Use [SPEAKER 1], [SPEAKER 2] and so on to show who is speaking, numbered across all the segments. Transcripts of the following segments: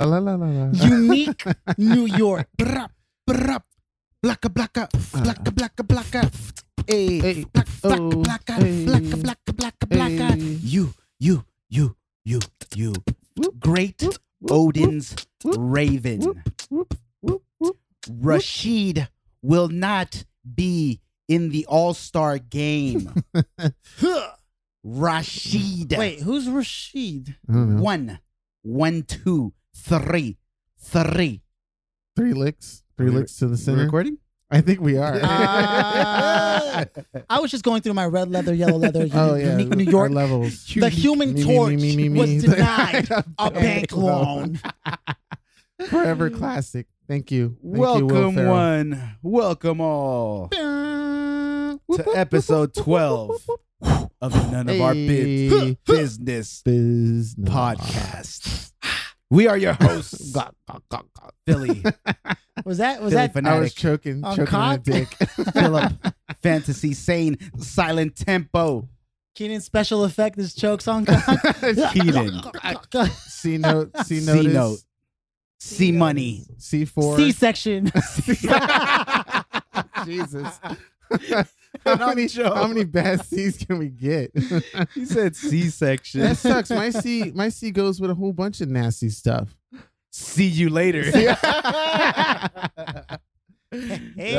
[SPEAKER 1] La, la, la, la.
[SPEAKER 2] Unique New York. Brap, brap. Blacka, blacka. Blacka, blacka, blacka. Hey.
[SPEAKER 1] Hey.
[SPEAKER 2] Black, black,
[SPEAKER 1] Oh,
[SPEAKER 2] blacka.
[SPEAKER 1] hey.
[SPEAKER 2] Blacka, blacka, blacka, blacka.
[SPEAKER 1] Hey.
[SPEAKER 2] You, you, you, you, you.
[SPEAKER 1] Whoop,
[SPEAKER 2] Great
[SPEAKER 1] whoop, whoop,
[SPEAKER 2] Odin's
[SPEAKER 1] whoop,
[SPEAKER 2] Raven.
[SPEAKER 1] whoop, whoop, whoop, whoop.
[SPEAKER 2] Rashid will not be in the All Star game. Rashid.
[SPEAKER 3] Wait, who's Rashid?
[SPEAKER 1] I don't know.
[SPEAKER 2] One, one, two, three, three.
[SPEAKER 1] Three licks. Three
[SPEAKER 2] Are we-
[SPEAKER 1] licks to the
[SPEAKER 2] We
[SPEAKER 1] center.
[SPEAKER 2] recording?
[SPEAKER 1] I think we are.
[SPEAKER 3] Ah. I was just going through my red leather, yellow leather,
[SPEAKER 1] oh
[SPEAKER 3] uni-
[SPEAKER 1] yeah.
[SPEAKER 3] unique New
[SPEAKER 1] our
[SPEAKER 3] York.
[SPEAKER 1] levels.
[SPEAKER 3] The human torch was denied a bank loan.
[SPEAKER 1] Forever classic. Thank you. Thank you, Will
[SPEAKER 2] welcome
[SPEAKER 1] Ferrell.
[SPEAKER 2] one, welcome all to episode 12 of the None of Our Biz-
[SPEAKER 1] Hey.
[SPEAKER 2] Business
[SPEAKER 1] Business.
[SPEAKER 2] Podcast. We are your hosts, Philly,
[SPEAKER 3] Was that was
[SPEAKER 1] I
[SPEAKER 2] Philly
[SPEAKER 3] that
[SPEAKER 1] was
[SPEAKER 2] Fanatic,
[SPEAKER 1] choking,
[SPEAKER 3] On
[SPEAKER 1] choking on a
[SPEAKER 3] cock?
[SPEAKER 1] dick.
[SPEAKER 2] Philip, Fantasy Sane, Silent Tempo,
[SPEAKER 3] Keenan's special effect? This chokes on cock?
[SPEAKER 2] Keenan,
[SPEAKER 1] C note. C
[SPEAKER 2] C
[SPEAKER 1] notice.
[SPEAKER 2] note. C Money,
[SPEAKER 1] C four.
[SPEAKER 3] C section.
[SPEAKER 1] Jesus. how, many,
[SPEAKER 2] joke.
[SPEAKER 1] how many bad C's can we get?
[SPEAKER 2] He said C section.
[SPEAKER 1] that sucks. My C my C goes with a whole bunch of nasty stuff.
[SPEAKER 2] See you later.
[SPEAKER 1] I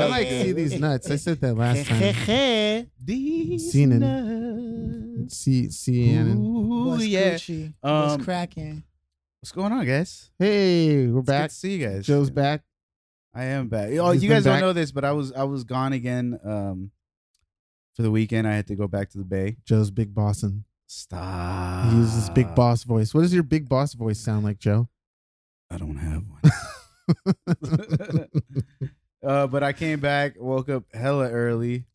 [SPEAKER 1] like see these nuts. I said that last time.
[SPEAKER 2] These
[SPEAKER 1] Seen
[SPEAKER 2] nuts.
[SPEAKER 1] C C and
[SPEAKER 2] Ooh,
[SPEAKER 3] What's
[SPEAKER 2] yeah.
[SPEAKER 3] Gucci?
[SPEAKER 2] Um,
[SPEAKER 3] What's cracking?
[SPEAKER 2] What's going on, guys?
[SPEAKER 1] hey, we're
[SPEAKER 2] It's good
[SPEAKER 1] back.
[SPEAKER 2] to see you guys.
[SPEAKER 1] Joe's back.
[SPEAKER 2] I am back. Oh,
[SPEAKER 1] He's
[SPEAKER 2] you
[SPEAKER 1] been
[SPEAKER 2] guys
[SPEAKER 1] back.
[SPEAKER 2] don't know this, but I was I was gone again um for the weekend. I had to go back to the bay.
[SPEAKER 1] Joe's big bossing.
[SPEAKER 2] Stop.
[SPEAKER 1] He uses his
[SPEAKER 2] Ah.
[SPEAKER 1] big boss voice. What does your big boss voice sound like, Joe?
[SPEAKER 2] I don't have one. uh, but I came back, woke up hella early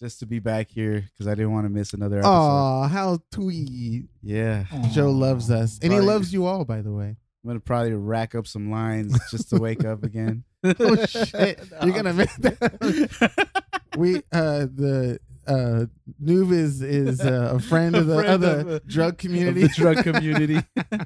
[SPEAKER 2] just to be back here because I didn't want to miss another episode.
[SPEAKER 1] Aw, how twee.
[SPEAKER 2] Yeah.
[SPEAKER 1] Joe loves us. And he
[SPEAKER 2] Right.
[SPEAKER 1] loves you all, by the way.
[SPEAKER 2] I'm gonna probably rack up some lines just to wake up again.
[SPEAKER 1] Oh shit. You're gonna make that we uh the uh Noob is is uh, a friend of the
[SPEAKER 2] A friend
[SPEAKER 1] other
[SPEAKER 2] of the-
[SPEAKER 1] drug community.
[SPEAKER 2] Of the drug community.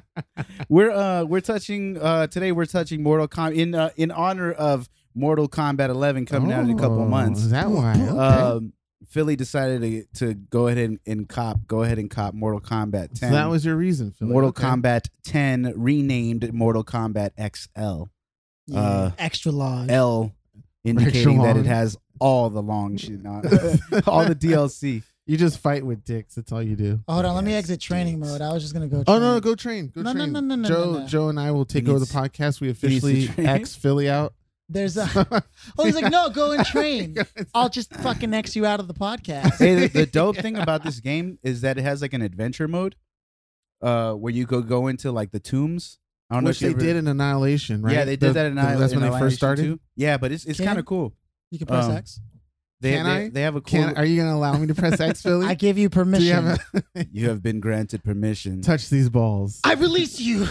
[SPEAKER 2] we're uh we're touching uh today we're touching Mortal Kombat in uh, in honor of Mortal Kombat 11 coming out in a couple
[SPEAKER 1] Oh,
[SPEAKER 2] months.
[SPEAKER 1] Is that why? Okay.
[SPEAKER 2] Um, Philly decided to to go ahead and, and cop go ahead and cop Mortal Kombat 10.
[SPEAKER 1] so that was your reason for
[SPEAKER 2] Mortal
[SPEAKER 1] okay.
[SPEAKER 2] Kombat 10 renamed Mortal Kombat XL.
[SPEAKER 3] Yeah,
[SPEAKER 2] uh,
[SPEAKER 3] extra large.
[SPEAKER 2] L indicating that
[SPEAKER 1] long.
[SPEAKER 2] it has all the long shit on all the DLC.
[SPEAKER 1] You just fight with dicks. That's all you do.
[SPEAKER 3] Oh, hold on, let me
[SPEAKER 2] Yes,
[SPEAKER 3] exit training
[SPEAKER 2] dudes.
[SPEAKER 3] mode. I was just gonna go.
[SPEAKER 1] Oh no,
[SPEAKER 3] train.
[SPEAKER 1] no, go train. Go
[SPEAKER 3] No, no,
[SPEAKER 1] train.
[SPEAKER 3] no, no, no,
[SPEAKER 1] Joe,
[SPEAKER 3] no, no.
[SPEAKER 1] Joe, and I will take
[SPEAKER 2] He
[SPEAKER 1] over the
[SPEAKER 2] needs-
[SPEAKER 1] podcast. We
[SPEAKER 2] needs to
[SPEAKER 1] officially
[SPEAKER 2] train.
[SPEAKER 1] X Philly out.
[SPEAKER 3] There's a. Oh, he's like, no, go and train. I'll just fucking X you out of the podcast.
[SPEAKER 2] hey, the, the dope thing about this game is that it has like an adventure mode, uh, where you go go into like the tombs. I don't
[SPEAKER 1] Which
[SPEAKER 2] know
[SPEAKER 1] they
[SPEAKER 2] if you
[SPEAKER 1] did
[SPEAKER 2] ever-
[SPEAKER 1] in Annihilation, right?
[SPEAKER 2] Yeah, they
[SPEAKER 1] The-
[SPEAKER 2] did that in
[SPEAKER 1] the-
[SPEAKER 2] Anni-
[SPEAKER 1] That's when they
[SPEAKER 2] in Annihilation
[SPEAKER 1] first started.
[SPEAKER 2] too. Yeah, but it's it's
[SPEAKER 3] Can
[SPEAKER 2] kind
[SPEAKER 3] I-
[SPEAKER 2] of cool.
[SPEAKER 3] You can press
[SPEAKER 2] Um,
[SPEAKER 3] X.
[SPEAKER 2] They
[SPEAKER 1] Can
[SPEAKER 2] they,
[SPEAKER 1] I?
[SPEAKER 2] they have a cool.
[SPEAKER 1] Can, are you gonna allow me to press X Philly?
[SPEAKER 3] I give you
[SPEAKER 1] Do you
[SPEAKER 3] permission.
[SPEAKER 1] have
[SPEAKER 3] I
[SPEAKER 1] a,
[SPEAKER 2] you have been granted permission.
[SPEAKER 1] touch these balls?
[SPEAKER 3] release you.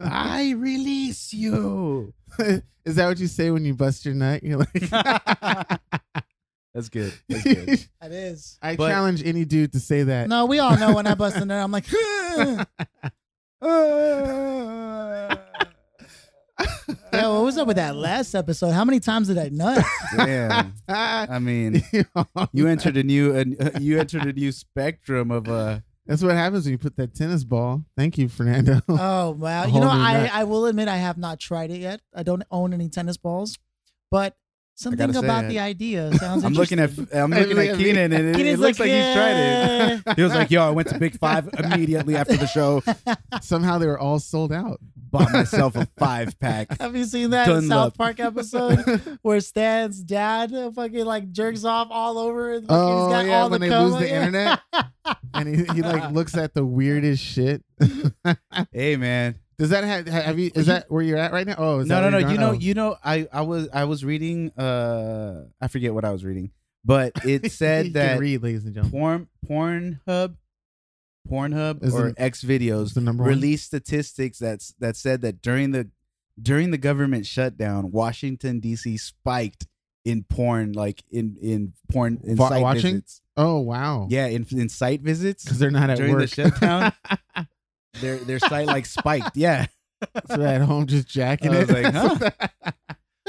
[SPEAKER 2] I release you.
[SPEAKER 1] Is that what you say when you bust your nut? You're like,
[SPEAKER 2] That's good. That's good.
[SPEAKER 3] That is.
[SPEAKER 1] I
[SPEAKER 2] But-
[SPEAKER 1] challenge any dude to say that.
[SPEAKER 3] No, we all know when I bust in there. I'm like, yeah. What was up with that last episode? How many times did I nut?
[SPEAKER 2] Damn. I mean, you entered a new a, you entered a new spectrum of uh
[SPEAKER 1] That's what happens when you put that tennis ball. Thank you, Fernando.
[SPEAKER 3] Oh wow!
[SPEAKER 1] A
[SPEAKER 3] You know,
[SPEAKER 1] whole new
[SPEAKER 3] I
[SPEAKER 1] nut.
[SPEAKER 3] I will admit I have not tried it yet. I don't own any tennis balls, but something
[SPEAKER 2] say,
[SPEAKER 3] about
[SPEAKER 2] I-
[SPEAKER 3] the idea sounds.
[SPEAKER 2] I'm looking at I'm looking at Keenan and it, it looks like, he's tried
[SPEAKER 3] he's
[SPEAKER 2] it. He was like, "Yo, I went to Big Five immediately after the show,
[SPEAKER 1] Somehow they were all sold out.
[SPEAKER 2] bought myself a five pack."
[SPEAKER 3] Have you seen that
[SPEAKER 2] Dunlop.
[SPEAKER 3] South Park episode where Stan's dad uh, fucking like jerks off all over? And fucking
[SPEAKER 1] Oh,
[SPEAKER 3] he's got
[SPEAKER 1] yeah,
[SPEAKER 3] all
[SPEAKER 1] when
[SPEAKER 3] the
[SPEAKER 1] they lose
[SPEAKER 3] cum-
[SPEAKER 1] the internet. And he, he like looks at the weirdest shit.
[SPEAKER 2] Hey, man.
[SPEAKER 1] Does that have, have you? Is that where you're at right now? Oh, is
[SPEAKER 2] No,
[SPEAKER 1] that
[SPEAKER 2] no,
[SPEAKER 1] where
[SPEAKER 2] no.
[SPEAKER 1] you're
[SPEAKER 2] You know,
[SPEAKER 1] going?
[SPEAKER 2] you know. I I was I was reading. Uh, I forget what I was reading, but it
[SPEAKER 1] You
[SPEAKER 2] said
[SPEAKER 1] can
[SPEAKER 2] that
[SPEAKER 1] read, ladies and gentlemen.
[SPEAKER 2] porn Pornhub, Pornhub
[SPEAKER 1] Is
[SPEAKER 2] or
[SPEAKER 1] it-
[SPEAKER 2] X
[SPEAKER 1] It's
[SPEAKER 2] videos
[SPEAKER 1] the number one.
[SPEAKER 2] released statistics that's that said that during the during the government shutdown, Washington D.C. spiked in porn, like in in porn in
[SPEAKER 1] Wa-
[SPEAKER 2] site
[SPEAKER 1] watching?
[SPEAKER 2] visits.
[SPEAKER 1] Oh wow.
[SPEAKER 2] Yeah, in in site visits
[SPEAKER 1] Because they're not at
[SPEAKER 2] during the
[SPEAKER 1] work.
[SPEAKER 2] shutdown. their their sight like spiked. Yeah,
[SPEAKER 1] So at home, just jacking it.
[SPEAKER 2] I was like, huh?
[SPEAKER 3] That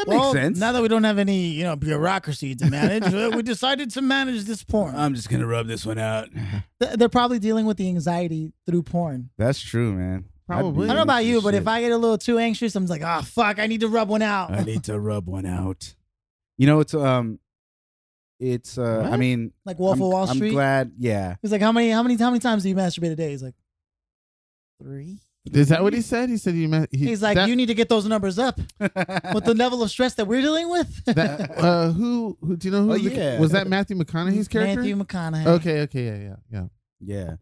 [SPEAKER 2] Well, now
[SPEAKER 3] Now that we don't have any, you know, bureaucracy to manage, uh, we decided to manage this porn.
[SPEAKER 2] I'm just gonna rub this one out.
[SPEAKER 3] They're probably dealing with the anxiety through porn.
[SPEAKER 2] That's true, man. I'd
[SPEAKER 1] Probably.
[SPEAKER 2] be
[SPEAKER 1] I
[SPEAKER 3] I don't know about
[SPEAKER 2] into
[SPEAKER 3] you, but
[SPEAKER 2] shit.
[SPEAKER 3] if I get a little too anxious, I'm like, ah, fuck, I need to rub one out.
[SPEAKER 2] I need to rub one out. You know, it's um, it's uh, I
[SPEAKER 3] What?
[SPEAKER 2] mean,
[SPEAKER 3] Like Wolf
[SPEAKER 2] I'm,
[SPEAKER 3] of Wall
[SPEAKER 2] I'm
[SPEAKER 3] Street.
[SPEAKER 2] glad. Yeah,
[SPEAKER 3] He's like, how many, how many, how many times do you masturbate a day? He's like, three.
[SPEAKER 1] Is that what he said? He said he meant. He,
[SPEAKER 3] He's like,
[SPEAKER 1] that,
[SPEAKER 3] you need to get those numbers up with the level of stress that we're dealing with.
[SPEAKER 1] That, uh, who, who? Do you know who?
[SPEAKER 2] Oh,
[SPEAKER 1] the-
[SPEAKER 2] yeah.
[SPEAKER 1] Was that Matthew McConaughey's character?
[SPEAKER 3] Matthew McConaughey.
[SPEAKER 1] okay. Okay. Yeah. Yeah. Yeah.
[SPEAKER 2] yeah.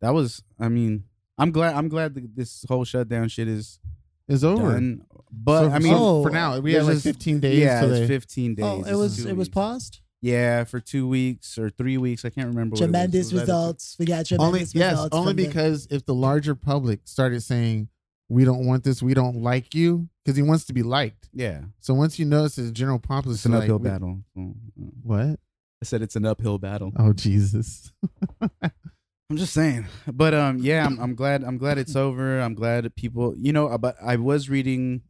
[SPEAKER 2] That was. I mean, I'm glad. I'm glad that this whole shutdown shit is
[SPEAKER 1] It's over.
[SPEAKER 2] done. But
[SPEAKER 1] So-
[SPEAKER 2] I mean,
[SPEAKER 1] so
[SPEAKER 3] Oh.
[SPEAKER 1] for now, we
[SPEAKER 2] there's
[SPEAKER 1] have like
[SPEAKER 2] just-
[SPEAKER 1] 15 days.
[SPEAKER 2] Yeah,
[SPEAKER 1] till
[SPEAKER 2] it's
[SPEAKER 1] they-
[SPEAKER 2] 15 days.
[SPEAKER 3] Oh,
[SPEAKER 2] This
[SPEAKER 3] it
[SPEAKER 2] is
[SPEAKER 3] was
[SPEAKER 2] two
[SPEAKER 3] it was
[SPEAKER 2] weeks.
[SPEAKER 3] paused.
[SPEAKER 2] Yeah, for two weeks or three weeks. I can't remember. what it was.
[SPEAKER 3] Tremendous
[SPEAKER 2] It was either-
[SPEAKER 3] results. We got tremendous
[SPEAKER 1] only
[SPEAKER 3] results.
[SPEAKER 1] yes, only
[SPEAKER 3] from the-
[SPEAKER 1] because if the larger public started saying, "We don't want this. We don't like you," because he wants to be liked.
[SPEAKER 2] Yeah,
[SPEAKER 1] So once you notice the general populace,
[SPEAKER 2] it's an
[SPEAKER 1] like,
[SPEAKER 2] uphill
[SPEAKER 1] we-
[SPEAKER 2] battle. Mm, Mm-mm.
[SPEAKER 1] What?
[SPEAKER 2] I said it's an uphill battle.
[SPEAKER 1] Oh Jesus!
[SPEAKER 2] I'm just saying, but um, yeah, I'm, I'm glad. I'm glad it's over. I'm glad that people, you know. uh, But I was reading,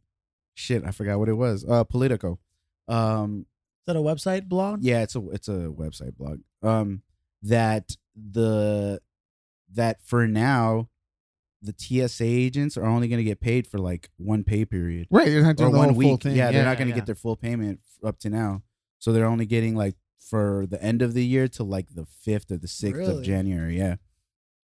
[SPEAKER 2] shit, I forgot what it was. Uh, Politico. Um,
[SPEAKER 3] Is that a website blog?
[SPEAKER 2] yeah, it's a it's a website blog. Um, that the that for now, the TSA agents are only going to get paid for like one pay period
[SPEAKER 1] Right, you're not
[SPEAKER 2] or
[SPEAKER 1] doing the
[SPEAKER 2] one
[SPEAKER 1] whole full
[SPEAKER 2] week.
[SPEAKER 1] thing.
[SPEAKER 2] Yeah, they're not going to
[SPEAKER 1] yeah.
[SPEAKER 2] get their full payment f- up to now, so they're only getting like for the end of the year to like the fifth or the sixth of
[SPEAKER 3] Really?
[SPEAKER 2] January. Yeah,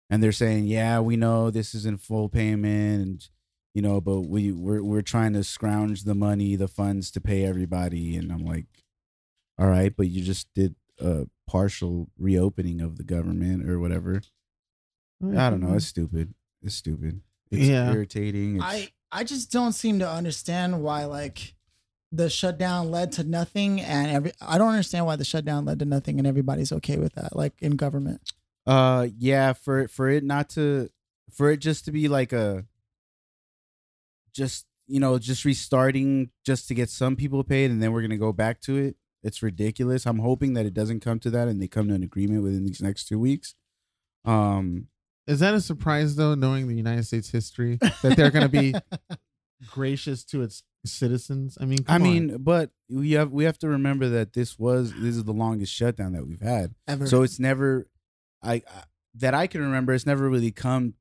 [SPEAKER 2] and they're saying, yeah, we know this isn't full payment, and you know, but we we're we're trying to scrounge the money, the funds to pay everybody, and I'm like, all right, but you just did a partial reopening of the government or whatever. I don't know. It's stupid. It's stupid. It's
[SPEAKER 1] Mm-hmm. Yeah.
[SPEAKER 2] irritating. It's,
[SPEAKER 3] I I just don't seem to understand why like the shutdown led to nothing and every I don't understand why the shutdown led to nothing and everybody's okay with that like in government.
[SPEAKER 2] Uh, yeah, for for it not to, for it just to be like a, just you know, just restarting just to get some people paid, and then we're gonna go back to it. It's ridiculous. I'm hoping that it doesn't come to that, and they come to an agreement within these next two weeks. Um,
[SPEAKER 1] Is that a surprise though, knowing the United States history, that they're going to be gracious to its citizens? I mean,
[SPEAKER 2] I
[SPEAKER 1] come on.
[SPEAKER 2] mean, but we have we have to remember that this was this is the longest shutdown that we've had.
[SPEAKER 3] Ever.
[SPEAKER 1] Hmm.
[SPEAKER 2] So it's never, I, I that I can remember, it's never really come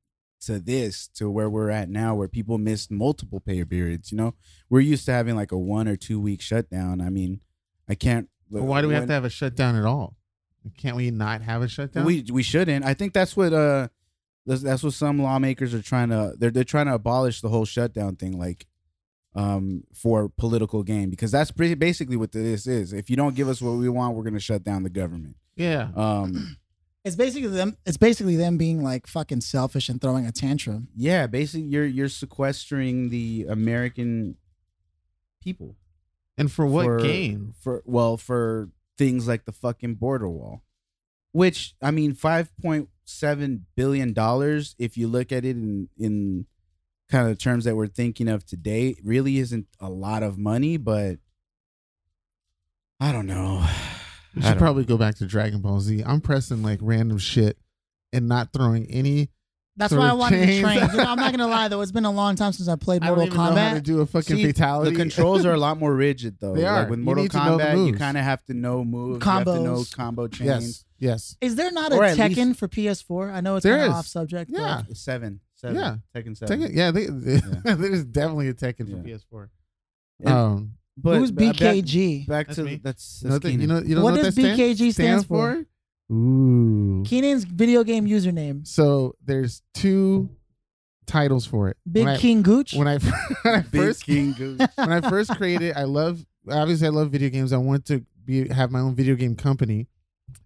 [SPEAKER 2] to this to where we're at now, where people missed multiple pay periods. You know, we're used to having like a one or two week shutdown. I mean, I can't. uh,
[SPEAKER 1] But why do we have to have a shutdown at all? Can't we not have a shutdown?
[SPEAKER 2] We we shouldn't. I think that's what uh, that's, that's what some lawmakers are trying to. They're they're trying to abolish the whole shutdown thing, like, um, for political gain, because that's pretty basically what this is. If you don't give us what we want, we're gonna shut down the government.
[SPEAKER 1] yeah.
[SPEAKER 2] Um.
[SPEAKER 3] it's basically them it's basically them being like fucking selfish and throwing a tantrum.
[SPEAKER 2] Yeah, basically you're you're sequestering the American people.
[SPEAKER 1] And for what
[SPEAKER 2] for-
[SPEAKER 1] gain?
[SPEAKER 2] For well, for things like the fucking border wall. Which I mean 5.7 billion dollars if you look at it in in kind of terms that we're thinking of today really isn't a lot of money, but I don't know.
[SPEAKER 1] We
[SPEAKER 2] I
[SPEAKER 1] should
[SPEAKER 2] don't-
[SPEAKER 1] probably go back to Dragon Ball Z. I'm pressing like random shit and not throwing any.
[SPEAKER 3] That's
[SPEAKER 1] Sort
[SPEAKER 3] why I
[SPEAKER 1] of
[SPEAKER 3] wanted
[SPEAKER 1] change.
[SPEAKER 3] to train. You know, I'm not gonna lie though, it's been a long time since I played
[SPEAKER 1] I don't
[SPEAKER 3] Mortal
[SPEAKER 1] even know how to
[SPEAKER 3] Kombat.
[SPEAKER 1] do a fucking
[SPEAKER 2] See,
[SPEAKER 1] fatality.
[SPEAKER 2] The controls are a lot more rigid though.
[SPEAKER 1] They
[SPEAKER 2] Like
[SPEAKER 1] are.
[SPEAKER 2] with
[SPEAKER 1] You
[SPEAKER 2] Mortal
[SPEAKER 1] need to know the
[SPEAKER 2] Kombat, you
[SPEAKER 1] moves.
[SPEAKER 2] kind of have to know moves, you have to know
[SPEAKER 3] Combos.
[SPEAKER 2] combo chains.
[SPEAKER 1] yes, yes.
[SPEAKER 3] Is there not a
[SPEAKER 2] Or at
[SPEAKER 3] Tekken for PS4? I know it's
[SPEAKER 1] There
[SPEAKER 3] kind
[SPEAKER 1] is.
[SPEAKER 3] off subject. but-
[SPEAKER 1] Yeah.
[SPEAKER 2] Seven. Seven.
[SPEAKER 1] Yeah.
[SPEAKER 2] Tekken seven.
[SPEAKER 1] Take it. Yeah, they, there's definitely a Tekken
[SPEAKER 2] Yeah.
[SPEAKER 1] for PS4.
[SPEAKER 2] And-
[SPEAKER 1] Um,
[SPEAKER 2] But
[SPEAKER 3] Who's
[SPEAKER 2] ba-
[SPEAKER 3] BKG?
[SPEAKER 2] Back, back
[SPEAKER 1] That's
[SPEAKER 2] to
[SPEAKER 1] me.
[SPEAKER 2] that's,
[SPEAKER 1] you know,
[SPEAKER 2] that's
[SPEAKER 1] what they- you
[SPEAKER 2] Keenan.
[SPEAKER 1] know, you don't
[SPEAKER 3] What
[SPEAKER 1] know
[SPEAKER 3] does
[SPEAKER 1] that stand-
[SPEAKER 3] BKG stands
[SPEAKER 1] stand for? Ooh.
[SPEAKER 3] Keenan's video game username.
[SPEAKER 1] So there's two titles for it.
[SPEAKER 3] Big
[SPEAKER 1] when
[SPEAKER 3] King Gooch.
[SPEAKER 1] I, when I when I
[SPEAKER 2] Big
[SPEAKER 1] first
[SPEAKER 2] King Goose.
[SPEAKER 1] when I first created, I love obviously I love video games. I wanted to be have my own video game company.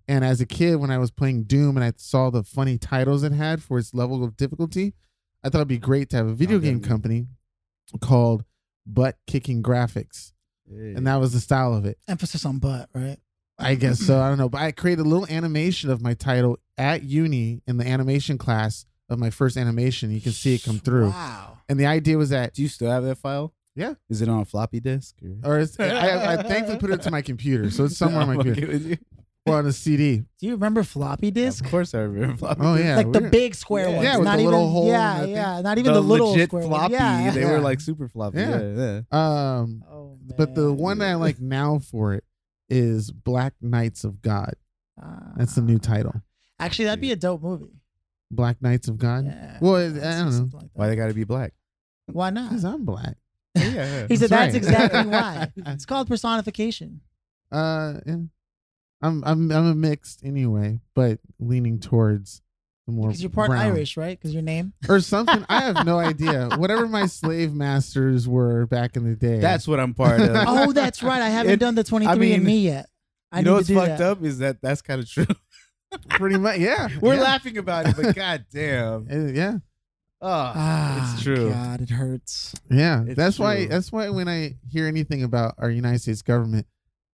[SPEAKER 1] And as a kid, when I was playing Doom and I saw the funny titles it had for its level of difficulty, I thought it'd be great to have a video
[SPEAKER 2] Okay.
[SPEAKER 1] game company called Butt Kicking Graphics, and that was the style of it.
[SPEAKER 3] Emphasis on butt, right?
[SPEAKER 1] I guess so. I don't know. But I created a little animation of my title at uni in the animation class of my first animation. You can see it come through.
[SPEAKER 3] Wow.
[SPEAKER 1] And the idea was that,
[SPEAKER 2] Do you still have that file?
[SPEAKER 1] Yeah.
[SPEAKER 2] Is it on a floppy disk? Or?
[SPEAKER 1] or it's, I, I thankfully put it to my computer, so it's somewhere on my
[SPEAKER 3] Oh
[SPEAKER 2] I'm
[SPEAKER 1] computer.
[SPEAKER 2] okay with you.
[SPEAKER 1] or on a CD.
[SPEAKER 3] Do you remember floppy disk?
[SPEAKER 4] Of course, I remember. floppy
[SPEAKER 1] Oh
[SPEAKER 4] disc.
[SPEAKER 1] yeah,
[SPEAKER 3] like the
[SPEAKER 1] we're-
[SPEAKER 3] big square
[SPEAKER 4] Yeah,
[SPEAKER 3] ones.
[SPEAKER 1] yeah, with
[SPEAKER 3] not
[SPEAKER 1] the
[SPEAKER 3] even,
[SPEAKER 1] little hole in
[SPEAKER 3] Yeah,
[SPEAKER 1] that
[SPEAKER 3] yeah. Not even the, little
[SPEAKER 4] legit
[SPEAKER 3] square
[SPEAKER 4] floppy.
[SPEAKER 3] Ones. Yeah.
[SPEAKER 4] They were like super floppy.
[SPEAKER 1] Yeah.
[SPEAKER 4] Yeah, yeah.
[SPEAKER 1] Um,
[SPEAKER 3] Oh, man.
[SPEAKER 1] but the one I like now for it is Black Knights of God. That's the new
[SPEAKER 3] Ah.
[SPEAKER 1] title,
[SPEAKER 3] Actually, that'd be a dope movie.
[SPEAKER 1] Black Knights of God.
[SPEAKER 3] Yeah,
[SPEAKER 1] Well, I-
[SPEAKER 3] I'd
[SPEAKER 1] I
[SPEAKER 3] see
[SPEAKER 1] don't know.
[SPEAKER 3] something like
[SPEAKER 4] Why
[SPEAKER 3] that.
[SPEAKER 4] they gotta be black?
[SPEAKER 3] Why not?
[SPEAKER 1] Because I'm black.
[SPEAKER 4] Yeah, yeah.
[SPEAKER 3] He said
[SPEAKER 1] That's right.
[SPEAKER 3] that's, exactly why. It's called personification.
[SPEAKER 1] Uh, yeah. I'm I'm I'm a mixed anyway, but leaning towards the more
[SPEAKER 3] Because you're part
[SPEAKER 1] brown.
[SPEAKER 3] Irish, right? Because your name.
[SPEAKER 1] or something. I have no idea. Whatever my slave masters were back in the day.
[SPEAKER 4] That's what I'm part of.
[SPEAKER 3] Oh, that's right. I haven't
[SPEAKER 4] It-
[SPEAKER 3] done the 23 and
[SPEAKER 4] mean,
[SPEAKER 3] me yet. I
[SPEAKER 4] you
[SPEAKER 3] need
[SPEAKER 4] know
[SPEAKER 3] to
[SPEAKER 4] what's
[SPEAKER 3] do
[SPEAKER 4] fucked
[SPEAKER 3] that.
[SPEAKER 4] up is that that's kind of true.
[SPEAKER 1] pretty much. Yeah,
[SPEAKER 4] We're
[SPEAKER 1] yeah.
[SPEAKER 4] laughing about it, but goddamn.
[SPEAKER 1] Uh, yeah,
[SPEAKER 4] Oh,
[SPEAKER 3] Ah,
[SPEAKER 4] It's true.
[SPEAKER 3] God, it hurts.
[SPEAKER 1] yeah.
[SPEAKER 4] It's
[SPEAKER 1] that's why.
[SPEAKER 4] true.
[SPEAKER 1] That's why when I hear anything about our United States government,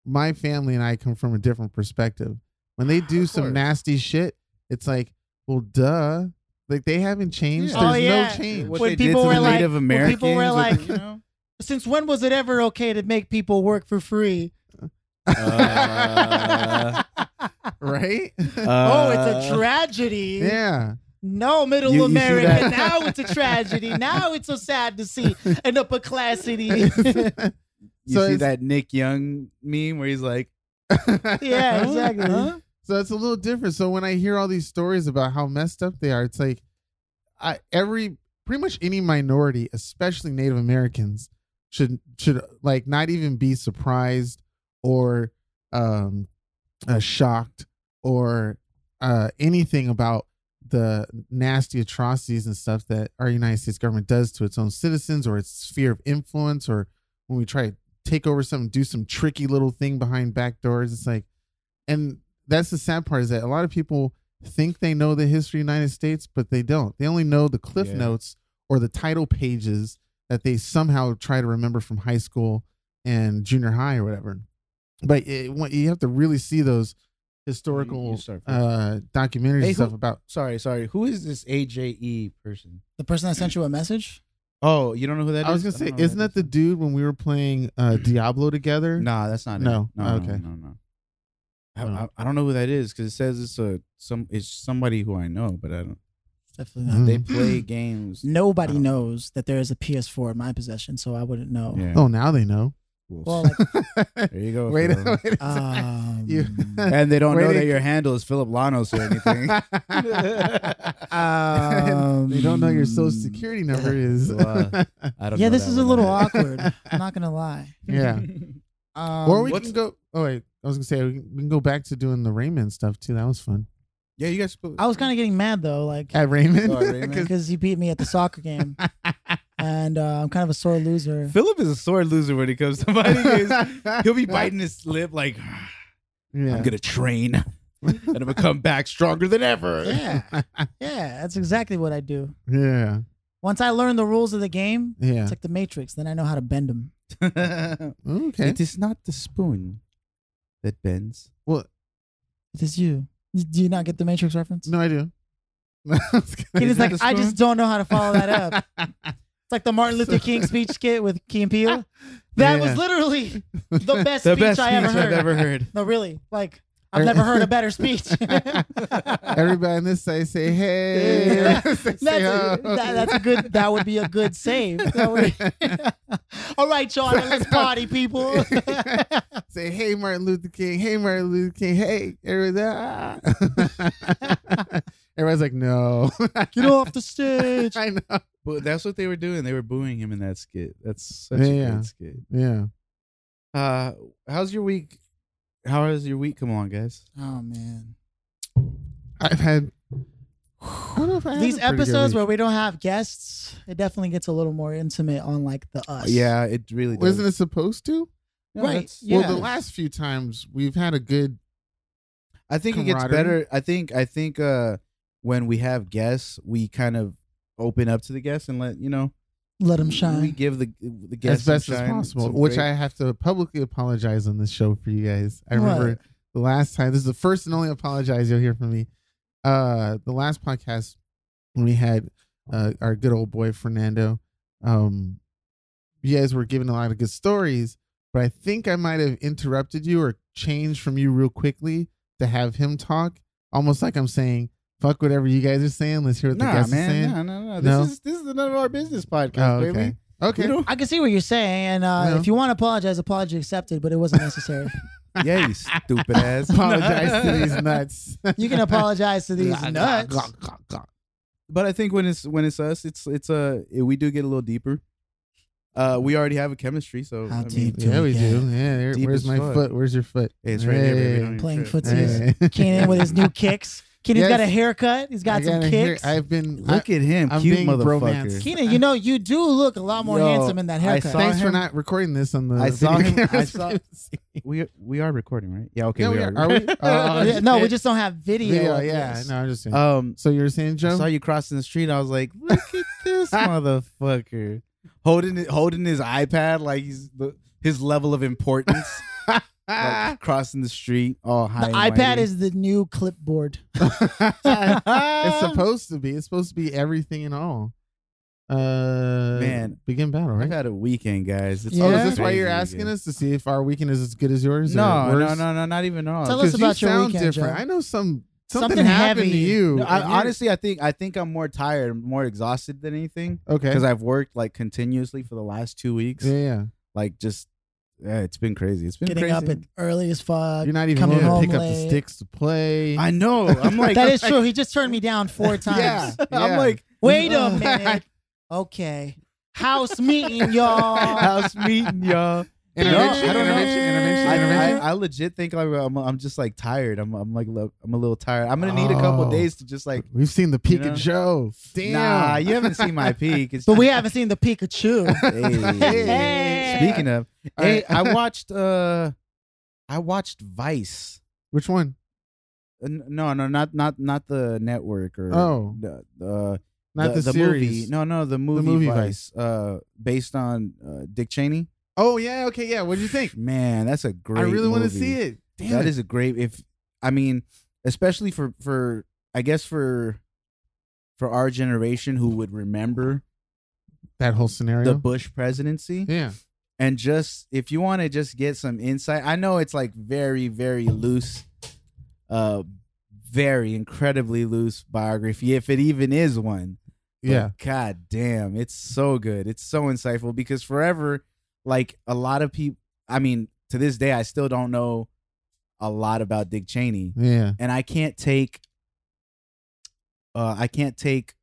[SPEAKER 1] my family and I come from a different perspective. When they do
[SPEAKER 4] Of
[SPEAKER 1] some
[SPEAKER 4] course.
[SPEAKER 1] nasty shit, it's like, well, duh. Like they haven't changed.
[SPEAKER 4] Yeah.
[SPEAKER 1] There's
[SPEAKER 3] Oh, yeah.
[SPEAKER 1] no change.
[SPEAKER 4] what
[SPEAKER 3] When
[SPEAKER 4] they
[SPEAKER 3] people
[SPEAKER 4] did to
[SPEAKER 3] were
[SPEAKER 4] the
[SPEAKER 3] like-
[SPEAKER 4] Native
[SPEAKER 3] when
[SPEAKER 4] Americans.
[SPEAKER 3] people were
[SPEAKER 4] with
[SPEAKER 3] like-
[SPEAKER 4] the- you know?
[SPEAKER 3] Since when was it ever okay to make people work for free?
[SPEAKER 4] Uh,
[SPEAKER 1] right?
[SPEAKER 3] oh, it's a
[SPEAKER 4] uh,
[SPEAKER 3] tragedy.
[SPEAKER 1] yeah.
[SPEAKER 3] No, middle
[SPEAKER 4] You- you see
[SPEAKER 3] America.
[SPEAKER 4] that?
[SPEAKER 3] Now it's a tragedy. now it's so sad to see an upper class city.
[SPEAKER 4] You
[SPEAKER 1] So
[SPEAKER 4] see
[SPEAKER 1] it's-
[SPEAKER 4] that Nick Young meme where he's like,
[SPEAKER 3] yeah,
[SPEAKER 4] Huh?
[SPEAKER 3] exactly.
[SPEAKER 4] Huh?
[SPEAKER 1] So it's a little different. So when I hear all these stories about how messed up they are, it's like I every pretty much any minority, especially Native Americans, should should like not even be surprised or um uh, shocked or uh anything about the nasty atrocities and stuff that our United States government does to its own citizens or its sphere of influence or when we try to take over something, do some tricky little thing behind back doors. It's like and that's the sad part is that a lot of people think they know the history of the United States, but they don't. They only know the cliff
[SPEAKER 4] Yeah.
[SPEAKER 1] notes or the title pages that they somehow try to remember from high school and junior high or whatever. But it, when- you have to really see those historical
[SPEAKER 4] start first.
[SPEAKER 1] uh, documentaries
[SPEAKER 4] Hey,
[SPEAKER 1] and
[SPEAKER 4] who-
[SPEAKER 1] stuff about.
[SPEAKER 4] Sorry, sorry. Who is this AJE person?
[SPEAKER 3] The person that sent you a message?
[SPEAKER 4] Oh, you don't know who that is? Mm-hmm.
[SPEAKER 1] I was gonna say,
[SPEAKER 4] don't know who
[SPEAKER 1] isn't that the dude when we were playing uh, Diablo together?
[SPEAKER 4] is. Nah, that's not.
[SPEAKER 1] No,
[SPEAKER 4] It. No.
[SPEAKER 1] okay.
[SPEAKER 4] Okay. No. No. no. I,
[SPEAKER 1] No.
[SPEAKER 4] I, I don't know who that is because it says it's a some it's somebody who I know, but I don't.
[SPEAKER 3] Definitely
[SPEAKER 1] Mm.
[SPEAKER 3] not.
[SPEAKER 4] They play games.
[SPEAKER 3] Nobody
[SPEAKER 4] I don't-
[SPEAKER 3] knows that there is a PS4 in my possession, so I wouldn't know.
[SPEAKER 4] Yeah.
[SPEAKER 1] Oh, now they know.
[SPEAKER 3] Well, like,
[SPEAKER 4] there you go.
[SPEAKER 1] wait,
[SPEAKER 4] Phil.
[SPEAKER 1] wait a
[SPEAKER 3] um,
[SPEAKER 1] You-
[SPEAKER 4] and they don't
[SPEAKER 1] Wait
[SPEAKER 4] know
[SPEAKER 1] a-
[SPEAKER 4] that your handle is Philip Lanos or anything.
[SPEAKER 1] second. they don't know your social
[SPEAKER 3] um,
[SPEAKER 1] security number is.
[SPEAKER 4] Well, uh, I don't.
[SPEAKER 3] Yeah,
[SPEAKER 4] know
[SPEAKER 3] this
[SPEAKER 4] that
[SPEAKER 3] is a
[SPEAKER 4] one
[SPEAKER 3] little
[SPEAKER 4] either.
[SPEAKER 3] awkward. I'm not gonna lie.
[SPEAKER 1] yeah.
[SPEAKER 3] Um,
[SPEAKER 1] or we
[SPEAKER 4] what's-
[SPEAKER 1] can go. Oh wait, I was gonna say we can, we can go back to doing the Raymond stuff too. That was fun
[SPEAKER 4] yeah, you guys.
[SPEAKER 3] I was kind of getting mad though, like
[SPEAKER 1] at Raymond.
[SPEAKER 4] Oh, at Raymond?
[SPEAKER 1] 'Cause-
[SPEAKER 3] because you beat me at the soccer game, and uh, I'm kind of a sore loser.
[SPEAKER 4] Philip is a sore loser when it comes to fighting games. He'll be biting his lip like
[SPEAKER 1] Yeah.
[SPEAKER 4] I'm gonna train and I'm gonna come back stronger than ever.
[SPEAKER 3] Yeah, yeah, that's exactly what I do.
[SPEAKER 1] yeah,
[SPEAKER 3] Once I learn the rules of the game,
[SPEAKER 1] yeah.
[SPEAKER 3] it's like the Matrix. Then I know how to bend them.
[SPEAKER 1] Okay.
[SPEAKER 4] It is not the spoon that bends.
[SPEAKER 1] Well,
[SPEAKER 3] It is you. You- Do you not get the Matrix reference?
[SPEAKER 1] no, I do. I was gonna-
[SPEAKER 3] He was
[SPEAKER 4] Isn't
[SPEAKER 3] like,
[SPEAKER 4] that the
[SPEAKER 3] I just
[SPEAKER 4] spoon?
[SPEAKER 3] don't know how to follow that up. it's like the Martin Luther King speech skit with Key and Peele. That
[SPEAKER 1] Yeah.
[SPEAKER 3] was literally the best
[SPEAKER 4] The
[SPEAKER 3] speech
[SPEAKER 4] best
[SPEAKER 3] I ever
[SPEAKER 4] speech I've
[SPEAKER 3] heard.
[SPEAKER 4] ever heard.
[SPEAKER 3] No, really. Like I've never heard a better speech. that's,
[SPEAKER 1] Everybody on this side say hey.
[SPEAKER 3] Yeah.
[SPEAKER 1] Say,
[SPEAKER 3] a, that,
[SPEAKER 1] "Yo."
[SPEAKER 3] that's a good. That would be a good save. That would- All right, y'all, let's party, people.
[SPEAKER 1] say hey, Martin Luther King. Hey, Martin Luther King. Hey, everybody. ah. Everybody's like, no.
[SPEAKER 3] Get off the stage.
[SPEAKER 1] I know.
[SPEAKER 4] But that's what they were doing. They were booing him in that skit. That's such
[SPEAKER 1] Yeah,
[SPEAKER 4] a
[SPEAKER 1] yeah.
[SPEAKER 4] good skit.
[SPEAKER 1] Yeah.
[SPEAKER 4] Uh, how's your week? How has your week come along, guys?
[SPEAKER 3] Oh man,
[SPEAKER 1] I've had. I don't know if I had
[SPEAKER 3] these
[SPEAKER 1] a pretty good
[SPEAKER 3] episodes
[SPEAKER 1] week.
[SPEAKER 3] where we don't have guests, it definitely gets a little more intimate on like the us.
[SPEAKER 4] Yeah, it really does.
[SPEAKER 1] Wasn't it supposed to?
[SPEAKER 4] No,
[SPEAKER 3] Right,
[SPEAKER 4] that's-
[SPEAKER 3] yeah.
[SPEAKER 1] Well, the last few times we've had a good.
[SPEAKER 4] I think it gets
[SPEAKER 1] camaraderie.
[SPEAKER 4] better. I think I think uh when we have guests, we kind of open up to the guests and let you know
[SPEAKER 3] let them
[SPEAKER 4] We
[SPEAKER 3] shine.
[SPEAKER 4] give the the guests
[SPEAKER 1] as best
[SPEAKER 4] some
[SPEAKER 1] as
[SPEAKER 4] shine,
[SPEAKER 1] possible,
[SPEAKER 4] some
[SPEAKER 1] which
[SPEAKER 4] great-
[SPEAKER 1] I have to publicly apologize on this show for you guys. I remember
[SPEAKER 3] What?
[SPEAKER 1] the last time. This is the first and only apologize you'll hear from me. Uh, the last podcast when we had uh, our good old boy Fernando. Um, you guys were giving a lot of good stories, but I think I might have interrupted you or changed from you real quickly to have him talk, almost like I'm saying, fuck whatever you guys are saying. Let's hear what the
[SPEAKER 4] Nah,
[SPEAKER 1] guest is
[SPEAKER 4] man.
[SPEAKER 1] saying.
[SPEAKER 4] Nah, no, no. This
[SPEAKER 1] No?
[SPEAKER 4] is this is none of our business podcast,
[SPEAKER 1] Oh,
[SPEAKER 4] baby.
[SPEAKER 1] okay. Okay.
[SPEAKER 4] You know?
[SPEAKER 3] I can see what you're saying, and uh,
[SPEAKER 1] Yeah.
[SPEAKER 3] if you want to apologize, apology accepted, but it wasn't necessary.
[SPEAKER 4] yeah, you stupid ass.
[SPEAKER 1] Apologize to these nuts.
[SPEAKER 3] you can apologize to these nuts.
[SPEAKER 4] but I think when it's when it's us, it's it's uh, we do get a little deeper. Uh, we already have a chemistry, so
[SPEAKER 3] How
[SPEAKER 4] I mean,
[SPEAKER 3] deep?
[SPEAKER 1] yeah, we
[SPEAKER 3] Yeah.
[SPEAKER 1] do. Yeah. there-
[SPEAKER 4] Deep
[SPEAKER 1] where's
[SPEAKER 4] as
[SPEAKER 1] my
[SPEAKER 4] fuck.
[SPEAKER 1] foot? Where's your foot?
[SPEAKER 4] it's right here. Baby. Don't
[SPEAKER 1] Hey.
[SPEAKER 4] even
[SPEAKER 3] Playing
[SPEAKER 4] trip.
[SPEAKER 3] footsie. Keenan with his new kicks. Keenan's got a
[SPEAKER 1] Yes.
[SPEAKER 3] haircut. He's got
[SPEAKER 1] I
[SPEAKER 3] some
[SPEAKER 1] gotta hear-
[SPEAKER 3] kicks.
[SPEAKER 1] I've been. I-
[SPEAKER 4] Look at him,
[SPEAKER 1] I'm
[SPEAKER 4] cute
[SPEAKER 1] being
[SPEAKER 4] motherfucker.
[SPEAKER 1] bromance.
[SPEAKER 3] Keenan, you know, you do look a lot more
[SPEAKER 4] Yo,
[SPEAKER 3] handsome in that
[SPEAKER 4] I
[SPEAKER 3] haircut.
[SPEAKER 4] saw-
[SPEAKER 1] thanks for
[SPEAKER 4] him.
[SPEAKER 1] not recording this on the.
[SPEAKER 4] I saw
[SPEAKER 1] video
[SPEAKER 4] him- I
[SPEAKER 1] cameras.
[SPEAKER 4] saw- We we are recording, right? Yeah. Okay.
[SPEAKER 1] Yeah,
[SPEAKER 4] we,
[SPEAKER 1] we are.
[SPEAKER 4] are.
[SPEAKER 1] Are we? Oh,
[SPEAKER 3] Uh, Yeah, no, we just don't have video.
[SPEAKER 1] video.
[SPEAKER 3] of
[SPEAKER 1] Yeah.
[SPEAKER 3] this.
[SPEAKER 1] No, I'm just saying.
[SPEAKER 4] um,
[SPEAKER 1] so you were saying,
[SPEAKER 4] I
[SPEAKER 1] Joe?
[SPEAKER 4] saw you crossing the street. I was like, look at this motherfucker holding it, holding his iPad like he's the, his level of importance.
[SPEAKER 1] Ah.
[SPEAKER 4] like crossing the street, all high.
[SPEAKER 3] The
[SPEAKER 4] and
[SPEAKER 3] iPad
[SPEAKER 4] mighty.
[SPEAKER 3] is the new clipboard.
[SPEAKER 1] it's supposed to be. It's supposed to be everything and all. Uh,
[SPEAKER 4] Man.
[SPEAKER 1] begin battle,
[SPEAKER 4] I've
[SPEAKER 1] right?
[SPEAKER 4] had a weekend, guys. It's
[SPEAKER 3] Yeah.
[SPEAKER 1] Oh,
[SPEAKER 4] been
[SPEAKER 1] is this
[SPEAKER 4] crazy
[SPEAKER 1] why you're
[SPEAKER 4] weekend.
[SPEAKER 1] asking us to see if our weekend is as good as yours?
[SPEAKER 4] No,
[SPEAKER 1] or
[SPEAKER 4] no,
[SPEAKER 1] worse?
[SPEAKER 4] no, no, not even at all.
[SPEAKER 3] Tell us
[SPEAKER 1] Because you
[SPEAKER 3] about your
[SPEAKER 1] sound
[SPEAKER 3] weekend,
[SPEAKER 1] different.
[SPEAKER 3] Joe.
[SPEAKER 1] I know some something,
[SPEAKER 3] Something
[SPEAKER 1] happened to
[SPEAKER 3] heavy.
[SPEAKER 1] you.
[SPEAKER 4] No, I,
[SPEAKER 1] and you're-
[SPEAKER 4] honestly, I think I think I'm more tired, more exhausted than anything
[SPEAKER 1] okay.
[SPEAKER 4] because I've worked like continuously for the last two weeks.
[SPEAKER 1] yeah, yeah.
[SPEAKER 4] Like just, yeah, it's been crazy. It's been
[SPEAKER 3] Getting
[SPEAKER 4] crazy.
[SPEAKER 3] up at early as fuck.
[SPEAKER 1] You're not even
[SPEAKER 3] coming
[SPEAKER 1] willing to
[SPEAKER 3] home
[SPEAKER 1] pick up the
[SPEAKER 3] late.
[SPEAKER 1] sticks to play.
[SPEAKER 4] I know. I'm like
[SPEAKER 3] that is true. He just turned me down four times.
[SPEAKER 1] Yeah.
[SPEAKER 4] I'm like
[SPEAKER 3] Wait a
[SPEAKER 4] Ugh.
[SPEAKER 3] minute. Okay. House meeting, y'all.
[SPEAKER 4] house meeting, y'all.
[SPEAKER 1] Intervention,
[SPEAKER 4] No, I don't know.
[SPEAKER 1] intervention, intervention,
[SPEAKER 4] I,
[SPEAKER 1] intervention.
[SPEAKER 4] I, I legit think I'm, I'm I'm just like tired. I'm I'm like look, I'm a little tired. I'm gonna need a couple
[SPEAKER 1] Oh.
[SPEAKER 4] days to just like
[SPEAKER 1] We've seen the peak
[SPEAKER 4] You know?
[SPEAKER 1] of Joe. Damn.
[SPEAKER 4] nah. You haven't seen my peak. It's
[SPEAKER 3] But we haven't seen the Pikachu.
[SPEAKER 4] Hey.
[SPEAKER 3] Hey.
[SPEAKER 4] Speaking of,
[SPEAKER 1] All
[SPEAKER 4] hey,
[SPEAKER 1] right.
[SPEAKER 4] I watched uh, I watched Vice.
[SPEAKER 1] Which one?
[SPEAKER 4] Uh, n- No, no, not not not the network or
[SPEAKER 1] Oh.
[SPEAKER 4] the, uh, the
[SPEAKER 1] Not the, series.
[SPEAKER 4] Movie. No, no, the movie,
[SPEAKER 1] movie
[SPEAKER 4] Vice, uh, based on uh, Dick Cheney.
[SPEAKER 1] Oh yeah. Okay. Yeah. What do you think?
[SPEAKER 4] Man, that's a great.
[SPEAKER 1] I really
[SPEAKER 4] want to
[SPEAKER 1] see it. Damn.
[SPEAKER 4] That
[SPEAKER 1] it.
[SPEAKER 4] is a great. If I mean, especially for for I guess for for our generation who would remember
[SPEAKER 1] that whole
[SPEAKER 4] the
[SPEAKER 1] scenario.
[SPEAKER 4] Bush presidency.
[SPEAKER 1] yeah.
[SPEAKER 4] and just if you want to just get some insight i know it's like very very loose uh very incredibly loose biography if it even is one But
[SPEAKER 1] Yeah.
[SPEAKER 4] god damn it's so good it's so insightful because forever like a lot of people i mean to this day i still don't know a lot about dick cheney
[SPEAKER 1] Yeah.
[SPEAKER 4] and i can't take uh i can't take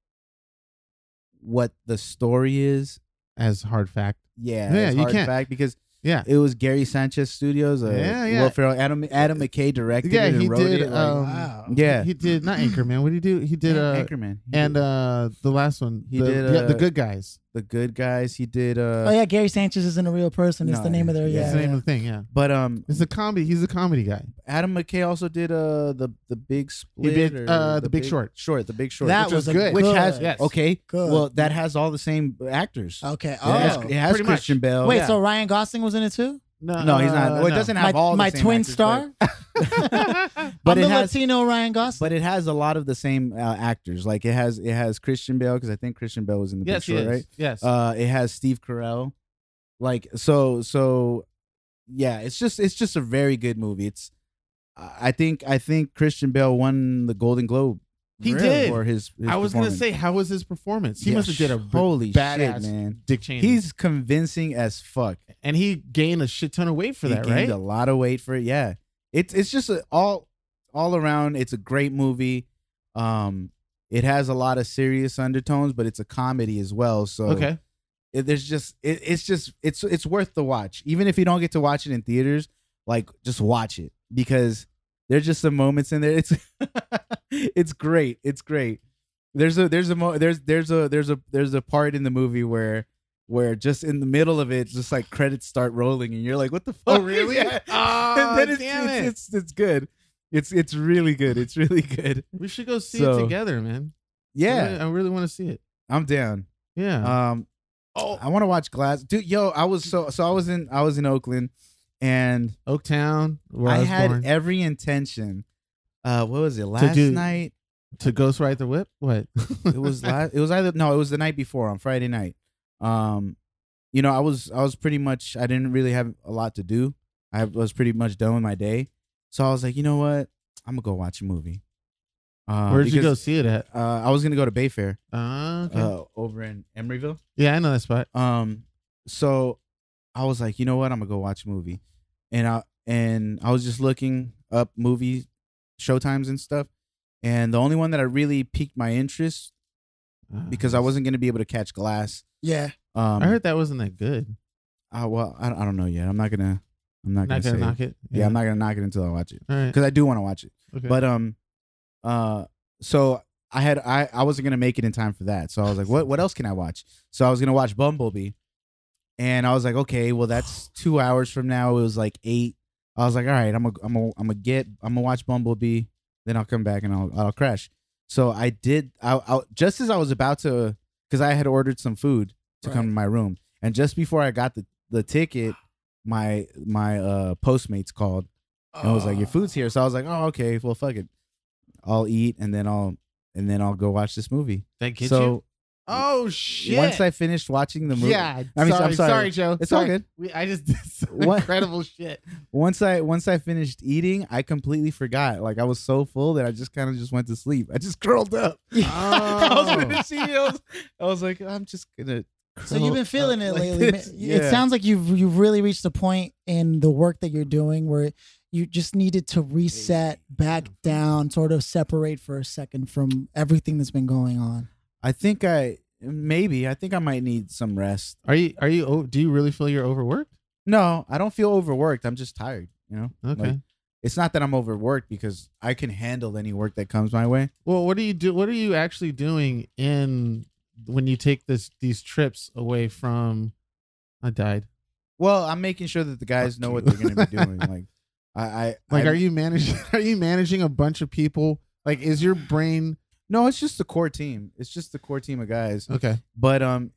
[SPEAKER 4] what the story is
[SPEAKER 1] As hard fact.
[SPEAKER 4] yeah
[SPEAKER 1] Yeah,
[SPEAKER 4] as
[SPEAKER 1] you
[SPEAKER 4] hard
[SPEAKER 1] can't.
[SPEAKER 4] fact because
[SPEAKER 1] Yeah.
[SPEAKER 4] it was Gary Sanchez Studios. Uh,
[SPEAKER 1] Yeah, yeah.
[SPEAKER 4] Will Ferrell, Adam Adam McKay directed
[SPEAKER 1] Yeah.
[SPEAKER 4] it and
[SPEAKER 1] He
[SPEAKER 4] wrote
[SPEAKER 1] did.
[SPEAKER 4] it. like-
[SPEAKER 1] um,
[SPEAKER 3] Wow.
[SPEAKER 4] yeah,
[SPEAKER 1] He did not Anchorman. What did he do? He did. Uh,
[SPEAKER 4] Anchorman. He
[SPEAKER 1] and
[SPEAKER 4] did
[SPEAKER 1] uh, the last one.
[SPEAKER 4] He
[SPEAKER 1] the,
[SPEAKER 4] did,
[SPEAKER 1] the, the
[SPEAKER 4] uh,
[SPEAKER 1] Good Guys.
[SPEAKER 4] the Good Guys. He did. Uh,
[SPEAKER 3] Oh yeah, Gary Sanchez isn't a real person. It's
[SPEAKER 4] No,
[SPEAKER 3] the name of their
[SPEAKER 4] yeah,
[SPEAKER 3] yeah.
[SPEAKER 1] That's the name of the thing. Yeah.
[SPEAKER 4] But um,
[SPEAKER 1] It's a comedy. He's a comedy guy.
[SPEAKER 4] Adam McKay also did uh the the Big Split.
[SPEAKER 1] did,
[SPEAKER 4] or
[SPEAKER 1] uh, The Big Short.
[SPEAKER 4] Short. The Big Short.
[SPEAKER 3] That
[SPEAKER 1] Which
[SPEAKER 3] was
[SPEAKER 1] was
[SPEAKER 3] a
[SPEAKER 1] good.
[SPEAKER 3] good.
[SPEAKER 4] which has
[SPEAKER 1] Yes. Uh,
[SPEAKER 4] okay.
[SPEAKER 3] Good.
[SPEAKER 4] Well, that has all the same actors.
[SPEAKER 3] Okay.
[SPEAKER 4] It has,
[SPEAKER 3] Oh.
[SPEAKER 4] it has
[SPEAKER 1] Pretty much. uh,
[SPEAKER 4] Christian Bell.
[SPEAKER 3] Wait.
[SPEAKER 1] yeah.
[SPEAKER 3] So Ryan Gosling was in it too.
[SPEAKER 4] No, he's not. Well, it doesn't
[SPEAKER 3] My,
[SPEAKER 4] have all the
[SPEAKER 3] my
[SPEAKER 4] same
[SPEAKER 3] twin
[SPEAKER 4] actors,
[SPEAKER 3] star.
[SPEAKER 4] But,
[SPEAKER 3] But
[SPEAKER 4] but
[SPEAKER 3] I'm
[SPEAKER 4] it
[SPEAKER 3] the
[SPEAKER 4] has
[SPEAKER 3] Latino Ryan Gosling.
[SPEAKER 4] But it has a lot of the same uh, actors. Like it has it has Christian Bale because I think Christian Bale was in the
[SPEAKER 1] Yes.
[SPEAKER 4] Big Short,
[SPEAKER 1] Yes.
[SPEAKER 4] right?
[SPEAKER 1] Yes.
[SPEAKER 4] Uh, it has Steve Carell. Like so so, yeah. It's just it's just a very good movie. It's I I think I think Christian Bale won the Golden Globe.
[SPEAKER 1] He did.
[SPEAKER 4] for his. his
[SPEAKER 1] I was gonna
[SPEAKER 4] performance.
[SPEAKER 1] say, how was his performance? He
[SPEAKER 4] Yeah,
[SPEAKER 1] must have did a
[SPEAKER 4] sh- holy
[SPEAKER 1] badass
[SPEAKER 4] shit, man.
[SPEAKER 1] Dick Cheney.
[SPEAKER 4] He's convincing as fuck.
[SPEAKER 1] and he gained a shit ton of weight for
[SPEAKER 4] He
[SPEAKER 1] that,
[SPEAKER 4] gained
[SPEAKER 1] right?
[SPEAKER 4] A lot of weight for it. Yeah, it's it's just a, all all around. It's a great movie. Um, it has a lot of serious undertones, but it's a comedy as well. So
[SPEAKER 1] okay.
[SPEAKER 4] it, there's just it, it's just it's it's worth the watch even if you don't get to watch it in theaters like just watch it because there's just some moments in there it's it's great it's great there's a there's a mo- there's there's a there's a there's a part in the movie where where just in the middle of it just like credits start rolling and you're like what the fuck
[SPEAKER 1] Oh, really?
[SPEAKER 4] Yeah.
[SPEAKER 1] Oh,
[SPEAKER 4] and then it's,
[SPEAKER 1] damn
[SPEAKER 4] it's,
[SPEAKER 1] it.
[SPEAKER 4] it's it's good it's it's really good it's really good
[SPEAKER 1] We should go see
[SPEAKER 4] So-
[SPEAKER 1] it together, man. I really,
[SPEAKER 4] yeah
[SPEAKER 1] want to see it.
[SPEAKER 4] i'm down
[SPEAKER 1] Yeah.
[SPEAKER 4] um, oh, I want to watch Glass, dude. Yo, I was so so. I was in I was in Oakland, and
[SPEAKER 1] Oaktown, where I,
[SPEAKER 4] I
[SPEAKER 1] was
[SPEAKER 4] had e-
[SPEAKER 1] born.
[SPEAKER 4] every intention. Uh, what was it last
[SPEAKER 1] do-
[SPEAKER 4] night?
[SPEAKER 1] to Ghost Ride the Whip? What?
[SPEAKER 4] It was last. it was either no. It was the night before on Friday night. Um, you know, I was I was pretty much. I didn't really have a lot to do. I was pretty much done with my day, so I was like, you know what? I'm gonna go watch a movie. Uh,
[SPEAKER 1] Where did you go
[SPEAKER 4] because,
[SPEAKER 1] see it at?
[SPEAKER 4] Uh, I was gonna go to Bayfair
[SPEAKER 1] Ah, okay.
[SPEAKER 4] uh, over in Emeryville.
[SPEAKER 1] yeah, I know that spot.
[SPEAKER 4] Um, so I was like, you know what? I'm gonna go watch a movie, and I and I was just looking up movie showtimes and stuff, and the only one that I really piqued my interest because I wasn't gonna be able to catch Glass.
[SPEAKER 3] Yeah.
[SPEAKER 4] Um,
[SPEAKER 1] Uh, I heard that wasn't that good.
[SPEAKER 4] I, well, I, I don't know yet. I'm not gonna. I'm not,
[SPEAKER 1] Not,
[SPEAKER 4] gonna,
[SPEAKER 1] gonna
[SPEAKER 4] say.
[SPEAKER 1] knock it.
[SPEAKER 4] yeah, I'm not gonna knock it until I watch it
[SPEAKER 1] All right.
[SPEAKER 4] because I do want to watch it.
[SPEAKER 1] Okay.
[SPEAKER 4] But um, uh, so I had I I wasn't gonna make it in time for that, so I was like, what what else can I watch? So I was gonna watch Bumblebee, and I was like, okay, well that's two hours from now. It was like eight. I was like, all right, I'm gonna I'm gonna I'm gonna get I'm gonna watch Bumblebee, then I'll come back and I'll I'll crash. So I did. I, I just as I was about to, because I had ordered some food to come
[SPEAKER 3] Right.
[SPEAKER 4] to my room, and just before I got the the ticket, my my uh Postmates called and I was like, "Your food's here," so I was like, "Oh, okay. Well, fuck it. I'll eat, and then I'll and then I'll go watch this movie."
[SPEAKER 1] that gets you?
[SPEAKER 4] uh, so
[SPEAKER 1] Oh shit!
[SPEAKER 4] once I finished watching the movie,
[SPEAKER 1] yeah,
[SPEAKER 4] I mean,
[SPEAKER 1] sorry,
[SPEAKER 4] I'm sorry.
[SPEAKER 1] Joe.
[SPEAKER 4] It's
[SPEAKER 1] sorry.
[SPEAKER 4] all good.
[SPEAKER 1] We, I just did some
[SPEAKER 4] What?
[SPEAKER 1] incredible shit.
[SPEAKER 4] once I once I finished eating, I completely forgot. Like I was so full that I just kind of just went to sleep. I just curled up. I was
[SPEAKER 1] Oh.
[SPEAKER 4] finishing. it. I was, I was like, I'm just gonna.
[SPEAKER 3] So you've
[SPEAKER 4] curl
[SPEAKER 3] been feeling
[SPEAKER 4] up
[SPEAKER 3] it
[SPEAKER 4] like
[SPEAKER 3] lately.
[SPEAKER 4] this.
[SPEAKER 3] man.
[SPEAKER 4] Yeah.
[SPEAKER 3] It sounds like you've you've really reached the point in the work that you're doing where you just needed to reset back down, sort of separate for a second from everything that's been going on.
[SPEAKER 4] I think I maybe I think I might need some rest.
[SPEAKER 1] Are you? Are you? o- Do you really feel you're overworked?
[SPEAKER 4] No, I don't feel overworked. I'm just tired. You know.
[SPEAKER 1] Okay.
[SPEAKER 4] Like, it's not that I'm overworked because I can handle any work that comes my way.
[SPEAKER 1] well, what do you do? What are you actually doing in when you take this these trips away from? I died.
[SPEAKER 4] Well, I'm making sure that the guys
[SPEAKER 1] Fuck
[SPEAKER 4] know what
[SPEAKER 1] you.
[SPEAKER 4] they're going to be doing. Like, I, I
[SPEAKER 1] Like,
[SPEAKER 4] I-
[SPEAKER 1] are you managing? Are you managing a bunch of people? Like, is your brain
[SPEAKER 4] No, it's just the core team. It's just the core team of guys.
[SPEAKER 1] okay?
[SPEAKER 4] But um,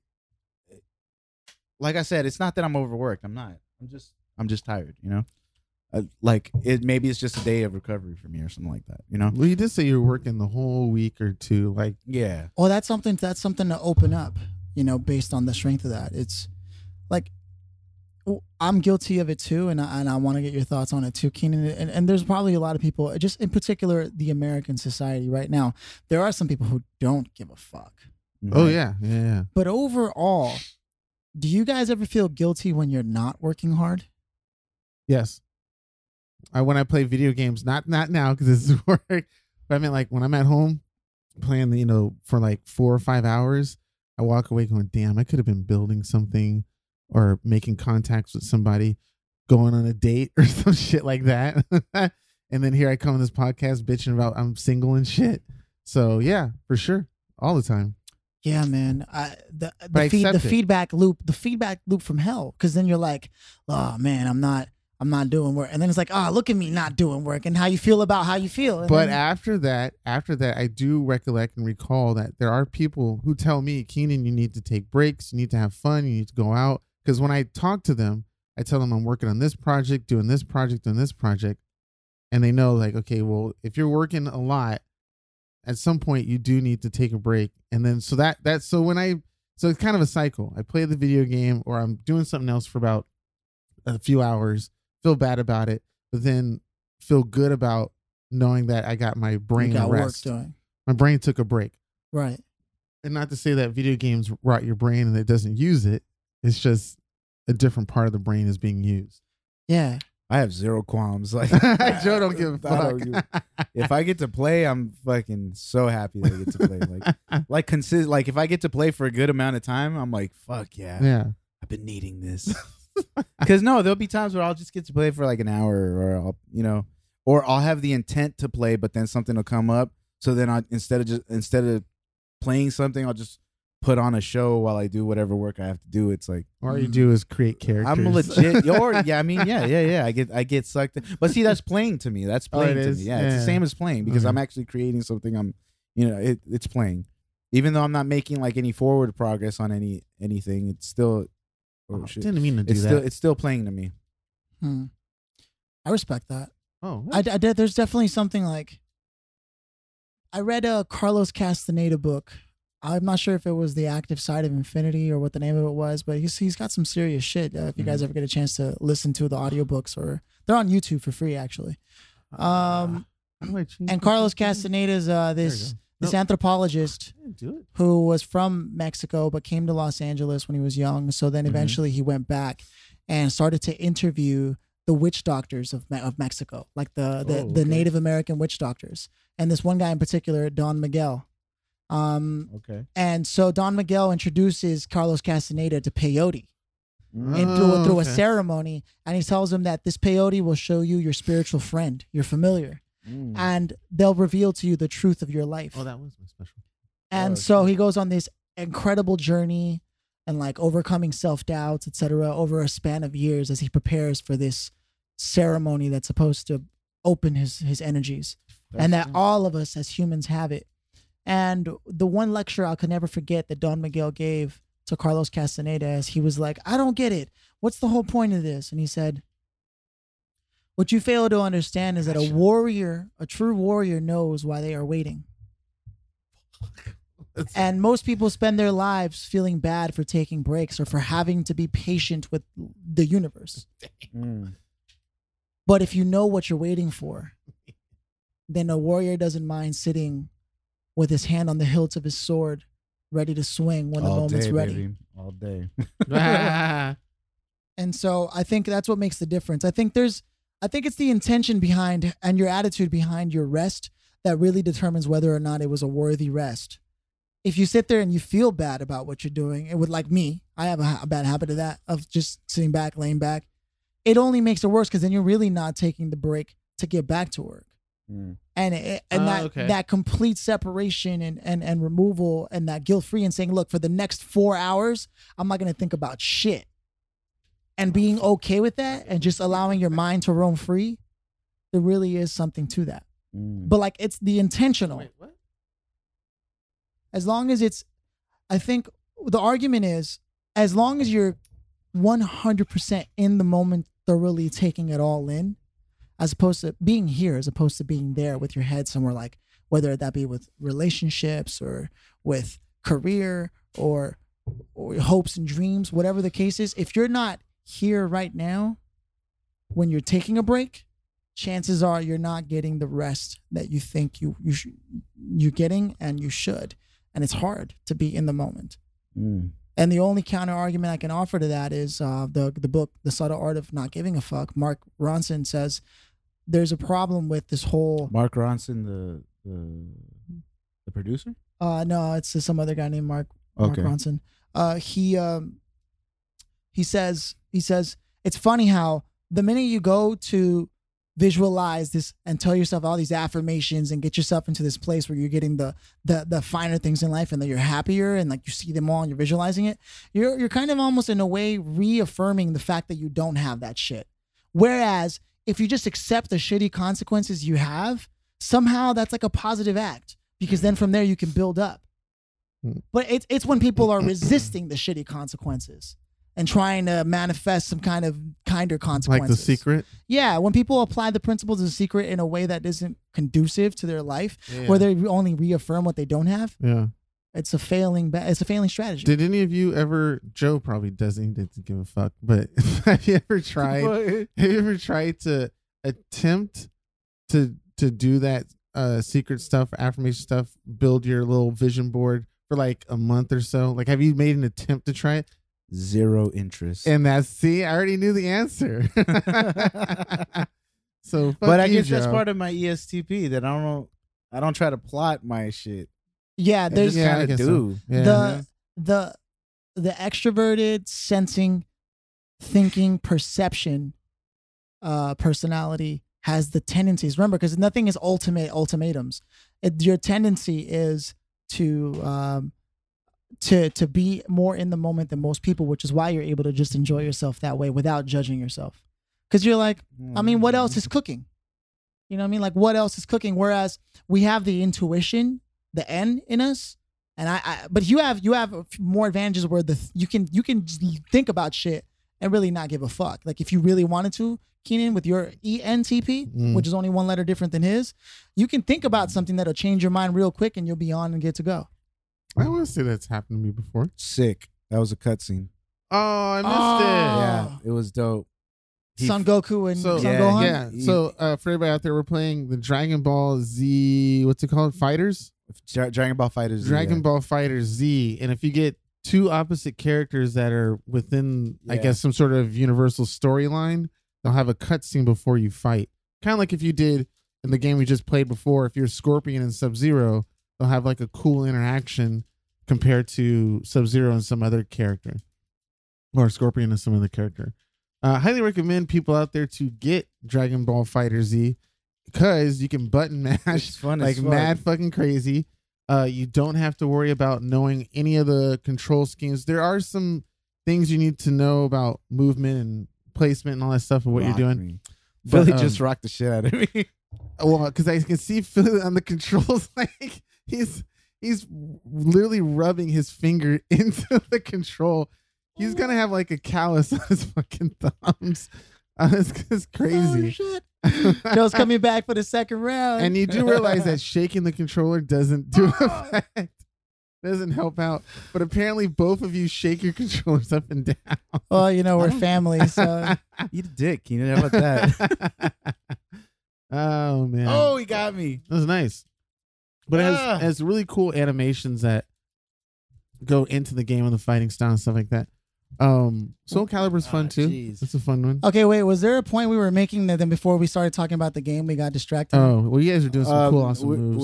[SPEAKER 4] like I said, it's not that I'm overworked. I'm not. I'm just. I'm just tired. You know, uh, like it. Maybe it's just a day of recovery for me or something like that. You know.
[SPEAKER 1] Well, you did say you were working the whole week or two. Like,
[SPEAKER 4] Yeah.
[SPEAKER 3] Well, that's something that's something to open up, you know, based on the strength of that. It's like w- I'm guilty of it too, and I, and I want to get your thoughts on it too, Keenan. And, and there's probably a lot of people, just in particular the American society right now. There are some people who don't give a fuck.
[SPEAKER 4] Mm-hmm.
[SPEAKER 1] oh yeah, yeah, yeah.
[SPEAKER 3] But overall, do you guys ever feel guilty when you're not working hard?
[SPEAKER 1] yes. I when I play video games, not not now because this is work. But I mean, like when I'm at home playing, you know, for like four or five hours, I walk away going, "Damn, I could have been building something, or making contacts with somebody, going on a date or some shit like that." and then here I come on this podcast bitching about I'm single and shit. So yeah, for sure, all the time.
[SPEAKER 3] Yeah, man. I the
[SPEAKER 1] But I
[SPEAKER 3] the, feed, the
[SPEAKER 1] accept it.
[SPEAKER 3] feedback loop, the feedback loop from hell. Because then you're like, oh man, I'm not, I'm not doing work. And then it's like, oh, look at me not doing work, and how you feel about how you feel. And
[SPEAKER 1] But
[SPEAKER 3] then-
[SPEAKER 1] after that, after that, I do recollect and recall that there are people who tell me, Keenan, you need to take breaks, you need to have fun, you need to go out. Because when I talk to them, I tell them I'm working on this project, doing this project, doing this project, and they know, like, okay, well, if you're working a lot, at some point you do need to take a break, and then so that that's so when I so it's kind of a cycle. I play the video game or I'm doing something else for about a few hours, feel bad about it, but then feel good about knowing that I got my
[SPEAKER 3] you
[SPEAKER 1] brain a
[SPEAKER 3] got
[SPEAKER 1] rest.
[SPEAKER 3] work doing
[SPEAKER 1] My brain took a break.
[SPEAKER 3] right.
[SPEAKER 1] And not to say that video games rot your brain and it doesn't use it. It's just a different part of the brain is being used.
[SPEAKER 3] Yeah,
[SPEAKER 4] I have zero qualms. Like
[SPEAKER 1] Joe don't give a
[SPEAKER 4] I don't give-
[SPEAKER 1] fuck.
[SPEAKER 4] if I get to play, I'm fucking so happy that I get to play. Like, like consist. Like if I get to play for a good amount of time, I'm like, fuck yeah.
[SPEAKER 1] yeah.
[SPEAKER 4] I've been needing this. Because no, there'll be times where I'll just get to play for like an hour, or I'll, you know, or I'll have the intent to play, but then something will come up. So then I instead of just instead of playing something, I'll just put on a show while I do whatever work I have to do. It's like
[SPEAKER 1] All you do is create characters.
[SPEAKER 4] I'm legit. Or yeah, I mean yeah, yeah, yeah. I get I get sucked. In. But see, that's playing to me. That's
[SPEAKER 1] Oh, it
[SPEAKER 4] playing to
[SPEAKER 1] is?
[SPEAKER 4] me. Yeah, it's
[SPEAKER 1] Yeah. Mm-hmm.
[SPEAKER 4] the same as playing because
[SPEAKER 1] Okay.
[SPEAKER 4] I'm actually creating something. I'm you know it, it's playing, even though I'm not making like any forward progress on any anything. It's still oh,
[SPEAKER 1] Oh,
[SPEAKER 4] shit
[SPEAKER 1] Didn't mean to do
[SPEAKER 4] it's
[SPEAKER 1] that.
[SPEAKER 4] still it's still playing to me.
[SPEAKER 3] Hmm. I respect that.
[SPEAKER 1] oh,
[SPEAKER 3] I, I de- there's definitely something like I read a Carlos Castaneda book. I'm not sure if it was the active side of infinity or what the name of it was, but he's he's got some serious shit. Uh, if you
[SPEAKER 1] Mm-hmm.
[SPEAKER 3] guys ever get a chance to listen to the audiobooks or they're on YouTube for free actually. Um
[SPEAKER 1] How do I change
[SPEAKER 3] and
[SPEAKER 1] the
[SPEAKER 3] Carlos
[SPEAKER 1] fucking-
[SPEAKER 3] Castaneda's uh,
[SPEAKER 1] Ah. There you
[SPEAKER 3] this
[SPEAKER 1] go.
[SPEAKER 3] this
[SPEAKER 1] Nope.
[SPEAKER 3] anthropologist
[SPEAKER 1] I didn't do it.
[SPEAKER 3] who was from Mexico but came to Los Angeles when he was young. So then
[SPEAKER 1] Mm-hmm.
[SPEAKER 2] Mhm.
[SPEAKER 3] eventually he went back and started to interview the witch doctors of Me- of Mexico, like the the,
[SPEAKER 1] Oh,
[SPEAKER 3] the
[SPEAKER 1] okay.
[SPEAKER 3] Native American witch doctors. And this one guy in particular, Don Miguel. Um,
[SPEAKER 1] Okay.
[SPEAKER 3] and so Don Miguel introduces Carlos Castaneda to peyote and through,
[SPEAKER 1] Oh,
[SPEAKER 3] through a
[SPEAKER 1] okay.
[SPEAKER 3] ceremony, and he tells him that this peyote will show you your spiritual friend, your familiar, and they'll reveal to you the truth of your life.
[SPEAKER 1] Hmm. Mm. Oh, that was my special.
[SPEAKER 3] And
[SPEAKER 1] Oh,
[SPEAKER 3] so
[SPEAKER 1] shit.
[SPEAKER 3] he goes on this incredible journey and like overcoming self doubts, etc., over a span of years as he prepares for this ceremony that's supposed to open his his energies, and that all of us as humans have it. And the one lecture I could never forget that Don Miguel gave to Carlos Castaneda is he was like, "I don't get it. What's the whole point of this?" And he said. What you fail to understand is that a
[SPEAKER 1] Gotcha.
[SPEAKER 3] warrior, a true warrior, knows why they are waiting.
[SPEAKER 1] That's-
[SPEAKER 3] And most people spend their lives feeling bad for taking breaks or for having to be patient with the universe.
[SPEAKER 1] Mm.
[SPEAKER 3] But if you know what you're waiting for, then a warrior doesn't mind sitting with his hand on the hilt of his sword, ready to swing when the
[SPEAKER 2] All
[SPEAKER 3] moment's
[SPEAKER 2] day,
[SPEAKER 3] ready.
[SPEAKER 2] baby. All day.
[SPEAKER 1] Ah.
[SPEAKER 3] And so I think that's what makes the difference. I think there's I think it's the intention behind and your attitude behind your rest that really determines whether or not it was a worthy rest. If you sit there and you feel bad about what you're doing, it would like me, I have a, ha- a bad habit of that of just sitting back, laying back. It only makes it worse cuz then you're really not taking the break to get back to work. And it, and
[SPEAKER 1] Oh,
[SPEAKER 3] that
[SPEAKER 1] okay.
[SPEAKER 3] that complete separation and and and removal and that guilt free and saying, look, for the next 4 hours, I'm not going to think about shit and being okay with that and just allowing your mind to roam free, there really is something to that. But like it's the intentional.
[SPEAKER 1] Wait, what?
[SPEAKER 3] As long as it's I think the argument is as long as you're 100% in the moment thoroughly taking it all in as opposed to being here as opposed to being there with your head somewhere like whether that be with relationships or with career or or hopes and dreams whatever the case is if you're not here right now when you're taking a break chances are you're not getting the rest that you think you you sh- you're getting and you should and it's hard to be in the moment and the only counter argument I can offer to that is uh, the the book, The Subtle Art of Not Giving a Fuck. Mark Ronson says there's a problem with this whole.
[SPEAKER 2] Mark Ronson, the the the producer.
[SPEAKER 3] Uh, no, it's some other guy named Mark
[SPEAKER 2] Okay.
[SPEAKER 3] Mark Ronson. Uh, he um, he says he says it's funny how the minute you go to visualize this and tell yourself all these affirmations and get yourself into this place where you're getting the the the finer things in life and that you're happier and like you see them all and you're visualizing it, you're you're kind of almost in a way reaffirming the fact that you don't have that shit. Whereas if you just accept the shitty consequences you have, somehow that's like a positive act because then from there you can build up. But it's it's when people are resisting the shitty consequences and trying to manifest some kind of kinder
[SPEAKER 1] Like
[SPEAKER 3] consequences.
[SPEAKER 1] the secret?
[SPEAKER 3] Yeah, when people apply the principles of the secret in a way that isn't conducive to their life,
[SPEAKER 1] Yeah.
[SPEAKER 3] where they only reaffirm what they don't have,
[SPEAKER 1] Yeah.
[SPEAKER 3] it's a failing. Ba- it's a failing strategy.
[SPEAKER 1] Did any of you ever? Joe probably doesn't need to give a fuck. But have you ever tried? Have you ever tried to attempt to to do that uh secret stuff, affirmation stuff, build your little vision board for like a month or so? Like have you made an attempt to try it?
[SPEAKER 2] Zero interest.
[SPEAKER 1] And that's see, I already knew the answer. so
[SPEAKER 2] but I guess that's part of my E ESTP that I don't know. I don't try to plot my shit.
[SPEAKER 3] yeah,
[SPEAKER 2] I
[SPEAKER 3] there's
[SPEAKER 2] just
[SPEAKER 1] Yeah, I
[SPEAKER 2] kind of
[SPEAKER 1] guess so.
[SPEAKER 2] do.
[SPEAKER 1] yeah.
[SPEAKER 3] the the the extroverted sensing thinking perception uh personality has the tendencies remember because nothing is ultimate ultimatums it, your tendency is to um to to be more in the moment than most people which is why you're able to just enjoy yourself that way without judging yourself because you're like I mean, what else is cooking? You know what I mean? Like, what else is cooking? Whereas we have the intuition, the N in us, and I. I but you have you have a few more advantages where the you can you can just think about shit and really not give a fuck. Like if you really wanted to, Keenan, with your E ENTP,
[SPEAKER 1] Mm.
[SPEAKER 3] which is only one letter different than his, you can think about something that'll change your mind real quick, and you'll be on and get to go.
[SPEAKER 1] I want to say that's happened to me before.
[SPEAKER 2] Sick. That was a cutscene.
[SPEAKER 1] Oh, I missed
[SPEAKER 3] Oh.
[SPEAKER 1] it.
[SPEAKER 2] Yeah, it was dope. He-
[SPEAKER 3] Son Goku and
[SPEAKER 1] so-
[SPEAKER 3] Son
[SPEAKER 2] Yeah,
[SPEAKER 3] Gohan.
[SPEAKER 1] Yeah.
[SPEAKER 2] You-
[SPEAKER 1] So uh, for everybody out there, we're playing the Dragon Ball Z. What's it called? Fighters.
[SPEAKER 2] Dra- Dragon Ball Fighters.
[SPEAKER 1] Dragon Ball Fighter Z. And if you get two opposite characters that are within, I
[SPEAKER 2] Yeah.
[SPEAKER 1] guess, some sort of universal storyline, they'll have a cutscene before you fight. Kind of like if you did in the game we just played before. If you're Scorpion and Sub Zero, they'll have like a cool interaction compared to Sub Zero and some other character, or Scorpion and some other character. Uh, highly recommend people out there to get Dragon Ball Fighter Z because you can button mash
[SPEAKER 2] It's fun
[SPEAKER 1] like
[SPEAKER 2] as fuck.
[SPEAKER 1] mad fucking crazy. Uh, you don't have to worry about knowing any of the control schemes. There are some things you need to know about movement and placement and all that stuff of what
[SPEAKER 2] Rocked
[SPEAKER 1] you're doing.
[SPEAKER 2] me.
[SPEAKER 1] But,
[SPEAKER 2] Philly
[SPEAKER 1] um,
[SPEAKER 2] just rocked the shit out of me.
[SPEAKER 1] Well, because I can see Phil on the controls, like he's he's literally rubbing his finger into the control. He's gonna have like a callus on his fucking thumbs. Uh, it's, it's
[SPEAKER 3] Oh,
[SPEAKER 1] crazy.
[SPEAKER 3] shit. Joe's coming back for the second round.
[SPEAKER 1] and you do realize that shaking the controller doesn't do effect. Doesn't help out. But apparently both of you shake your controllers up and down.
[SPEAKER 3] well, you know, we're family, so
[SPEAKER 2] Eat a dick. You know how about that?
[SPEAKER 1] oh man.
[SPEAKER 2] oh, he got me.
[SPEAKER 1] That was nice. But it has,
[SPEAKER 2] Ah.
[SPEAKER 1] it has really cool animations that go into the game and the fighting style and stuff like that. Um, Soul Calibur's fun
[SPEAKER 2] Ah,
[SPEAKER 1] too.
[SPEAKER 2] jeez.
[SPEAKER 1] That's a fun one.
[SPEAKER 3] Okay, wait. Was there a point we were making that then before we started talking about the game, we got distracted?
[SPEAKER 1] Oh, well, you guys are doing some cool,
[SPEAKER 2] Um,
[SPEAKER 1] awesome
[SPEAKER 2] we're-
[SPEAKER 1] moves.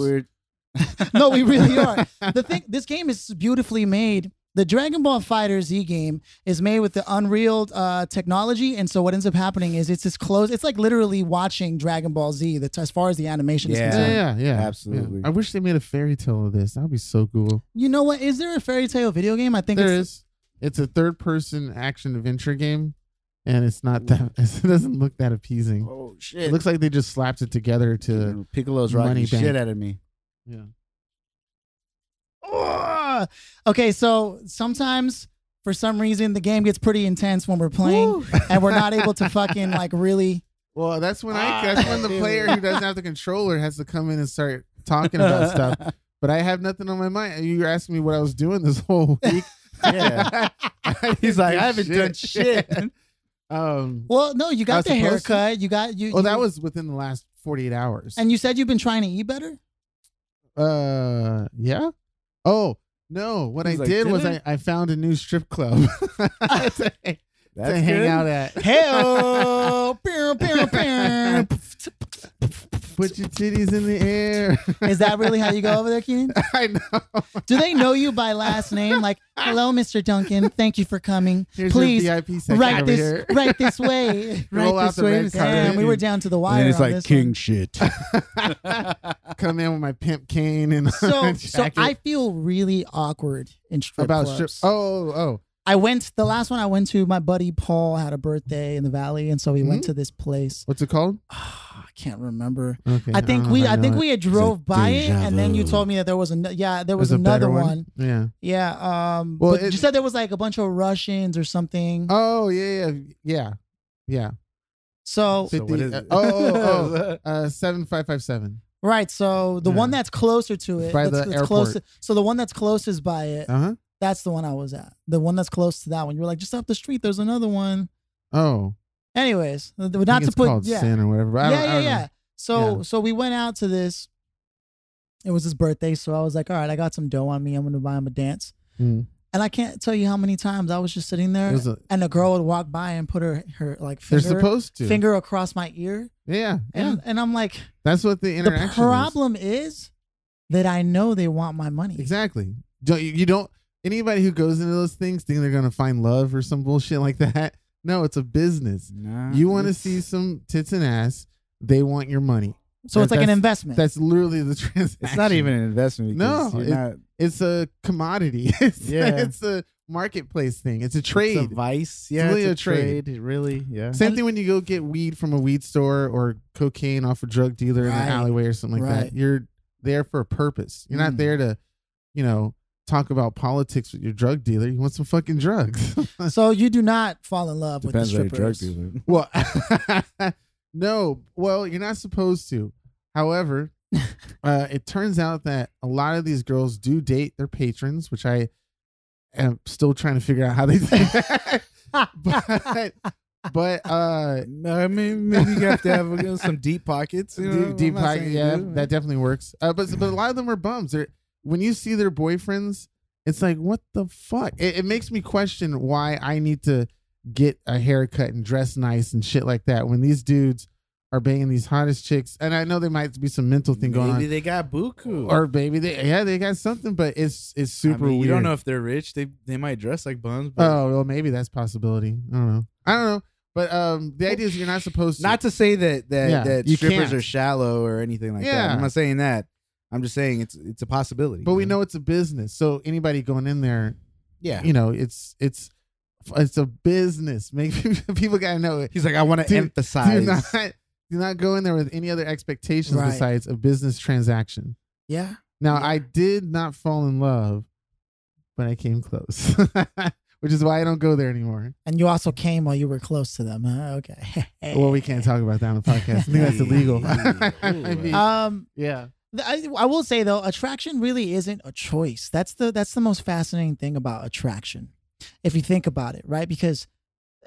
[SPEAKER 2] we're-
[SPEAKER 3] no, we really are. The thing, this game is beautifully made. The Dragon Ball Fighter Z game is made with the Unreal uh, technology, and so what ends up happening is it's this close. It's like literally watching Dragon Ball Z. That's as far as the animation is
[SPEAKER 2] Yeah.
[SPEAKER 1] yeah,
[SPEAKER 3] concerned.
[SPEAKER 1] yeah, yeah, yeah.
[SPEAKER 2] Absolutely.
[SPEAKER 1] I wish they made a fairy tale of this. That would be so cool.
[SPEAKER 3] You know what? Is there a fairy tale video game? I think
[SPEAKER 1] There
[SPEAKER 3] it's,
[SPEAKER 1] is. It's a third-person action adventure game, and it's not that. It doesn't look that appeasing.
[SPEAKER 2] oh shit!
[SPEAKER 1] It looks like they just slapped it together to.
[SPEAKER 2] Piccolo's rocking
[SPEAKER 1] Money
[SPEAKER 2] the shit
[SPEAKER 1] Bank.
[SPEAKER 2] out of me.
[SPEAKER 1] Yeah.
[SPEAKER 3] Ugh. okay. So sometimes, for some reason, the game gets pretty intense when we're playing, and we're not able to fucking like really.
[SPEAKER 1] Well, that's when I.
[SPEAKER 2] Ah,
[SPEAKER 1] That's when the
[SPEAKER 2] dude.
[SPEAKER 1] player who doesn't have the controller has to come in and start talking about stuff. But I have nothing on my mind. You were asking me what I was doing this whole week.
[SPEAKER 2] yeah. He's like, I haven't done shit.
[SPEAKER 1] um.
[SPEAKER 3] Well, no, you got
[SPEAKER 1] was
[SPEAKER 3] the
[SPEAKER 1] supposed to?
[SPEAKER 3] haircut. You got you.
[SPEAKER 1] Well, that
[SPEAKER 3] you-
[SPEAKER 1] was within the last forty-eight hours.
[SPEAKER 3] And you said you've been trying to eat better.
[SPEAKER 1] uh, yeah. Oh no! What I
[SPEAKER 2] He's like,
[SPEAKER 1] did
[SPEAKER 2] "Did
[SPEAKER 1] was I,
[SPEAKER 2] it?"
[SPEAKER 1] I found a new strip club to, to
[SPEAKER 2] That's
[SPEAKER 1] hang
[SPEAKER 2] good.
[SPEAKER 1] out at.
[SPEAKER 3] Hell, pew, pew, pew.
[SPEAKER 1] Put your titties in the air.
[SPEAKER 3] is that really how you go over there, Keenan?
[SPEAKER 1] I know.
[SPEAKER 3] Do they know you by last name? Like, hello, Mr. Duncan. Thank you for coming.
[SPEAKER 1] Here's
[SPEAKER 3] Please,
[SPEAKER 1] your VIP section
[SPEAKER 3] right
[SPEAKER 1] over
[SPEAKER 3] this,
[SPEAKER 1] here.
[SPEAKER 3] right this way,
[SPEAKER 1] Roll
[SPEAKER 3] right
[SPEAKER 1] out
[SPEAKER 3] this
[SPEAKER 1] the
[SPEAKER 3] way.
[SPEAKER 1] red
[SPEAKER 3] Damn,
[SPEAKER 1] carpet.
[SPEAKER 3] we were down to the
[SPEAKER 2] And
[SPEAKER 3] wire.
[SPEAKER 2] then it's
[SPEAKER 3] on
[SPEAKER 2] like
[SPEAKER 3] this
[SPEAKER 2] king
[SPEAKER 3] one.
[SPEAKER 2] shit.
[SPEAKER 1] Come in with my pimp cane and
[SPEAKER 3] So, so
[SPEAKER 1] jacket.
[SPEAKER 3] I feel really awkward in strip
[SPEAKER 1] about
[SPEAKER 3] clubs.
[SPEAKER 1] strip. Oh, oh,
[SPEAKER 3] I went the last one. I went to my buddy Paul had a birthday in the valley, and so we went
[SPEAKER 1] Mhm.
[SPEAKER 3] to this place.
[SPEAKER 1] what's it called?
[SPEAKER 3] I can't remember.
[SPEAKER 1] Okay,
[SPEAKER 3] I think
[SPEAKER 1] don't
[SPEAKER 3] we
[SPEAKER 1] know if
[SPEAKER 3] I think
[SPEAKER 1] know it.
[SPEAKER 3] we had drove by it
[SPEAKER 2] deja
[SPEAKER 3] and then you
[SPEAKER 2] vu.
[SPEAKER 3] told me that there was an yeah there was
[SPEAKER 1] There's a better
[SPEAKER 3] another one.
[SPEAKER 1] Yeah.
[SPEAKER 3] yeah um
[SPEAKER 1] Well,
[SPEAKER 3] but
[SPEAKER 1] it-
[SPEAKER 3] you said there was like a bunch of Russians or something
[SPEAKER 1] Oh yeah yeah yeah yeah.
[SPEAKER 3] so
[SPEAKER 1] So- what is
[SPEAKER 2] it?
[SPEAKER 1] it? Oh, Uh, seven five five seven.
[SPEAKER 3] right so the
[SPEAKER 1] Yeah.
[SPEAKER 3] one that's closer to it
[SPEAKER 1] By
[SPEAKER 3] that's,
[SPEAKER 1] the
[SPEAKER 3] that's close
[SPEAKER 1] airport.
[SPEAKER 3] so the one that's closest by it
[SPEAKER 1] Uh huh.
[SPEAKER 3] that's the one I was at the one that's close to that one you were like just up the street there's another one
[SPEAKER 1] Oh,
[SPEAKER 3] anyways th-
[SPEAKER 1] I
[SPEAKER 3] not
[SPEAKER 1] think
[SPEAKER 3] to
[SPEAKER 1] it's
[SPEAKER 3] put
[SPEAKER 1] called
[SPEAKER 3] yeah
[SPEAKER 1] sin or whatever. but I
[SPEAKER 3] yeah,
[SPEAKER 1] don't- I
[SPEAKER 3] yeah,
[SPEAKER 1] don't know.
[SPEAKER 3] yeah. So
[SPEAKER 1] Yeah.
[SPEAKER 3] so we went out to this. It was his birthday, so I was like, all right, I got some dough on me. I'm gonna buy him a dance.
[SPEAKER 1] Mm.
[SPEAKER 3] And I can't tell you how many times I was just sitting
[SPEAKER 1] It
[SPEAKER 3] there,
[SPEAKER 1] was a-
[SPEAKER 3] and a girl would walk by and put her her like
[SPEAKER 1] they're
[SPEAKER 3] finger
[SPEAKER 1] supposed to.
[SPEAKER 3] finger across my ear,
[SPEAKER 1] yeah, yeah.
[SPEAKER 3] and and I'm like,
[SPEAKER 1] That's what the
[SPEAKER 3] the
[SPEAKER 1] interaction. is.
[SPEAKER 3] problem is. that I know they want my money.
[SPEAKER 1] Exactly. Don't you, you don't anybody who goes into those things think they're gonna find love or some bullshit like that. No, it's a business.
[SPEAKER 4] Uh,
[SPEAKER 2] Nah,
[SPEAKER 1] You want to
[SPEAKER 2] it's-
[SPEAKER 1] see some tits and ass. They want your money.
[SPEAKER 3] So it's like an
[SPEAKER 1] That's-
[SPEAKER 3] investment.
[SPEAKER 1] That's literally the transaction.
[SPEAKER 2] It's not even an investment. because
[SPEAKER 1] No,
[SPEAKER 2] you're
[SPEAKER 1] it-
[SPEAKER 2] not-
[SPEAKER 1] It's a commodity. It's,
[SPEAKER 2] Yeah.
[SPEAKER 1] it's a marketplace thing. It's a
[SPEAKER 2] It's a
[SPEAKER 1] trade.
[SPEAKER 2] vice. Yeah,
[SPEAKER 1] really
[SPEAKER 2] it's
[SPEAKER 1] a trade.
[SPEAKER 2] Really, yeah.
[SPEAKER 1] Same thing when you go get weed from a weed store or cocaine off a drug dealer in
[SPEAKER 3] Right.
[SPEAKER 1] an alleyway or something like
[SPEAKER 3] Right.
[SPEAKER 1] that. You're there for a purpose. You're not
[SPEAKER 2] Mm.
[SPEAKER 1] there to, you know, talk about politics with your drug dealer. You want some fucking drugs.
[SPEAKER 3] so you do not fall in love
[SPEAKER 2] Depends on
[SPEAKER 3] with
[SPEAKER 2] your
[SPEAKER 3] the
[SPEAKER 2] drug
[SPEAKER 3] strippers.
[SPEAKER 2] dealer.
[SPEAKER 1] well, no. Well, you're not supposed to. However, uh, it turns out that a lot of these girls do date their patrons, which I am still trying to figure out how they do that. but but uh,
[SPEAKER 2] I mean, maybe you have to have you know, some deep pockets. You know?
[SPEAKER 1] deep, deep
[SPEAKER 2] I'm not
[SPEAKER 1] pocket,
[SPEAKER 2] saying
[SPEAKER 1] yeah,
[SPEAKER 2] you do.
[SPEAKER 1] that definitely works. Uh, but but a lot of them are bums. They're when you see their boyfriends, it's like what the fuck. It, it makes me question why I need to get a haircut and dress nice and shit like that when these dudes are banging these hottest chicks. And I know there might be some mental thing going
[SPEAKER 2] Maybe
[SPEAKER 1] on,
[SPEAKER 2] they got buku.
[SPEAKER 1] or maybe they yeah they got something, but it's it's
[SPEAKER 2] I
[SPEAKER 1] super
[SPEAKER 2] mean,
[SPEAKER 1] weird.
[SPEAKER 2] You don't know if they're rich. They they might dress like bums, but
[SPEAKER 1] Oh well, maybe that's a possibility. I don't know. I don't know. But um, the idea is you're not supposed to.
[SPEAKER 2] not to say that that
[SPEAKER 1] Yeah,
[SPEAKER 2] that
[SPEAKER 1] you
[SPEAKER 2] strippers
[SPEAKER 1] can't.
[SPEAKER 2] are shallow or anything like that.
[SPEAKER 1] Yeah.
[SPEAKER 2] I'm not saying that. I'm just saying it's it's a possibility.
[SPEAKER 1] but we
[SPEAKER 2] you
[SPEAKER 1] know it's a business, so anybody going in there,
[SPEAKER 2] Yeah.
[SPEAKER 1] you know, it's it's it's a business. Make people gotta know it.
[SPEAKER 2] He's like, I want
[SPEAKER 1] Do-
[SPEAKER 2] to emphasize.
[SPEAKER 1] Do not do not go in there with any other expectations
[SPEAKER 3] Right.
[SPEAKER 1] besides a business transaction.
[SPEAKER 3] Yeah.
[SPEAKER 1] Now, I did not fall in love, but I came close, which is why I don't go there anymore.
[SPEAKER 3] And you also came while you were close to them. Huh? Okay.
[SPEAKER 1] Well, we can't talk about that on the podcast. I think that's illegal. I mean,
[SPEAKER 3] Um,
[SPEAKER 1] yeah,
[SPEAKER 3] th- I, I will say though, attraction really isn't a choice. That's the that's the most fascinating thing about attraction, if you think about it, right? Because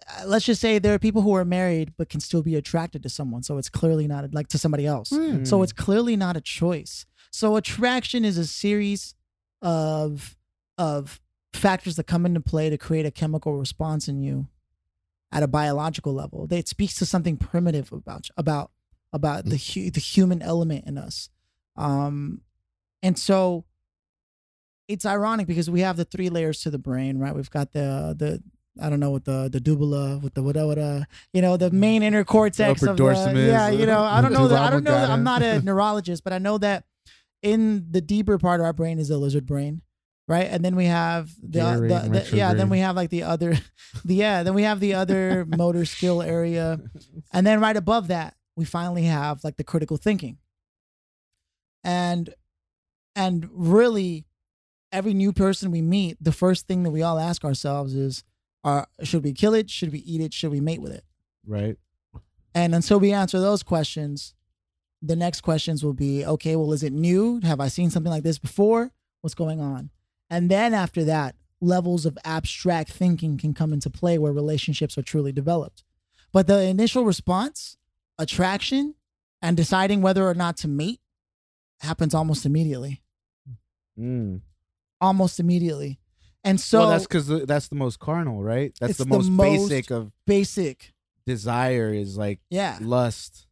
[SPEAKER 3] uh, let's just say there are people who are married but can still be attracted to someone, so it's clearly not like to somebody else.
[SPEAKER 1] Hmm.
[SPEAKER 3] So it's clearly not a choice. So attraction is a series of of factors that come into play to create a chemical response in you at a biological level. That It speaks to something primitive about about about the
[SPEAKER 2] Mm.
[SPEAKER 3] hu- the human element in us. Um and so it's ironic because we have the three layers to the brain, right? We've got the the I don't know what the the dubula with the what what you know the main inner cortex
[SPEAKER 2] Mm-hmm. upper
[SPEAKER 3] of the,
[SPEAKER 2] dorsum is,
[SPEAKER 3] yeah you know I don't know that I don't know that I'm
[SPEAKER 1] Dubamadgata.
[SPEAKER 3] not a neurologist but I know that in the deeper part of our brain is the lizard brain right and then we have the, uh,
[SPEAKER 1] Gatorade
[SPEAKER 3] the-
[SPEAKER 1] and
[SPEAKER 3] the- yeah then
[SPEAKER 1] retrograde.
[SPEAKER 3] we have like the other the, yeah then we have the other motor skill area and then right above that we finally have like the critical thinking and and really every new person we meet the first thing that we all ask ourselves is are should we kill it should we eat it should we mate with it
[SPEAKER 2] right.
[SPEAKER 3] and until we answer those questions, the next questions will be okay, well, is it new? Have I seen something like this before? What's going on? And then after that, levels of abstract thinking can come into play where relationships are truly developed. But the initial response, attraction, and deciding whether or not to mate happens almost immediately.
[SPEAKER 2] Mm.
[SPEAKER 3] Almost immediately. And so
[SPEAKER 2] well, that's because that's the most carnal, right? That's
[SPEAKER 3] It's
[SPEAKER 2] the
[SPEAKER 3] the
[SPEAKER 2] most,
[SPEAKER 3] most-
[SPEAKER 2] basic of
[SPEAKER 3] basic.
[SPEAKER 2] desire is like
[SPEAKER 3] Yeah.
[SPEAKER 2] lust.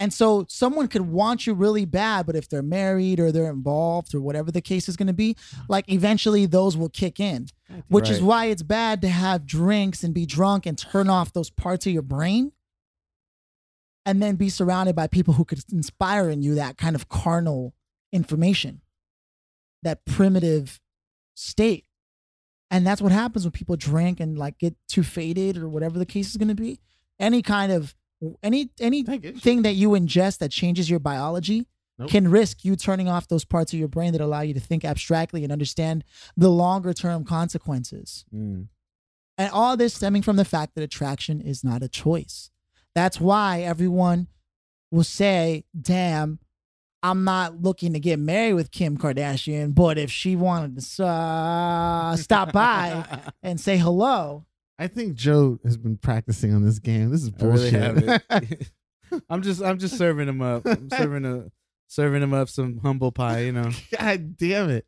[SPEAKER 3] And so someone could want you really bad, but if they're married or they're involved or whatever the case is going to be, like eventually those will kick in, which is
[SPEAKER 2] Right.
[SPEAKER 3] why it's bad to have drinks and be drunk and turn off those parts of your brain and then be surrounded by people who could inspire in you that kind of carnal information, that primitive state. And that's what happens when people drink and like get too faded or whatever the case is going to be. Any kind of any any
[SPEAKER 1] Thank you.
[SPEAKER 3] thing that you ingest that changes your biology
[SPEAKER 1] Nope.
[SPEAKER 3] can risk you turning off those parts of your brain that allow you to think abstractly and understand the longer term consequences.
[SPEAKER 2] Mm.
[SPEAKER 3] And all this stemming from the fact that attraction is not a choice. That's why everyone will say, damn, I'm not looking to get married with Kim Kardashian, but if she wanted to uh, stop by and say hello,
[SPEAKER 1] I think Joe has been practicing on this game. This is
[SPEAKER 2] I really
[SPEAKER 1] bullshit.
[SPEAKER 2] haven't. I'm just I'm just serving him up. I'm serving a serving him up some humble pie, you know.
[SPEAKER 1] God damn it.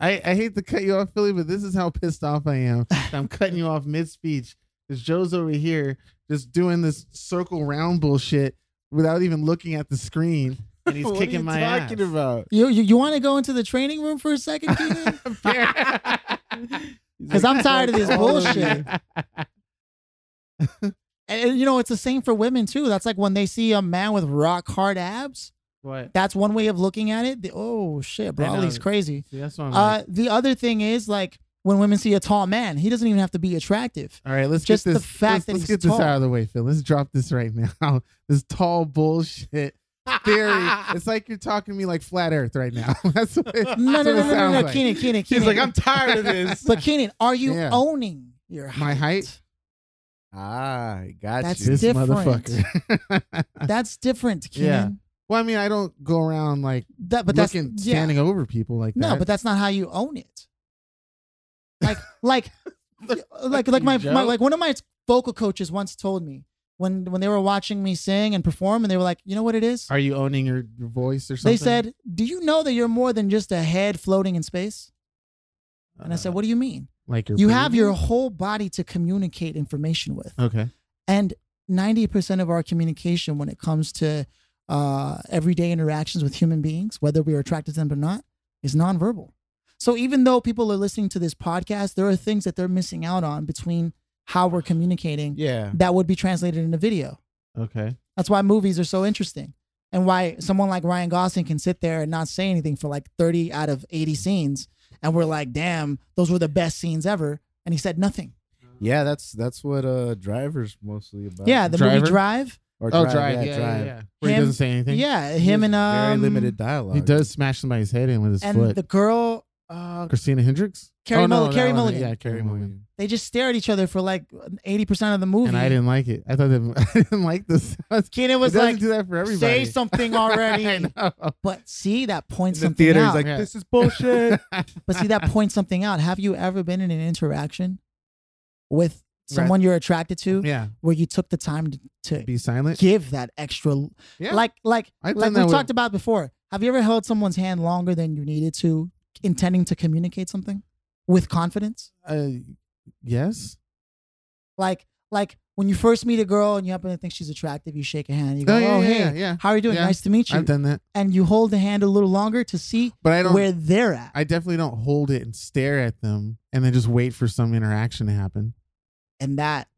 [SPEAKER 1] I, I hate to cut you off, Philly, but this is how pissed off I am. I'm cutting you off mid speech. Because Joe's over here just doing this circle round bullshit without even looking at the screen. And he's
[SPEAKER 2] What are
[SPEAKER 1] kicking
[SPEAKER 2] you
[SPEAKER 1] my
[SPEAKER 2] talking
[SPEAKER 1] ass.
[SPEAKER 2] about?
[SPEAKER 3] you, you, you want to go into the training room for a second, Keenan? Because I'm tired of this bullshit. And, and, you know, it's the same for women too. That's like when they see a man with rock hard abs.
[SPEAKER 1] What?
[SPEAKER 3] That's one way of looking at it. The- oh shit,
[SPEAKER 1] I know.
[SPEAKER 3] Brawley's crazy.
[SPEAKER 1] See, that's what I'm like.
[SPEAKER 3] Uh, the other thing is like when women see a tall man, he doesn't even have to be attractive.
[SPEAKER 1] All right, let's
[SPEAKER 3] just
[SPEAKER 1] get
[SPEAKER 3] the
[SPEAKER 1] this.
[SPEAKER 3] fact
[SPEAKER 1] let's
[SPEAKER 3] that
[SPEAKER 1] let's
[SPEAKER 3] he's
[SPEAKER 1] get this
[SPEAKER 3] tall.
[SPEAKER 1] out of the way, Phil. Let's drop this right now. This tall bullshit theory. it's like you're talking to me like flat Earth right now. that's what. It, that's
[SPEAKER 3] No,
[SPEAKER 1] what
[SPEAKER 3] no, no,
[SPEAKER 1] it
[SPEAKER 3] no, no,
[SPEAKER 1] sounds
[SPEAKER 3] no,
[SPEAKER 1] like.
[SPEAKER 3] Keenan, Keenan,
[SPEAKER 2] He's
[SPEAKER 3] Keenan.
[SPEAKER 2] like, I'm tired of this.
[SPEAKER 3] But Keenan, are you
[SPEAKER 1] Yeah.
[SPEAKER 3] owning your height?
[SPEAKER 1] My height?
[SPEAKER 2] ah, I got
[SPEAKER 3] That's
[SPEAKER 2] you.
[SPEAKER 1] This
[SPEAKER 3] different.
[SPEAKER 1] motherfucker.
[SPEAKER 3] That's different, Keenan.
[SPEAKER 1] Yeah. well, I mean, I don't go around like
[SPEAKER 3] That, but that's
[SPEAKER 1] looking
[SPEAKER 3] yeah.
[SPEAKER 1] standing over people like
[SPEAKER 3] No,
[SPEAKER 1] that.
[SPEAKER 3] but that's not how you own it. Like, like, like, like my,
[SPEAKER 1] Joe.
[SPEAKER 3] my like one of my vocal coaches once told me when when they were watching me sing and perform, and they were like, "You know what it is?"
[SPEAKER 1] Are you owning your, your voice or something?
[SPEAKER 3] They said, "Do you know that you're more than just a head floating in space?" And I said,
[SPEAKER 1] Uh,
[SPEAKER 3] "What do you mean?
[SPEAKER 1] like your
[SPEAKER 3] You have
[SPEAKER 1] breathing?
[SPEAKER 3] your whole body to communicate information with."
[SPEAKER 1] okay.
[SPEAKER 3] and 90% of our communication when it comes to uh, everyday interactions with human beings whether we are attracted to them or not is nonverbal so even though people are listening to this podcast there are things that they're missing out on between how we're communicating
[SPEAKER 2] Yeah.
[SPEAKER 3] that would be translated in a video
[SPEAKER 1] Okay.
[SPEAKER 3] that's why movies are so interesting and why someone like ryan gosling can sit there and not say anything for like 30 out of 80 scenes and we're like damn those were the best scenes ever and he said nothing
[SPEAKER 2] Yeah, that's that's what uh driver's mostly about.
[SPEAKER 3] yeah the
[SPEAKER 1] Driver?
[SPEAKER 3] movie drive
[SPEAKER 2] or
[SPEAKER 1] Oh, drive. Yeah, yeah,
[SPEAKER 2] Drive.
[SPEAKER 1] yeah. Where
[SPEAKER 3] Him-
[SPEAKER 1] he doesn't say anything.
[SPEAKER 3] Yeah, him and um,
[SPEAKER 2] very limited dialogue.
[SPEAKER 1] He does smash somebody's head in with his
[SPEAKER 3] and
[SPEAKER 1] foot.
[SPEAKER 3] the girl. Uh,
[SPEAKER 1] Christina Hendricks. Oh,
[SPEAKER 3] Carrie Mull-
[SPEAKER 1] that
[SPEAKER 3] Carrie
[SPEAKER 1] wasn't-
[SPEAKER 3] Mulligan.
[SPEAKER 1] Yeah, Carrie Mulligan.
[SPEAKER 3] they just stare at each other for like eighty percent of the movie.
[SPEAKER 1] And I didn't like it. I thought that I didn't like this. It
[SPEAKER 3] Keenan was
[SPEAKER 1] doesn't
[SPEAKER 3] like,
[SPEAKER 1] do that for everybody.
[SPEAKER 3] "Say something
[SPEAKER 1] I
[SPEAKER 3] already."
[SPEAKER 1] know.
[SPEAKER 3] but see, that
[SPEAKER 2] In
[SPEAKER 3] points
[SPEAKER 2] the
[SPEAKER 3] something
[SPEAKER 2] theater, he's
[SPEAKER 3] out.
[SPEAKER 2] like,
[SPEAKER 1] Yeah.
[SPEAKER 2] "This is bullshit."
[SPEAKER 3] but see, that points something out. Have you ever been in an interaction with someone you're attracted to,
[SPEAKER 1] Yeah.
[SPEAKER 3] where you took the time to, to
[SPEAKER 1] Be silent.
[SPEAKER 3] give that extra,
[SPEAKER 1] Yeah.
[SPEAKER 3] like, like,
[SPEAKER 1] I've
[SPEAKER 3] like
[SPEAKER 1] done
[SPEAKER 3] we
[SPEAKER 1] that with-
[SPEAKER 3] talked about before? Have you ever held someone's hand longer than you needed to, intending to communicate something with confidence?
[SPEAKER 1] Uh, yes.
[SPEAKER 3] Like like when you first meet a girl and you happen to think she's attractive, you shake a hand. You
[SPEAKER 1] Oh,
[SPEAKER 3] go,
[SPEAKER 1] yeah,
[SPEAKER 3] oh,
[SPEAKER 1] yeah,
[SPEAKER 3] hey,
[SPEAKER 1] yeah, yeah.
[SPEAKER 3] how are you doing?
[SPEAKER 1] Yeah.
[SPEAKER 3] Nice to meet you.
[SPEAKER 1] I've done that.
[SPEAKER 3] and you hold the hand a little longer to see
[SPEAKER 1] But I don't.
[SPEAKER 3] where they're at.
[SPEAKER 1] I definitely don't hold it and stare at them and then just wait for some interaction to happen.
[SPEAKER 3] and that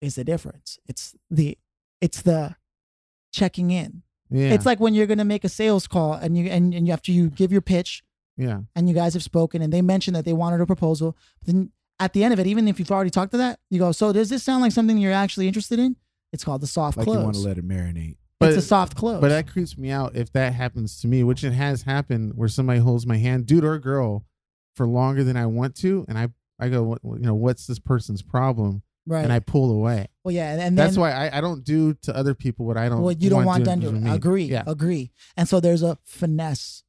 [SPEAKER 3] is the difference. It's the it's the checking in.
[SPEAKER 1] Yeah.
[SPEAKER 3] It's like when you're gonna make a sales call and you and, and after you give your pitch
[SPEAKER 1] yeah.
[SPEAKER 3] and you guys have spoken and they mentioned that they wanted a proposal, then at the end of it, even if you've already talked to that, you go, So does this sound like something you're actually interested in? It's called the soft
[SPEAKER 2] like you want to
[SPEAKER 3] close.
[SPEAKER 2] let it marinate.
[SPEAKER 3] it's a soft close.
[SPEAKER 1] But that creeps me out if that happens to me, which it has happened where somebody holds my hand, dude or girl, for longer than I want to, and I I go, what, you know, what's this person's problem?
[SPEAKER 3] right.
[SPEAKER 1] And I pull away.
[SPEAKER 3] well yeah, and, and
[SPEAKER 1] That's
[SPEAKER 3] then
[SPEAKER 1] why I, I don't do to other people what I don't.
[SPEAKER 3] what you don't want
[SPEAKER 1] doing
[SPEAKER 3] done to
[SPEAKER 1] to
[SPEAKER 3] it.
[SPEAKER 1] me.
[SPEAKER 3] Agree,
[SPEAKER 1] Yeah.
[SPEAKER 3] agree. And so there's a finesse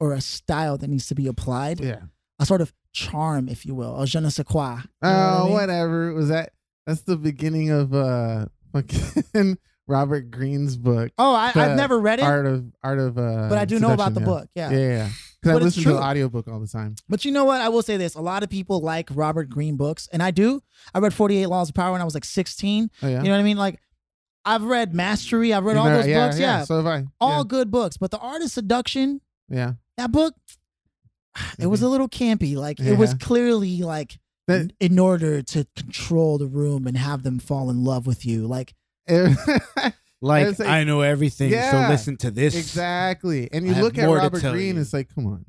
[SPEAKER 3] or a style that needs to be applied,
[SPEAKER 1] Yeah.
[SPEAKER 3] a sort of charm, if you will, a je ne sais quoi. You know
[SPEAKER 1] Oh,
[SPEAKER 3] what I mean?
[SPEAKER 1] whatever. Was that? That's the beginning of uh fucking Robert Greene's book,
[SPEAKER 3] Oh, I,
[SPEAKER 1] The
[SPEAKER 3] I've never read it,
[SPEAKER 1] Art of Art of. Uh,
[SPEAKER 3] but I do know about the
[SPEAKER 1] Seduction,
[SPEAKER 3] book. Yeah.
[SPEAKER 1] Yeah, yeah. yeah.
[SPEAKER 3] But
[SPEAKER 1] Because I
[SPEAKER 3] it's
[SPEAKER 1] listen to the
[SPEAKER 3] true.
[SPEAKER 1] audiobook all the time.
[SPEAKER 3] But you know what? I will say this: a lot of people like Robert Greene books, and I do. I read Forty Eight Laws of Power when I was like 16.
[SPEAKER 1] Oh yeah.
[SPEAKER 3] You know what I mean? Like, I've read Mastery. I've read
[SPEAKER 1] You
[SPEAKER 3] all
[SPEAKER 1] know,
[SPEAKER 3] those
[SPEAKER 1] yeah,
[SPEAKER 3] books.
[SPEAKER 1] Yeah,
[SPEAKER 3] Yeah,
[SPEAKER 1] So have I.
[SPEAKER 3] all good books. But the Art of Seduction,
[SPEAKER 1] Yeah. yeah.
[SPEAKER 3] that book, it was
[SPEAKER 1] Mhm.
[SPEAKER 3] a little campy. Like, it was
[SPEAKER 1] Yeah.
[SPEAKER 3] clearly like
[SPEAKER 1] That-
[SPEAKER 3] in order to control the room and have them fall in love with you. Like,
[SPEAKER 2] Like
[SPEAKER 1] It's like-
[SPEAKER 2] I know everything,
[SPEAKER 1] Yeah.
[SPEAKER 2] so listen to this.
[SPEAKER 1] exactly. And you
[SPEAKER 2] I have
[SPEAKER 1] look at
[SPEAKER 2] more to
[SPEAKER 1] Robert
[SPEAKER 2] tell
[SPEAKER 1] Green,
[SPEAKER 2] you.
[SPEAKER 1] it's like, come on.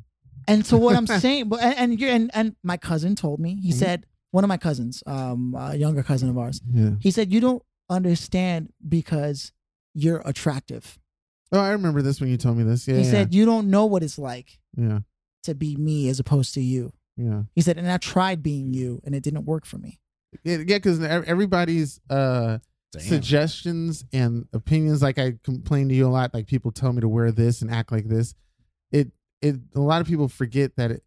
[SPEAKER 3] and so what I'm saying, but and and, you're, and and my cousin told me, he
[SPEAKER 1] Mhm.
[SPEAKER 3] said, one of my cousins, um, a younger cousin of ours,
[SPEAKER 1] Yeah.
[SPEAKER 3] he said, you don't understand because you're attractive.
[SPEAKER 1] Oh, I remember this when you told me this. Yeah.
[SPEAKER 3] he
[SPEAKER 1] yeah.
[SPEAKER 3] said, you don't know what it's like
[SPEAKER 1] Yeah.
[SPEAKER 3] to be me as opposed to you.
[SPEAKER 1] Yeah.
[SPEAKER 3] He said, and I tried being you, and it didn't work for me.
[SPEAKER 1] Yeah, because everybody's uh
[SPEAKER 2] Damn.
[SPEAKER 1] suggestions and opinions like i complain to you a lot like people tell me to wear this and act like this it it a lot of people forget that it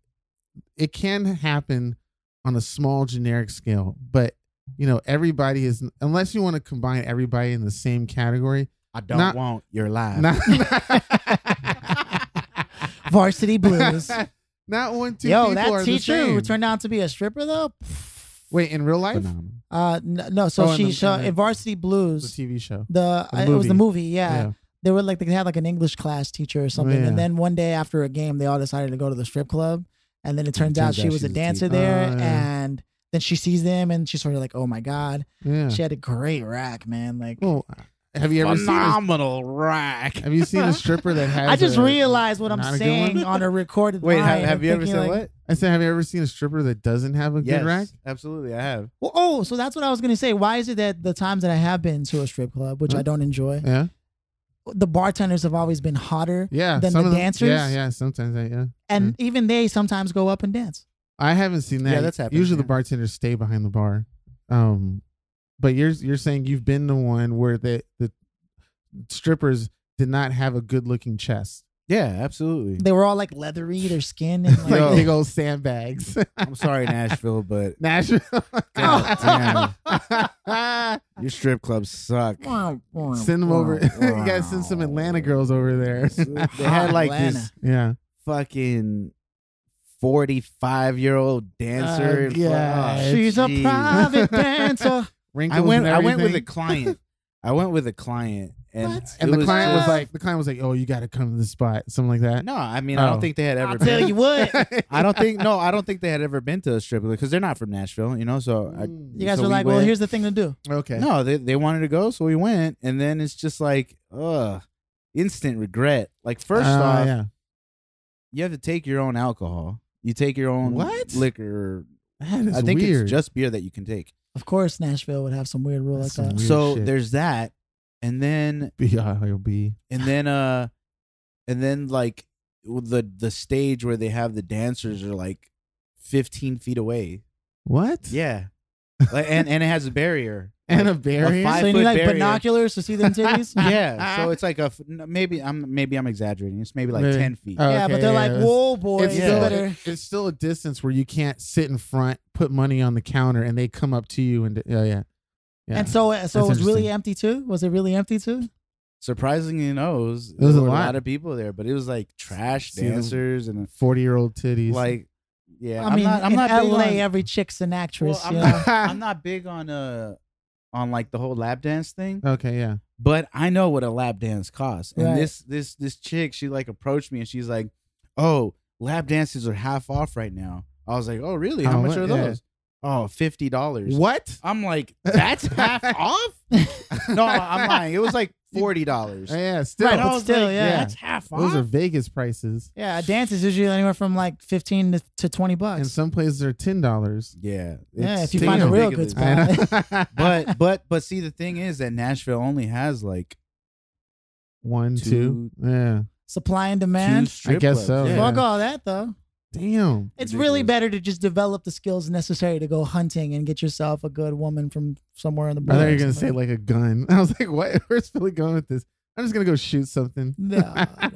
[SPEAKER 1] it can happen on a small generic scale but you know everybody is unless you want to combine everybody in the same category
[SPEAKER 2] I don't
[SPEAKER 1] Not-
[SPEAKER 2] want your life.
[SPEAKER 1] not,
[SPEAKER 3] Varsity Blues.
[SPEAKER 1] not one two
[SPEAKER 3] Yo,
[SPEAKER 1] people
[SPEAKER 3] that
[SPEAKER 1] are the
[SPEAKER 3] teacher who
[SPEAKER 1] same.
[SPEAKER 3] turned out to be a stripper though.
[SPEAKER 1] wait in real life
[SPEAKER 2] Phenomenal.
[SPEAKER 3] Uh, n- no. So
[SPEAKER 1] Oh, and
[SPEAKER 3] she,
[SPEAKER 1] the-
[SPEAKER 3] so
[SPEAKER 1] and the-
[SPEAKER 3] in Varsity
[SPEAKER 1] the
[SPEAKER 3] Blues,
[SPEAKER 1] tv show
[SPEAKER 3] the,
[SPEAKER 1] The
[SPEAKER 3] uh, it was the
[SPEAKER 1] movie.
[SPEAKER 3] movie. Yeah. they were like they had like an English class teacher or something,
[SPEAKER 1] yeah.
[SPEAKER 3] and then one day after a game, they all decided to go to the strip club, and then it turns, out she was a
[SPEAKER 2] she's a
[SPEAKER 3] dancer
[SPEAKER 1] teacher.
[SPEAKER 3] there,
[SPEAKER 1] Oh, yeah.
[SPEAKER 3] and then she sees them, and she's sort of like, oh my god,
[SPEAKER 1] yeah,
[SPEAKER 3] she had a great rack, man, like.
[SPEAKER 1] well have you ever seen a
[SPEAKER 2] Phenomenal rack.
[SPEAKER 1] Have you seen a stripper that has?
[SPEAKER 3] I just
[SPEAKER 1] a-
[SPEAKER 3] realized what
[SPEAKER 1] not a
[SPEAKER 3] I'm
[SPEAKER 1] good
[SPEAKER 3] saying
[SPEAKER 1] one?
[SPEAKER 3] on a recorded
[SPEAKER 2] Wait,
[SPEAKER 3] line.
[SPEAKER 2] have,
[SPEAKER 3] I'm
[SPEAKER 2] have you ever
[SPEAKER 3] thinking
[SPEAKER 2] seen
[SPEAKER 3] like,
[SPEAKER 2] what?
[SPEAKER 1] I said, have you ever seen a stripper that doesn't have a
[SPEAKER 2] Yes,
[SPEAKER 1] good rack?
[SPEAKER 2] absolutely, I have.
[SPEAKER 3] Well, oh, so that's what I was gonna say. Why is it that the times that I have been to a strip club, which I
[SPEAKER 1] Huh?
[SPEAKER 3] don't enjoy,
[SPEAKER 1] Yeah,
[SPEAKER 3] the bartenders have always been hotter,
[SPEAKER 1] yeah.
[SPEAKER 3] Then
[SPEAKER 1] some
[SPEAKER 3] the
[SPEAKER 1] of them-
[SPEAKER 3] dancers?
[SPEAKER 1] Yeah, yeah. Sometimes, I, yeah.
[SPEAKER 3] and
[SPEAKER 4] Mm-hmm.
[SPEAKER 3] even they sometimes go up and dance.
[SPEAKER 1] I haven't seen that.
[SPEAKER 2] Yeah, that's happened,
[SPEAKER 1] Usually, the
[SPEAKER 2] yeah.
[SPEAKER 1] bartenders stay behind the bar. Um, but you're you're saying you've been to one where the the strippers did not have a good looking chest.
[SPEAKER 4] Yeah, absolutely.
[SPEAKER 3] They were all like leathery, their skin and
[SPEAKER 1] like
[SPEAKER 4] Yo.
[SPEAKER 3] like
[SPEAKER 1] big old sandbags.
[SPEAKER 4] I'm sorry, Nashville, but
[SPEAKER 1] Nashville.
[SPEAKER 4] God
[SPEAKER 1] send
[SPEAKER 4] your strip clubs suck.
[SPEAKER 1] them over. you guys send some Atlanta girls over there.
[SPEAKER 4] They had like
[SPEAKER 3] Atlanta.
[SPEAKER 4] this
[SPEAKER 1] yeah.
[SPEAKER 4] fucking 45 year old
[SPEAKER 1] Oh,
[SPEAKER 4] dancer.
[SPEAKER 1] God.
[SPEAKER 4] Fuck,
[SPEAKER 3] Uh, She's a
[SPEAKER 4] jeez.
[SPEAKER 3] private dancer.
[SPEAKER 1] Wrinkles
[SPEAKER 4] I went.
[SPEAKER 1] and
[SPEAKER 4] I went with a
[SPEAKER 1] everything.
[SPEAKER 4] client. I went with a client, and
[SPEAKER 3] What?
[SPEAKER 1] and
[SPEAKER 4] it
[SPEAKER 1] the client was
[SPEAKER 4] just-
[SPEAKER 1] like, the client was like, "Oh, you got to come to the spot," something like that.
[SPEAKER 4] no. I mean, I
[SPEAKER 1] Oh.
[SPEAKER 4] don't think they had ever.
[SPEAKER 3] I'll
[SPEAKER 4] been.
[SPEAKER 3] tell you what.
[SPEAKER 4] I don't think. No, I don't think they had ever been to a strip because they're not from Nashville, you know. So I,
[SPEAKER 1] Mm.
[SPEAKER 3] You guys
[SPEAKER 4] So
[SPEAKER 3] were
[SPEAKER 4] we
[SPEAKER 3] like, well,
[SPEAKER 4] went-
[SPEAKER 3] here's the thing to do.
[SPEAKER 1] okay. Uh,
[SPEAKER 4] no, they they wanted to go, so we went, and then it's just like, ugh, instant regret. Like first
[SPEAKER 1] Uh,
[SPEAKER 4] off,
[SPEAKER 1] yeah.
[SPEAKER 4] you have to take your own alcohol. You take your own
[SPEAKER 1] What?
[SPEAKER 4] liquor.
[SPEAKER 1] That is
[SPEAKER 4] I think
[SPEAKER 1] weird.
[SPEAKER 4] it's just beer that you can take.
[SPEAKER 3] Of course, Nashville would have some weird rule like
[SPEAKER 1] That's
[SPEAKER 3] that.
[SPEAKER 1] some Weird
[SPEAKER 4] so
[SPEAKER 1] shit.
[SPEAKER 4] there's that, and then
[SPEAKER 1] B uh, I O B.
[SPEAKER 4] and then uh and then like with the the stage where they have the dancers are like 15 feet away
[SPEAKER 1] What?
[SPEAKER 4] yeah like, and and it has a barrier
[SPEAKER 1] And a
[SPEAKER 4] Like,
[SPEAKER 1] barrier.
[SPEAKER 4] five-
[SPEAKER 3] So you
[SPEAKER 4] foot
[SPEAKER 3] need like
[SPEAKER 4] barrier.
[SPEAKER 3] binoculars to see them titties.
[SPEAKER 4] yeah so it's like a f- n- maybe i'm maybe i'm exaggerating it's maybe like
[SPEAKER 1] Maybe.
[SPEAKER 4] 10 feet
[SPEAKER 1] Oh,
[SPEAKER 3] yeah,
[SPEAKER 1] okay,
[SPEAKER 3] but they're like,
[SPEAKER 1] it's-
[SPEAKER 3] whoa, boy,
[SPEAKER 1] It's,
[SPEAKER 3] you
[SPEAKER 4] yeah.
[SPEAKER 1] still,
[SPEAKER 3] better.
[SPEAKER 1] it's still a distance where you can't sit in front, put money on the counter, and they come up to you and yeah, yeah, yeah.
[SPEAKER 3] And so, so it was really
[SPEAKER 1] interesting.
[SPEAKER 3] empty too. Was it really empty too?
[SPEAKER 4] surprisingly no it was,
[SPEAKER 1] It was
[SPEAKER 4] there
[SPEAKER 1] a
[SPEAKER 4] were
[SPEAKER 1] lot.
[SPEAKER 4] of people there but it was like trash
[SPEAKER 1] See them.
[SPEAKER 4] dancers and
[SPEAKER 1] forty-year-old titties.
[SPEAKER 4] like yeah
[SPEAKER 3] I mean,
[SPEAKER 4] i'm not i'm
[SPEAKER 3] in
[SPEAKER 4] not big
[SPEAKER 3] LA,
[SPEAKER 4] on,
[SPEAKER 3] every chick's an actress.
[SPEAKER 4] well, I'm,
[SPEAKER 3] you know?
[SPEAKER 4] not, I'm not big on uh on like the whole lap dance thing
[SPEAKER 1] okay, yeah.
[SPEAKER 4] but I know what a lap dance costs. And
[SPEAKER 3] Right.
[SPEAKER 4] this this this chick, she like approached me and she's like, "Oh, lap dances are half off right now." I was like, "Oh, really? How
[SPEAKER 1] How
[SPEAKER 4] much
[SPEAKER 1] mu-
[SPEAKER 4] are
[SPEAKER 1] yeah.
[SPEAKER 4] those?" Oh, fifty dollars.
[SPEAKER 1] What?
[SPEAKER 4] I'm like, that's half off? No, I'm lying. It was like forty dollars.
[SPEAKER 1] Oh, yeah, still.
[SPEAKER 3] Right,
[SPEAKER 1] but
[SPEAKER 3] but still, yeah,
[SPEAKER 4] That's half
[SPEAKER 1] Those
[SPEAKER 4] off.
[SPEAKER 1] are Vegas prices,
[SPEAKER 3] yeah, a dance is usually anywhere from like fifteen to, to twenty
[SPEAKER 1] and
[SPEAKER 3] bucks.
[SPEAKER 1] some places are ten dollars.
[SPEAKER 4] yeah,
[SPEAKER 3] Yeah,
[SPEAKER 4] it's
[SPEAKER 3] if you find a real
[SPEAKER 4] ridiculous.
[SPEAKER 3] good spot.
[SPEAKER 4] But but but see, the thing is that Nashville only has like
[SPEAKER 1] One, two,
[SPEAKER 4] Two-
[SPEAKER 1] yeah.
[SPEAKER 3] Supply and
[SPEAKER 4] two
[SPEAKER 3] demand.
[SPEAKER 4] strip
[SPEAKER 1] I guess
[SPEAKER 4] clubs.
[SPEAKER 1] so, yeah.
[SPEAKER 3] Fuck all that though.
[SPEAKER 1] Damn.
[SPEAKER 3] It's really
[SPEAKER 4] Ridiculous.
[SPEAKER 3] better to just develop the skills necessary to go hunting and get yourself a good woman from somewhere in the.
[SPEAKER 1] I thought you were
[SPEAKER 3] Bronx.
[SPEAKER 1] gonna say like a gun. I was like, what? Where's Philly going with this? I'm just gonna go shoot something.
[SPEAKER 3] No, no. But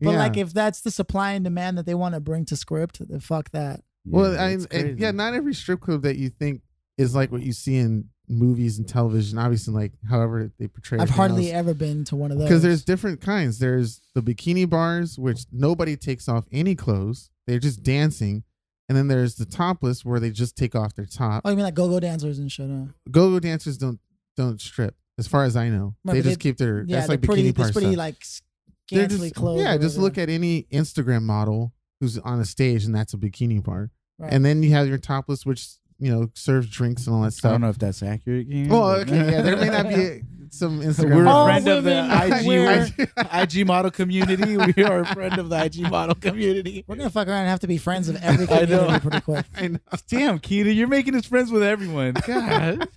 [SPEAKER 1] Yeah.
[SPEAKER 3] like, if that's the supply and demand that they want to bring to script, then fuck that.
[SPEAKER 1] Well,
[SPEAKER 4] Yeah,
[SPEAKER 1] I
[SPEAKER 4] it's
[SPEAKER 1] and- yeah,
[SPEAKER 4] crazy.
[SPEAKER 1] not every strip club that you think is like what you see in movies and television. Obviously, like however they portray.
[SPEAKER 3] I've hardly ever been to one of those.
[SPEAKER 1] because there's different kinds. There's the bikini bars, which nobody takes off any clothes; they're just dancing. And then there's the topless, where they just take off their top.
[SPEAKER 3] oh, you mean like go-go dancers and shit? Huh?
[SPEAKER 1] Go-go dancers don't don't strip, as far as I know.
[SPEAKER 3] Right,
[SPEAKER 1] they
[SPEAKER 3] but
[SPEAKER 1] just
[SPEAKER 3] they-
[SPEAKER 1] keep their
[SPEAKER 3] Yeah,
[SPEAKER 1] that's
[SPEAKER 3] they're
[SPEAKER 1] like
[SPEAKER 3] pretty.
[SPEAKER 1] bikini bar
[SPEAKER 3] It's pretty
[SPEAKER 1] stuff.
[SPEAKER 3] like
[SPEAKER 1] They're
[SPEAKER 3] scantily
[SPEAKER 1] just-
[SPEAKER 3] clothed.
[SPEAKER 1] Yeah,
[SPEAKER 3] or
[SPEAKER 1] just
[SPEAKER 3] whatever.
[SPEAKER 1] look at any Instagram model who's on a stage, and that's a bikini bar.
[SPEAKER 3] Right.
[SPEAKER 1] And then you have your topless, which you know serves drinks and all that
[SPEAKER 4] I
[SPEAKER 1] stuff.
[SPEAKER 4] don't know if that's accurate. Ian,
[SPEAKER 1] Well,
[SPEAKER 4] but-
[SPEAKER 1] okay, yeah, there may not be some Instagram.
[SPEAKER 4] We're
[SPEAKER 1] model.
[SPEAKER 4] a
[SPEAKER 3] All
[SPEAKER 4] friend of
[SPEAKER 3] women
[SPEAKER 4] the IG,
[SPEAKER 3] wear-
[SPEAKER 4] IG model community. We are a friend of the IG model community.
[SPEAKER 3] We're gonna fuck around and have to be friends of every
[SPEAKER 4] I know.
[SPEAKER 3] community pretty quick.
[SPEAKER 1] I know.
[SPEAKER 4] Damn, Keita, you're making us friends with everyone. God,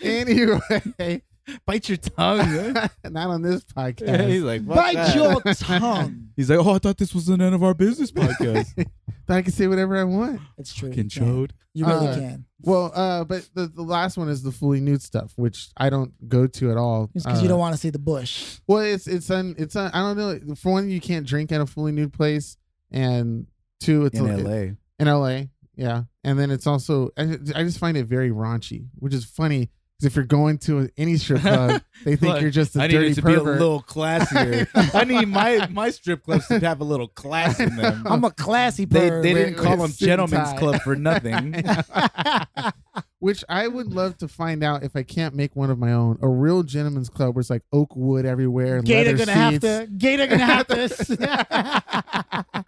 [SPEAKER 1] Anyway,
[SPEAKER 4] bite your tongue.
[SPEAKER 2] Oh,
[SPEAKER 4] huh?
[SPEAKER 1] not on this podcast.
[SPEAKER 4] He's like, "Fuck
[SPEAKER 3] Bite
[SPEAKER 4] that."
[SPEAKER 3] your Oh, tongue.
[SPEAKER 4] He's like, oh, I thought this was the end of our business podcast.
[SPEAKER 1] But I can say whatever I want.
[SPEAKER 3] It's true.
[SPEAKER 4] Fucking
[SPEAKER 3] you, can.
[SPEAKER 4] chode.
[SPEAKER 3] You really
[SPEAKER 1] Uh,
[SPEAKER 3] can.
[SPEAKER 1] Well, uh, but the, the last one is the fully nude stuff, which I don't go to at all.
[SPEAKER 3] It's because
[SPEAKER 1] Uh,
[SPEAKER 3] you don't want to see the bush.
[SPEAKER 1] Well, it's it's un it's un, I don't know. For one, you can't drink at a fully nude place, and two, it's a-
[SPEAKER 4] LA.
[SPEAKER 1] in LA. Yeah, and then it's also I, I just find it very raunchy, which is funny because if you're going to any strip club, they think
[SPEAKER 4] Look,
[SPEAKER 1] you're just a
[SPEAKER 4] I need
[SPEAKER 1] dirty
[SPEAKER 4] it to
[SPEAKER 1] pervert.
[SPEAKER 4] be a little classier. I need my, my strip clubs to have a little class in them.
[SPEAKER 3] I'm a classy
[SPEAKER 4] They,
[SPEAKER 3] bird.
[SPEAKER 4] they didn't
[SPEAKER 1] with-
[SPEAKER 4] call
[SPEAKER 1] with
[SPEAKER 4] them
[SPEAKER 1] suit and
[SPEAKER 4] Gentlemen's
[SPEAKER 1] tie.
[SPEAKER 4] Club for nothing.
[SPEAKER 1] Which I would love to find out if I can't make one of my own. A real gentleman's club where it's like oak wood everywhere.
[SPEAKER 3] Gator
[SPEAKER 1] leather
[SPEAKER 3] gonna have
[SPEAKER 1] seats.
[SPEAKER 3] to. Gator gonna have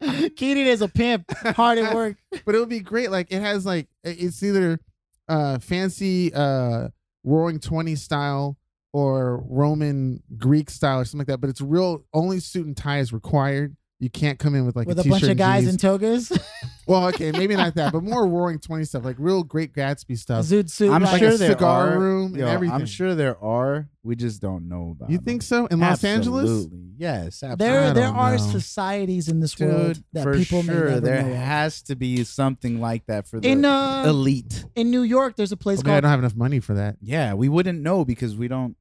[SPEAKER 3] to. Keaton is a pimp, hard at work.
[SPEAKER 1] But it would be great. Like it has like it's either uh fancy uh roaring twenty style or Roman Greek style or something like that. But it's real only suit and tie is required. You can't come in with like
[SPEAKER 3] with
[SPEAKER 1] a
[SPEAKER 3] a bunch
[SPEAKER 1] t-shirt
[SPEAKER 3] of
[SPEAKER 1] and
[SPEAKER 3] guys
[SPEAKER 1] jeans.
[SPEAKER 3] in togas,
[SPEAKER 1] well, okay, maybe not that, but more roaring twenty stuff, like real great Gatsby stuff.
[SPEAKER 3] zoot suit.
[SPEAKER 4] I'm
[SPEAKER 3] right?
[SPEAKER 1] like
[SPEAKER 4] sure
[SPEAKER 1] a
[SPEAKER 4] there
[SPEAKER 1] cigar
[SPEAKER 4] are.
[SPEAKER 1] room and
[SPEAKER 4] Yo,
[SPEAKER 1] everything.
[SPEAKER 4] I'm sure there are. We just don't know about.
[SPEAKER 1] You
[SPEAKER 4] them.
[SPEAKER 1] think so? In Los Angeles?
[SPEAKER 4] Absolutely. Yes, absolutely.
[SPEAKER 1] I
[SPEAKER 3] there there
[SPEAKER 1] don't
[SPEAKER 3] are
[SPEAKER 1] know.
[SPEAKER 3] societies in this world
[SPEAKER 4] Dude,
[SPEAKER 3] that
[SPEAKER 4] for
[SPEAKER 3] people may
[SPEAKER 4] sure,
[SPEAKER 3] never
[SPEAKER 4] there
[SPEAKER 3] know. of.
[SPEAKER 4] has to be something like that for the
[SPEAKER 3] in uh,
[SPEAKER 4] elite.
[SPEAKER 3] in New York, there's a place
[SPEAKER 1] Well, man, I
[SPEAKER 3] called
[SPEAKER 1] don't have enough money for that.
[SPEAKER 4] Yeah, we wouldn't know because we don't.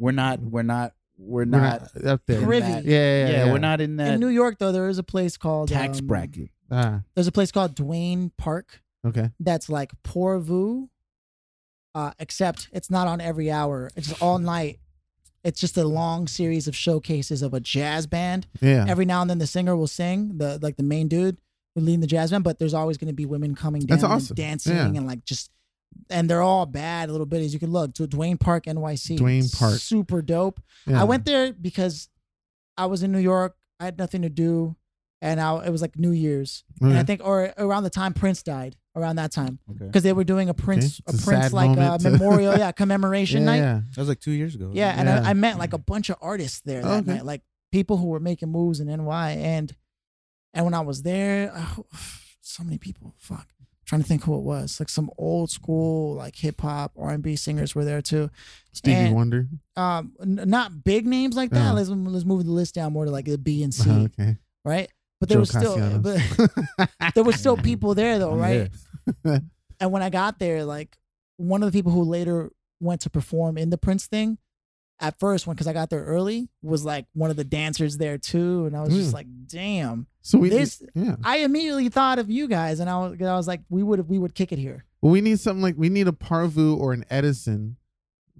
[SPEAKER 4] We're not. We're not
[SPEAKER 1] We're
[SPEAKER 2] we're not,
[SPEAKER 1] up there.
[SPEAKER 2] in
[SPEAKER 3] Privy.
[SPEAKER 2] that-
[SPEAKER 1] Yeah, yeah,
[SPEAKER 2] yeah,
[SPEAKER 1] yeah,
[SPEAKER 2] we're not in that
[SPEAKER 3] in New York though, there is a place called
[SPEAKER 2] tax
[SPEAKER 3] um,
[SPEAKER 2] bracket.
[SPEAKER 1] Ah,
[SPEAKER 3] There's a place called Dwayne Park
[SPEAKER 1] okay.
[SPEAKER 3] that's like pour vu, uh, except it's not on every hour. It's all night. It's just a long series of showcases of a jazz band.
[SPEAKER 1] Yeah.
[SPEAKER 3] Every now and then, the singer will sing, the like the main dude will lead the jazz band, but there's always going to be women coming down
[SPEAKER 1] That's awesome.
[SPEAKER 3] and dancing
[SPEAKER 1] Yeah.
[SPEAKER 3] and like just, and they're all bad little bitties. You can look to Dwayne Park NYC.
[SPEAKER 1] Dwayne
[SPEAKER 3] It's
[SPEAKER 1] Park.
[SPEAKER 3] super dope.
[SPEAKER 1] yeah.
[SPEAKER 3] I went there because I was in New York. I had nothing to do, and I, it was like New Year's, and I
[SPEAKER 1] Okay.
[SPEAKER 3] think or around the time Prince died, around that time,
[SPEAKER 2] Okay,
[SPEAKER 3] because they were doing a Prince,
[SPEAKER 1] It's a
[SPEAKER 3] a Prince
[SPEAKER 1] sad
[SPEAKER 3] like a
[SPEAKER 1] moment to-
[SPEAKER 3] memorial, yeah,
[SPEAKER 1] yeah,
[SPEAKER 3] commemoration night, yeah.
[SPEAKER 1] yeah.
[SPEAKER 2] that was like two years ago.
[SPEAKER 3] and
[SPEAKER 1] Yeah.
[SPEAKER 3] I, I met like a bunch of artists there that
[SPEAKER 1] Okay.
[SPEAKER 3] night, like people who were making moves in NY, and and when I was there, oh, so many people, fuck, trying to think who it was, like some old school like hip hop R and B singers were there too,
[SPEAKER 1] Stevie
[SPEAKER 3] And-
[SPEAKER 1] Wonder. Uh-huh.
[SPEAKER 3] um, n- not big names like that.
[SPEAKER 1] Yeah.
[SPEAKER 3] Let's let's move the list down more to like the B and C,
[SPEAKER 1] Oh, okay.
[SPEAKER 3] right? But there
[SPEAKER 1] Joe
[SPEAKER 3] was still, but
[SPEAKER 1] Cassiano.
[SPEAKER 3] there were still people there though,
[SPEAKER 2] I'm
[SPEAKER 3] right? And when I got there, like one of the people who later went to perform in the Prince thing, at first when because I got there early was like one of the dancers there too, and I was
[SPEAKER 1] Mm.
[SPEAKER 3] just like, damn.
[SPEAKER 1] so we
[SPEAKER 3] This-
[SPEAKER 1] yeah.
[SPEAKER 3] I immediately thought of you guys, and I was, I was like, we would we would kick it here.
[SPEAKER 1] Well, we need something like we need a Parvu or an Edison.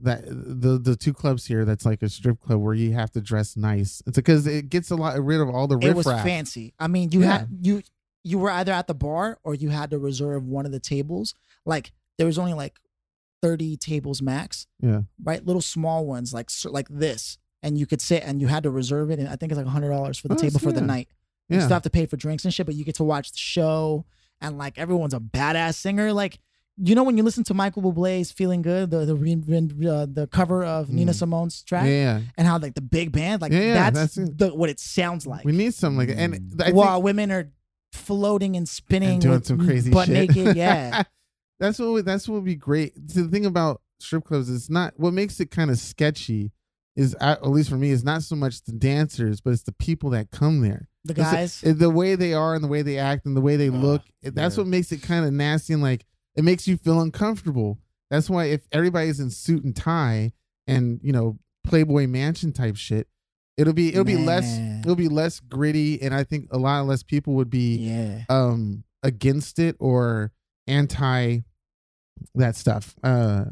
[SPEAKER 1] That the the two clubs here. That's like a strip club where you have to dress nice. It's because it gets a lot rid of all the
[SPEAKER 3] it was
[SPEAKER 1] riffraff.
[SPEAKER 3] fancy. I mean, you
[SPEAKER 1] Yeah.
[SPEAKER 3] had you you were either at the bar or you had to reserve one of the tables. Like there was only like thirty tables max,
[SPEAKER 1] yeah.
[SPEAKER 3] right? Little small ones like s- like this, and you could sit and you had to reserve it. And I think it's like hundred dollars for the
[SPEAKER 1] Oh,
[SPEAKER 3] table for the
[SPEAKER 1] yeah.
[SPEAKER 3] night. You
[SPEAKER 1] Yeah.
[SPEAKER 3] still have to pay for drinks and shit, but you get to watch the show and like everyone's a badass singer. Like you know when you listen to Michael Bublé's "Feeling Good," the the re, re- uh, the cover of Nina
[SPEAKER 1] Mm.
[SPEAKER 3] Simone's
[SPEAKER 1] Yeah.
[SPEAKER 3] track,
[SPEAKER 1] yeah.
[SPEAKER 3] and how like the big band, like
[SPEAKER 1] Yeah, yeah, that's
[SPEAKER 3] that's,
[SPEAKER 1] it.
[SPEAKER 3] the, what it sounds like
[SPEAKER 1] we need something like that. and I
[SPEAKER 3] while women are floating and spinning,
[SPEAKER 1] and doing
[SPEAKER 3] with
[SPEAKER 1] some crazy
[SPEAKER 3] butt
[SPEAKER 1] shit.
[SPEAKER 3] naked. Yeah,
[SPEAKER 1] that's what would- that's what would be great. So the thing about strip clubs is not what makes it kind of sketchy is at at least for me is not so much the dancers, but it's the people that come there.
[SPEAKER 3] the
[SPEAKER 1] It's the-
[SPEAKER 3] guys.
[SPEAKER 1] it- Eh, the way they are and the way they act and the way they
[SPEAKER 2] Ugh,
[SPEAKER 1] look. it- That's
[SPEAKER 2] yeah.
[SPEAKER 1] what makes it kind of nasty and like it makes you feel uncomfortable. That's why if everybody's in suit and tie and you know Playboy Mansion type shit, it'll be it'll be less
[SPEAKER 3] Man.
[SPEAKER 1] it'll be less gritty and I think a lot less people would be
[SPEAKER 3] Yeah,
[SPEAKER 1] um against it or anti that stuff uh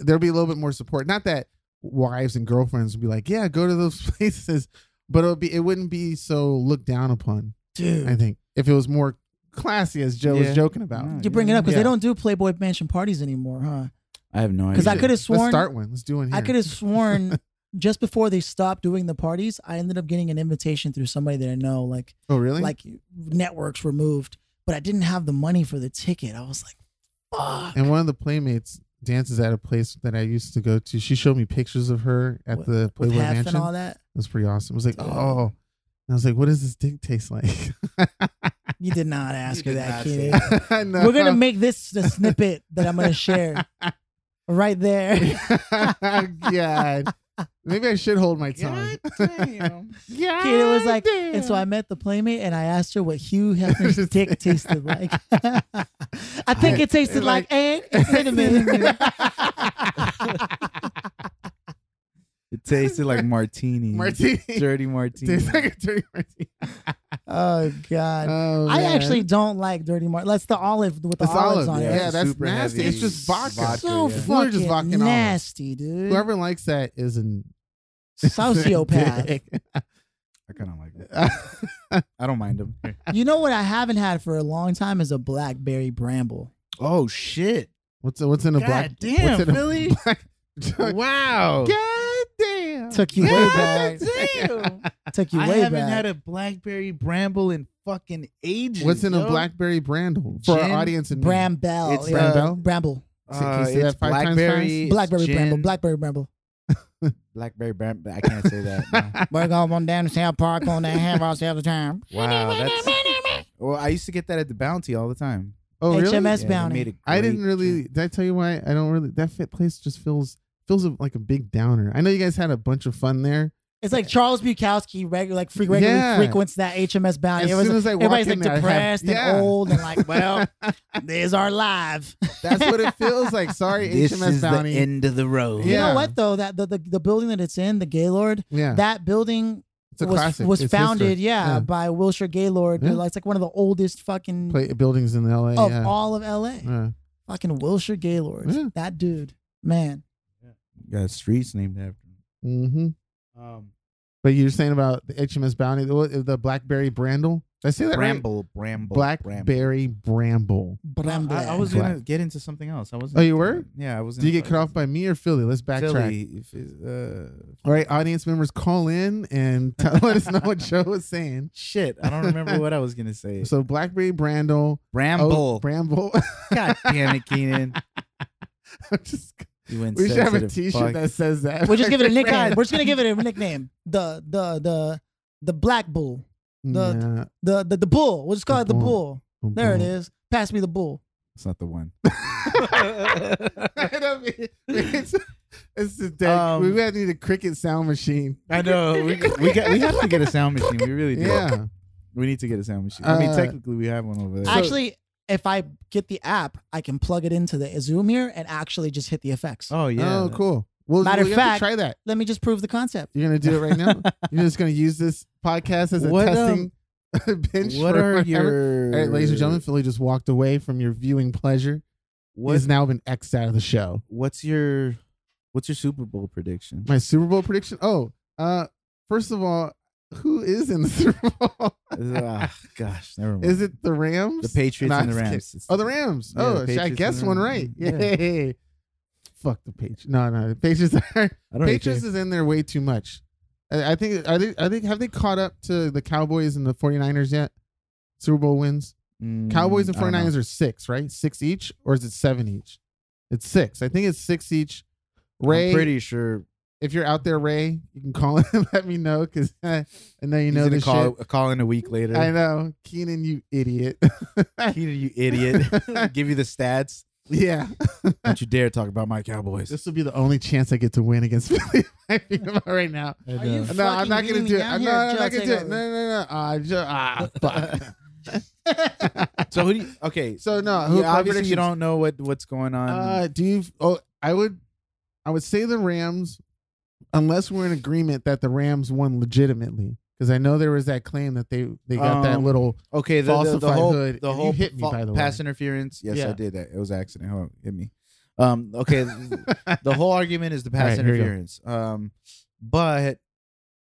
[SPEAKER 1] there'll be a little bit more support not that wives and girlfriends would be like yeah go to those places but it'll be it wouldn't be so looked down upon
[SPEAKER 3] dude.
[SPEAKER 1] i think if it was more classy as joe
[SPEAKER 2] Yeah.
[SPEAKER 1] was joking about
[SPEAKER 2] Yeah.
[SPEAKER 3] you bring it up because
[SPEAKER 1] Yeah.
[SPEAKER 3] they don't do Playboy Mansion parties anymore, huh?
[SPEAKER 2] I have no idea.
[SPEAKER 3] 'Cause I coulda
[SPEAKER 1] Let's
[SPEAKER 3] sworn-
[SPEAKER 1] start one let's do one here.
[SPEAKER 3] I could have sworn just before they stopped doing the parties, I ended up getting an invitation through somebody that I know, like
[SPEAKER 1] oh really
[SPEAKER 3] like networks removed, but I didn't have the money for the ticket. I was like, fuck.
[SPEAKER 1] and one of the playmates dances at a place that i used to go to she showed me pictures of her at
[SPEAKER 3] With-
[SPEAKER 1] the
[SPEAKER 3] With
[SPEAKER 1] playboy
[SPEAKER 3] half
[SPEAKER 1] mansion
[SPEAKER 3] and all that,
[SPEAKER 1] it was pretty awesome it was like
[SPEAKER 3] Dude.
[SPEAKER 1] oh and i was like what does this dick taste like
[SPEAKER 3] you did not ask her
[SPEAKER 2] did
[SPEAKER 3] that,
[SPEAKER 2] not
[SPEAKER 3] kid.
[SPEAKER 2] say
[SPEAKER 1] I know.
[SPEAKER 3] We're gonna make this the snippet that I'm gonna share right there.
[SPEAKER 1] God. Maybe I should hold my tongue. Yeah.
[SPEAKER 3] Kid, it was like, and so I met the playmate and I asked her what Hugh Hefner's dick tasted like. I think it tasted
[SPEAKER 1] Like-
[SPEAKER 3] like, egg and cinnamon.
[SPEAKER 2] It tasted like martini.
[SPEAKER 1] Martini.
[SPEAKER 2] Dirty martini.
[SPEAKER 1] Tastes like a dirty martini.
[SPEAKER 3] oh God.
[SPEAKER 1] Oh,
[SPEAKER 3] I
[SPEAKER 1] man.
[SPEAKER 3] actually don't like dirty mar. That's the olive with the
[SPEAKER 1] It's olive,
[SPEAKER 3] olives on
[SPEAKER 1] yeah,
[SPEAKER 3] it.
[SPEAKER 1] that's nasty. It's just vodka.
[SPEAKER 3] It's so
[SPEAKER 1] yeah.
[SPEAKER 3] fucking
[SPEAKER 1] Literally just vodka and olive.
[SPEAKER 3] nasty, dude.
[SPEAKER 1] whoever likes that is an
[SPEAKER 3] Sociopath.
[SPEAKER 2] I kind of like it.
[SPEAKER 1] oh,
[SPEAKER 2] I don't mind them.
[SPEAKER 3] you know what I haven't had for a long time is a blackberry bramble.
[SPEAKER 2] Oh shit!
[SPEAKER 1] what's what's in a
[SPEAKER 2] God
[SPEAKER 1] black?
[SPEAKER 2] damn,
[SPEAKER 1] what's in a
[SPEAKER 2] Philly.
[SPEAKER 1] black-
[SPEAKER 2] Wow.
[SPEAKER 1] God damn.
[SPEAKER 3] Took you way back.
[SPEAKER 2] damn.
[SPEAKER 3] Took you
[SPEAKER 2] I
[SPEAKER 3] way
[SPEAKER 2] haven't
[SPEAKER 3] back.
[SPEAKER 2] had a blackberry bramble in fucking ages.
[SPEAKER 1] What's in
[SPEAKER 2] yo.
[SPEAKER 1] a blackberry brandle for
[SPEAKER 2] Gin,
[SPEAKER 1] our audience and me.
[SPEAKER 3] Bramble.
[SPEAKER 2] It's,
[SPEAKER 3] yeah.
[SPEAKER 1] uh,
[SPEAKER 3] bramble.
[SPEAKER 1] Can you
[SPEAKER 2] Uh,
[SPEAKER 1] say
[SPEAKER 2] it's
[SPEAKER 1] that five times fast?
[SPEAKER 2] blackberry, it's
[SPEAKER 3] Blackberry
[SPEAKER 2] gin,
[SPEAKER 3] bramble. Blackberry bramble.
[SPEAKER 2] blackberry bramble. I can't say that. no.
[SPEAKER 3] We're going on down to South Park on that have ourselves a time.
[SPEAKER 2] Wow, that's. Well, I used to get that at the Bounty all the time.
[SPEAKER 1] Oh, really?
[SPEAKER 3] HMS. That's
[SPEAKER 2] they
[SPEAKER 3] Bounty.
[SPEAKER 2] made a
[SPEAKER 1] I didn't
[SPEAKER 2] great
[SPEAKER 1] really.
[SPEAKER 2] drink.
[SPEAKER 1] Did I tell you why I don't really? That fit place just feels feels a- like a big downer. I know you guys had a bunch of fun there,
[SPEAKER 3] It's like Charles Bukowski regular like fre- regularly
[SPEAKER 1] Yeah.
[SPEAKER 3] frequents that HMS bounty.
[SPEAKER 1] As
[SPEAKER 3] Everyone's-
[SPEAKER 1] soon as I walk
[SPEAKER 3] Uh, everybody's
[SPEAKER 1] in
[SPEAKER 3] like
[SPEAKER 1] there, I have-
[SPEAKER 3] depressed
[SPEAKER 1] Yeah.
[SPEAKER 3] and old and like, well, there's our live.
[SPEAKER 1] That's what it feels like. Sorry,
[SPEAKER 2] This
[SPEAKER 1] HMS
[SPEAKER 2] is
[SPEAKER 1] bounty.
[SPEAKER 2] the end of the road.
[SPEAKER 3] You
[SPEAKER 1] Yeah.
[SPEAKER 3] know what though? That the, the the building that it's in, the Gaylord,
[SPEAKER 1] yeah,
[SPEAKER 3] that building
[SPEAKER 1] it's a
[SPEAKER 3] was
[SPEAKER 1] classic.
[SPEAKER 3] was
[SPEAKER 1] It's
[SPEAKER 3] founded,
[SPEAKER 1] history.
[SPEAKER 3] yeah, by Wilshire Gaylord.
[SPEAKER 1] Yeah.
[SPEAKER 3] Like, it's like one of the oldest fucking
[SPEAKER 1] Pla- buildings in L.A.
[SPEAKER 3] of
[SPEAKER 1] yeah.
[SPEAKER 3] all of LA.
[SPEAKER 1] Yeah.
[SPEAKER 3] Fucking Wilshire Gaylord.
[SPEAKER 1] Yeah.
[SPEAKER 3] That dude, man.
[SPEAKER 2] Got streets named after.
[SPEAKER 1] hmm
[SPEAKER 2] him. Um,
[SPEAKER 1] But you're saying about the HMS Bounty, the, what- the Blackberry Brandle. Did I say that right?
[SPEAKER 4] Bramble, Bramble, Bramble.
[SPEAKER 1] Blackberry Bramble.
[SPEAKER 4] I,
[SPEAKER 3] Bramble.
[SPEAKER 4] I was
[SPEAKER 1] Black.
[SPEAKER 4] gonna get into something else. I was.
[SPEAKER 1] Oh, you were?
[SPEAKER 4] Yeah, I was.
[SPEAKER 1] Did you get cut off by me or Philly? Let's backtrack.
[SPEAKER 4] Philly, if it's, uh,
[SPEAKER 1] All right, audience members, call in and tell, let us know what Joe was saying.
[SPEAKER 4] shit, I don't remember what I was gonna say.
[SPEAKER 1] So Blackberry Brandle,
[SPEAKER 4] Bramble.
[SPEAKER 1] Oak- Bramble.
[SPEAKER 4] God damn it, Keenan.
[SPEAKER 1] I'm just-
[SPEAKER 4] You
[SPEAKER 1] we should have a
[SPEAKER 4] insensitive
[SPEAKER 1] T-shirt
[SPEAKER 4] fuck.
[SPEAKER 1] that says that.
[SPEAKER 3] We're just giving it a nickname.
[SPEAKER 1] Blackberry
[SPEAKER 3] We're just gonna give it a nickname. The the the the black bull.
[SPEAKER 1] Brand-
[SPEAKER 3] The the, the bull. We'll just call
[SPEAKER 1] The
[SPEAKER 3] it the
[SPEAKER 1] bull. Mm-hmm.
[SPEAKER 3] bull.
[SPEAKER 1] Nah.
[SPEAKER 3] There it is. Pass me the bull.
[SPEAKER 4] It's not the one.
[SPEAKER 1] It'll be- it's, it's the deck.
[SPEAKER 4] Um,
[SPEAKER 1] we gotta need a cricket sound machine.
[SPEAKER 4] I know. We, we, got, we have to get a sound machine. We really do.
[SPEAKER 1] Yeah.
[SPEAKER 4] We need to get a sound machine. I mean,
[SPEAKER 1] Uh,
[SPEAKER 4] technically, we have one over there.
[SPEAKER 3] actually, if I get the app, I can plug it into the Zoom here and actually just hit the effects.
[SPEAKER 4] oh, yeah.
[SPEAKER 1] Oh, cool. Well,
[SPEAKER 3] Matter
[SPEAKER 1] we
[SPEAKER 3] of
[SPEAKER 1] have to
[SPEAKER 3] fact-
[SPEAKER 1] try that.
[SPEAKER 3] Let me just prove the concept.
[SPEAKER 1] You're gonna do it right now. You're just gonna use this podcast as a
[SPEAKER 4] What, um,
[SPEAKER 1] testing bench.
[SPEAKER 4] What
[SPEAKER 1] for
[SPEAKER 4] are
[SPEAKER 1] whatever-
[SPEAKER 4] your.
[SPEAKER 1] All right, ladies and gentlemen, Philly just walked away from your viewing pleasure.
[SPEAKER 4] What,
[SPEAKER 1] He's now been X'd out of the show.
[SPEAKER 4] what's your. What's your Super Bowl prediction?
[SPEAKER 1] My Super Bowl prediction. Oh, uh, first of all, who is in the Super Bowl?
[SPEAKER 4] Ah, gosh, never mind.
[SPEAKER 1] is it the Rams?
[SPEAKER 4] the Patriots
[SPEAKER 1] No,
[SPEAKER 4] and the
[SPEAKER 1] I'm just
[SPEAKER 4] Rams? It's-
[SPEAKER 1] Oh, the Rams.
[SPEAKER 4] Yeah, the
[SPEAKER 1] oh, shit, I
[SPEAKER 4] Patriots and
[SPEAKER 1] guessed
[SPEAKER 4] the
[SPEAKER 1] one right.
[SPEAKER 4] Rams. Yeah.
[SPEAKER 1] Yay. Fuck the Patriots. No, no, the Patriots are
[SPEAKER 4] I don't
[SPEAKER 1] Patriots
[SPEAKER 4] know.
[SPEAKER 1] is in there way too much. I, I think are they are they have they caught up to the Cowboys and the 49ers yet? Super Bowl wins.
[SPEAKER 4] Mm,
[SPEAKER 1] Cowboys and
[SPEAKER 4] I don't know.
[SPEAKER 1] 49ers are six, right? Six each, or is it seven each? It's six. I think it's six each. Ray,
[SPEAKER 4] I'm pretty sure
[SPEAKER 1] if you're out there, Ray, you can call in and let me know because I know you
[SPEAKER 4] he's
[SPEAKER 1] know
[SPEAKER 4] gonna
[SPEAKER 1] this
[SPEAKER 4] call,
[SPEAKER 1] shit.
[SPEAKER 4] call in a week later.
[SPEAKER 1] I know, Keenan, you idiot.
[SPEAKER 4] Peter, you idiot. Give you the stats.
[SPEAKER 1] yeah,
[SPEAKER 4] Don't you dare talk about my Cowboys.
[SPEAKER 1] this will be the only chance I get to win against Philly. I think about right now.
[SPEAKER 3] Are
[SPEAKER 1] No,
[SPEAKER 3] you
[SPEAKER 1] I'm
[SPEAKER 3] fucking
[SPEAKER 1] not gonna
[SPEAKER 3] beating me
[SPEAKER 1] do it.
[SPEAKER 3] down
[SPEAKER 1] I'm
[SPEAKER 3] here?
[SPEAKER 1] not, I'm
[SPEAKER 3] Joe,
[SPEAKER 1] not gonna
[SPEAKER 3] take
[SPEAKER 1] do it.
[SPEAKER 3] over.
[SPEAKER 1] No, no, no. Uh, Joe, ah, fuck.
[SPEAKER 4] so who do you, okay?
[SPEAKER 1] so no,
[SPEAKER 4] Yeah,
[SPEAKER 1] who, my
[SPEAKER 4] obviously
[SPEAKER 1] predictions-
[SPEAKER 4] you don't know what what's going on.
[SPEAKER 1] Uh, do you? Oh, I would. I would say the Rams, unless we're in agreement that the Rams won legitimately, because I know there was that claim that they they got that
[SPEAKER 4] Um,
[SPEAKER 1] little.
[SPEAKER 4] okay, the, the, the
[SPEAKER 1] falsified
[SPEAKER 4] whole
[SPEAKER 1] hood,
[SPEAKER 4] the
[SPEAKER 1] and you
[SPEAKER 4] whole
[SPEAKER 1] hit me,
[SPEAKER 4] fa-
[SPEAKER 1] by the
[SPEAKER 4] pass
[SPEAKER 1] way.
[SPEAKER 4] interference. Yes,
[SPEAKER 1] Yeah.
[SPEAKER 4] I did that. It was an accident. Hold on, hit me. Um, okay, the whole argument is the pass
[SPEAKER 1] All right, here we go.
[SPEAKER 4] interference. Um, but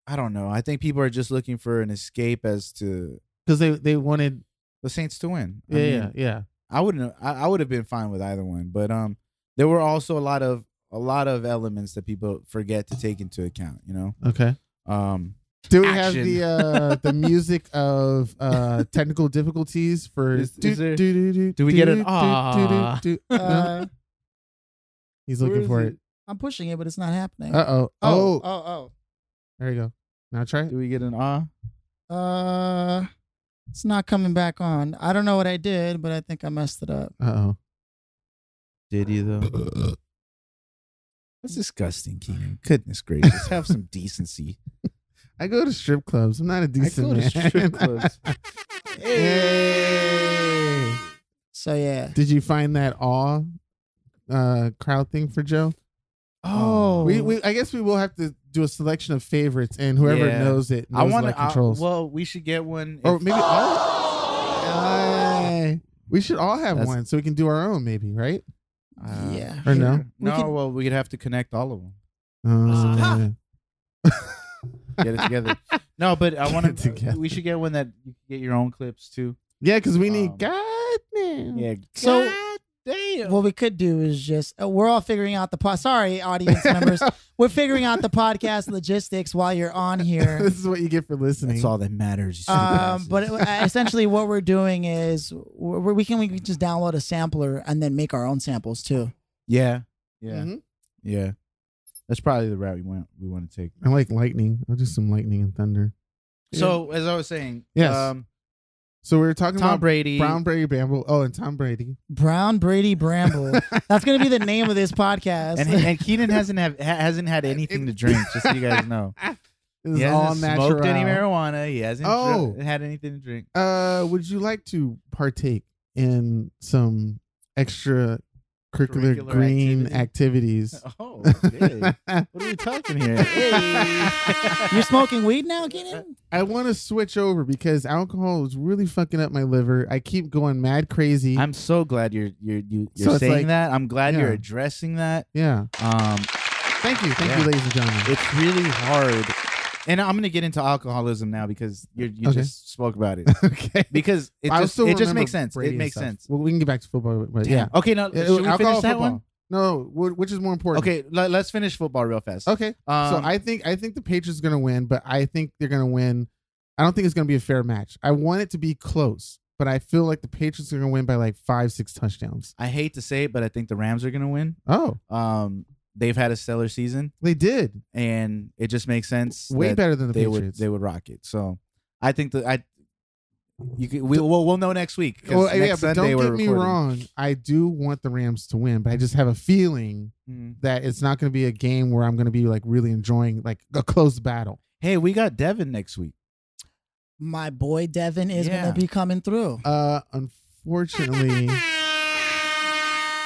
[SPEAKER 4] I don't know. I think people are just looking for an escape as to
[SPEAKER 1] Because they they wanted.
[SPEAKER 4] the Saints to win. I
[SPEAKER 1] Yeah,
[SPEAKER 4] mean,
[SPEAKER 1] yeah, yeah.
[SPEAKER 4] I wouldn't. I, I would have been fine with either one, but um, there were also a lot of a lot of elements that people forget to take into account. You know,
[SPEAKER 1] Okay.
[SPEAKER 4] um,
[SPEAKER 1] Do we have
[SPEAKER 4] Action.
[SPEAKER 1] the uh the music of uh technical difficulties for?
[SPEAKER 4] Is- is
[SPEAKER 1] do-
[SPEAKER 4] there-
[SPEAKER 1] do- do- do-
[SPEAKER 4] do we get an
[SPEAKER 1] do- do-
[SPEAKER 4] ah?
[SPEAKER 1] do- do- do- No?
[SPEAKER 3] Uh,
[SPEAKER 1] He's
[SPEAKER 4] where
[SPEAKER 1] looking
[SPEAKER 4] is
[SPEAKER 1] for
[SPEAKER 4] it?
[SPEAKER 1] it.
[SPEAKER 3] I'm pushing it, but it's not happening.
[SPEAKER 1] Uh oh. Oh,
[SPEAKER 3] oh, oh,
[SPEAKER 1] there you go. Now try it.
[SPEAKER 4] do we get an ah?
[SPEAKER 3] oh. Uh, it's not coming back on. I don't know what I did, but I think I messed it up.
[SPEAKER 1] Uh
[SPEAKER 4] Did you though?
[SPEAKER 1] oh.
[SPEAKER 4] That's disgusting, Keenan. Goodness gracious, have some decency.
[SPEAKER 1] I go to strip clubs. I'm not a
[SPEAKER 4] I
[SPEAKER 1] decent
[SPEAKER 4] go to
[SPEAKER 1] man.
[SPEAKER 4] strip clubs.
[SPEAKER 1] Hey.
[SPEAKER 3] So yeah.
[SPEAKER 1] Did you find that awe uh, crowd thing for Joe?
[SPEAKER 4] Oh.
[SPEAKER 1] we, we I guess we will have to do a selection of favorites, and whoever
[SPEAKER 4] Yeah.
[SPEAKER 1] knows it knows
[SPEAKER 4] I want
[SPEAKER 1] like
[SPEAKER 4] to.
[SPEAKER 1] controls.
[SPEAKER 4] Well, we should get one.
[SPEAKER 1] or
[SPEAKER 4] if- Oh!
[SPEAKER 1] maybe all. Hey. we should all have
[SPEAKER 4] That's-
[SPEAKER 1] one, so we can do our own, maybe, right?
[SPEAKER 4] uh,
[SPEAKER 3] yeah.
[SPEAKER 1] Or no?
[SPEAKER 3] We
[SPEAKER 4] No,
[SPEAKER 3] could-
[SPEAKER 4] well, we'd have to connect all of them. Uh-huh.
[SPEAKER 1] Uh,
[SPEAKER 4] Get it together. no, but I
[SPEAKER 1] Get
[SPEAKER 4] want
[SPEAKER 1] it together.
[SPEAKER 4] to. We should get one that you can get your own clips too.
[SPEAKER 1] yeah, because we need
[SPEAKER 4] Um,
[SPEAKER 1] God.
[SPEAKER 3] Mm.
[SPEAKER 4] Yeah.
[SPEAKER 3] So-
[SPEAKER 4] God damn.
[SPEAKER 3] What we could do is just uh, we're all figuring out the pod. Sorry, audience members, we're figuring out the podcast logistics while you're on here.
[SPEAKER 1] this is what you get for listening.
[SPEAKER 4] That's all that matters. you
[SPEAKER 3] Um,
[SPEAKER 4] dumbasses.
[SPEAKER 3] but it, uh, essentially, what we're doing is we're, we can we can just download a sampler and then make our own samples too.
[SPEAKER 4] yeah,
[SPEAKER 3] Mm-hmm.
[SPEAKER 4] yeah,
[SPEAKER 1] Mhm.
[SPEAKER 4] yeah. That's probably the route we want. We want to take.
[SPEAKER 1] I like lightning. I'll do some lightning and thunder.
[SPEAKER 4] So as I was saying,
[SPEAKER 1] Yes.
[SPEAKER 4] um,
[SPEAKER 1] So we were talking
[SPEAKER 4] Tom
[SPEAKER 1] about
[SPEAKER 4] Brady,
[SPEAKER 1] Brown Brady Bramble. Oh, and Tom Brady.
[SPEAKER 3] Brown Brady Bramble. That's gonna be the name of this podcast.
[SPEAKER 4] and and Keenan hasn't have ha- hasn't had anything to drink. Just so you guys know,
[SPEAKER 1] This
[SPEAKER 4] He
[SPEAKER 1] is all
[SPEAKER 4] hasn't smoked any
[SPEAKER 1] natural.
[SPEAKER 4] marijuana. He hasn't
[SPEAKER 1] Oh.
[SPEAKER 4] dr- had anything to drink.
[SPEAKER 1] Uh, would you like to partake in some extra curricular
[SPEAKER 4] Curricular
[SPEAKER 1] green activities?
[SPEAKER 4] Oh, okay. what are we talking here? Hey.
[SPEAKER 3] You're smoking weed now, Keenan?
[SPEAKER 1] I want to switch over because alcohol is really fucking up my liver. I keep going mad crazy.
[SPEAKER 4] I'm so glad you're you're you, you're
[SPEAKER 1] So it's
[SPEAKER 4] saying
[SPEAKER 1] like-
[SPEAKER 4] that. I'm glad
[SPEAKER 1] yeah.
[SPEAKER 4] you're addressing that.
[SPEAKER 1] yeah.
[SPEAKER 4] Um,
[SPEAKER 1] Thank you. Thank
[SPEAKER 4] Yeah.
[SPEAKER 1] you, ladies and gentlemen.
[SPEAKER 4] it's really hard, and I'm gonna get into alcoholism now because you you
[SPEAKER 1] Okay.
[SPEAKER 4] just spoke about it.
[SPEAKER 1] okay.
[SPEAKER 4] Because it
[SPEAKER 1] I'll
[SPEAKER 4] just
[SPEAKER 1] still
[SPEAKER 4] it just
[SPEAKER 1] remember
[SPEAKER 4] makes sense.
[SPEAKER 1] Brady
[SPEAKER 4] It
[SPEAKER 1] and
[SPEAKER 4] makes
[SPEAKER 1] stuff.
[SPEAKER 4] sense.
[SPEAKER 1] Well, we can get back to football, but yeah.
[SPEAKER 4] Damn. Okay. Now
[SPEAKER 1] It-
[SPEAKER 4] should we
[SPEAKER 1] alcohol,
[SPEAKER 4] finish that
[SPEAKER 1] football.
[SPEAKER 4] one?
[SPEAKER 1] No, wh- which is more important?
[SPEAKER 4] Okay. Let, let's finish football real fast.
[SPEAKER 1] Okay.
[SPEAKER 4] Um,
[SPEAKER 1] so I think I think the Patriots are going to win, but I think they're going to win. I don't think it's going to be a fair match. I want it to be close, but I feel like the Patriots are going to win by like five, six touchdowns.
[SPEAKER 4] I hate to say it, but I think the Rams are gonna win.
[SPEAKER 1] Oh,
[SPEAKER 4] Um, they've had a stellar season,
[SPEAKER 1] they did
[SPEAKER 4] and it just makes sense.
[SPEAKER 1] way
[SPEAKER 4] that
[SPEAKER 1] better than the
[SPEAKER 4] they would
[SPEAKER 1] Patriots.
[SPEAKER 4] they would rock it. So I think that I you could, we we'll, we'll know next week. 'cause
[SPEAKER 1] Well,
[SPEAKER 4] next
[SPEAKER 1] Oh, yeah, but
[SPEAKER 4] Sunday
[SPEAKER 1] don't
[SPEAKER 4] we're
[SPEAKER 1] get me
[SPEAKER 4] recording.
[SPEAKER 1] wrong. I do want the Rams to win, but I just have a feeling
[SPEAKER 4] Mhm.
[SPEAKER 1] that it's not going to be a game where I'm going to be like really enjoying like a close battle.
[SPEAKER 4] Hey, we got Devin next week.
[SPEAKER 3] My boy Devin is
[SPEAKER 4] Yeah.
[SPEAKER 3] gonna be coming through.
[SPEAKER 1] Uh, unfortunately,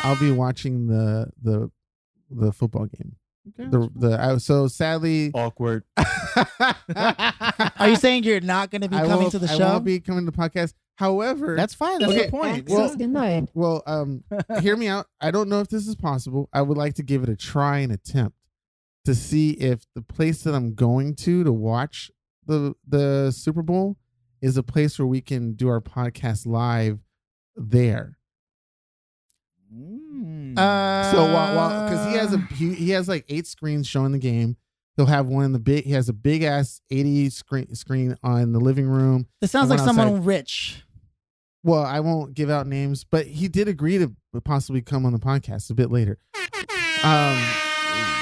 [SPEAKER 1] I'll be watching the the the football game. The the I, so sadly.
[SPEAKER 4] Awkward.
[SPEAKER 3] Are you saying you're not gonna be
[SPEAKER 1] I
[SPEAKER 3] coming
[SPEAKER 1] won't-
[SPEAKER 3] to the
[SPEAKER 1] I
[SPEAKER 3] show?
[SPEAKER 1] won't be coming to the podcast. However,
[SPEAKER 4] That's fine. That's
[SPEAKER 1] Okay,
[SPEAKER 4] the point.
[SPEAKER 1] well-
[SPEAKER 5] Access denied.
[SPEAKER 1] well, um, hear me out. I don't know if this is possible. I would like to give it a try and attempt to see if the place that I'm going to to watch the the Super Bowl is a place where we can do our podcast live there.
[SPEAKER 4] Mm.
[SPEAKER 3] uh,
[SPEAKER 1] so while because he has a he, he has like eight screens showing the game. He'll have one in the big. He has a big ass eighty screen screen on the living room.
[SPEAKER 3] This sounds
[SPEAKER 1] one
[SPEAKER 3] like someone
[SPEAKER 1] outside.
[SPEAKER 3] rich.
[SPEAKER 1] well, I won't give out names, but he did agree to possibly come on the podcast a bit later. Um,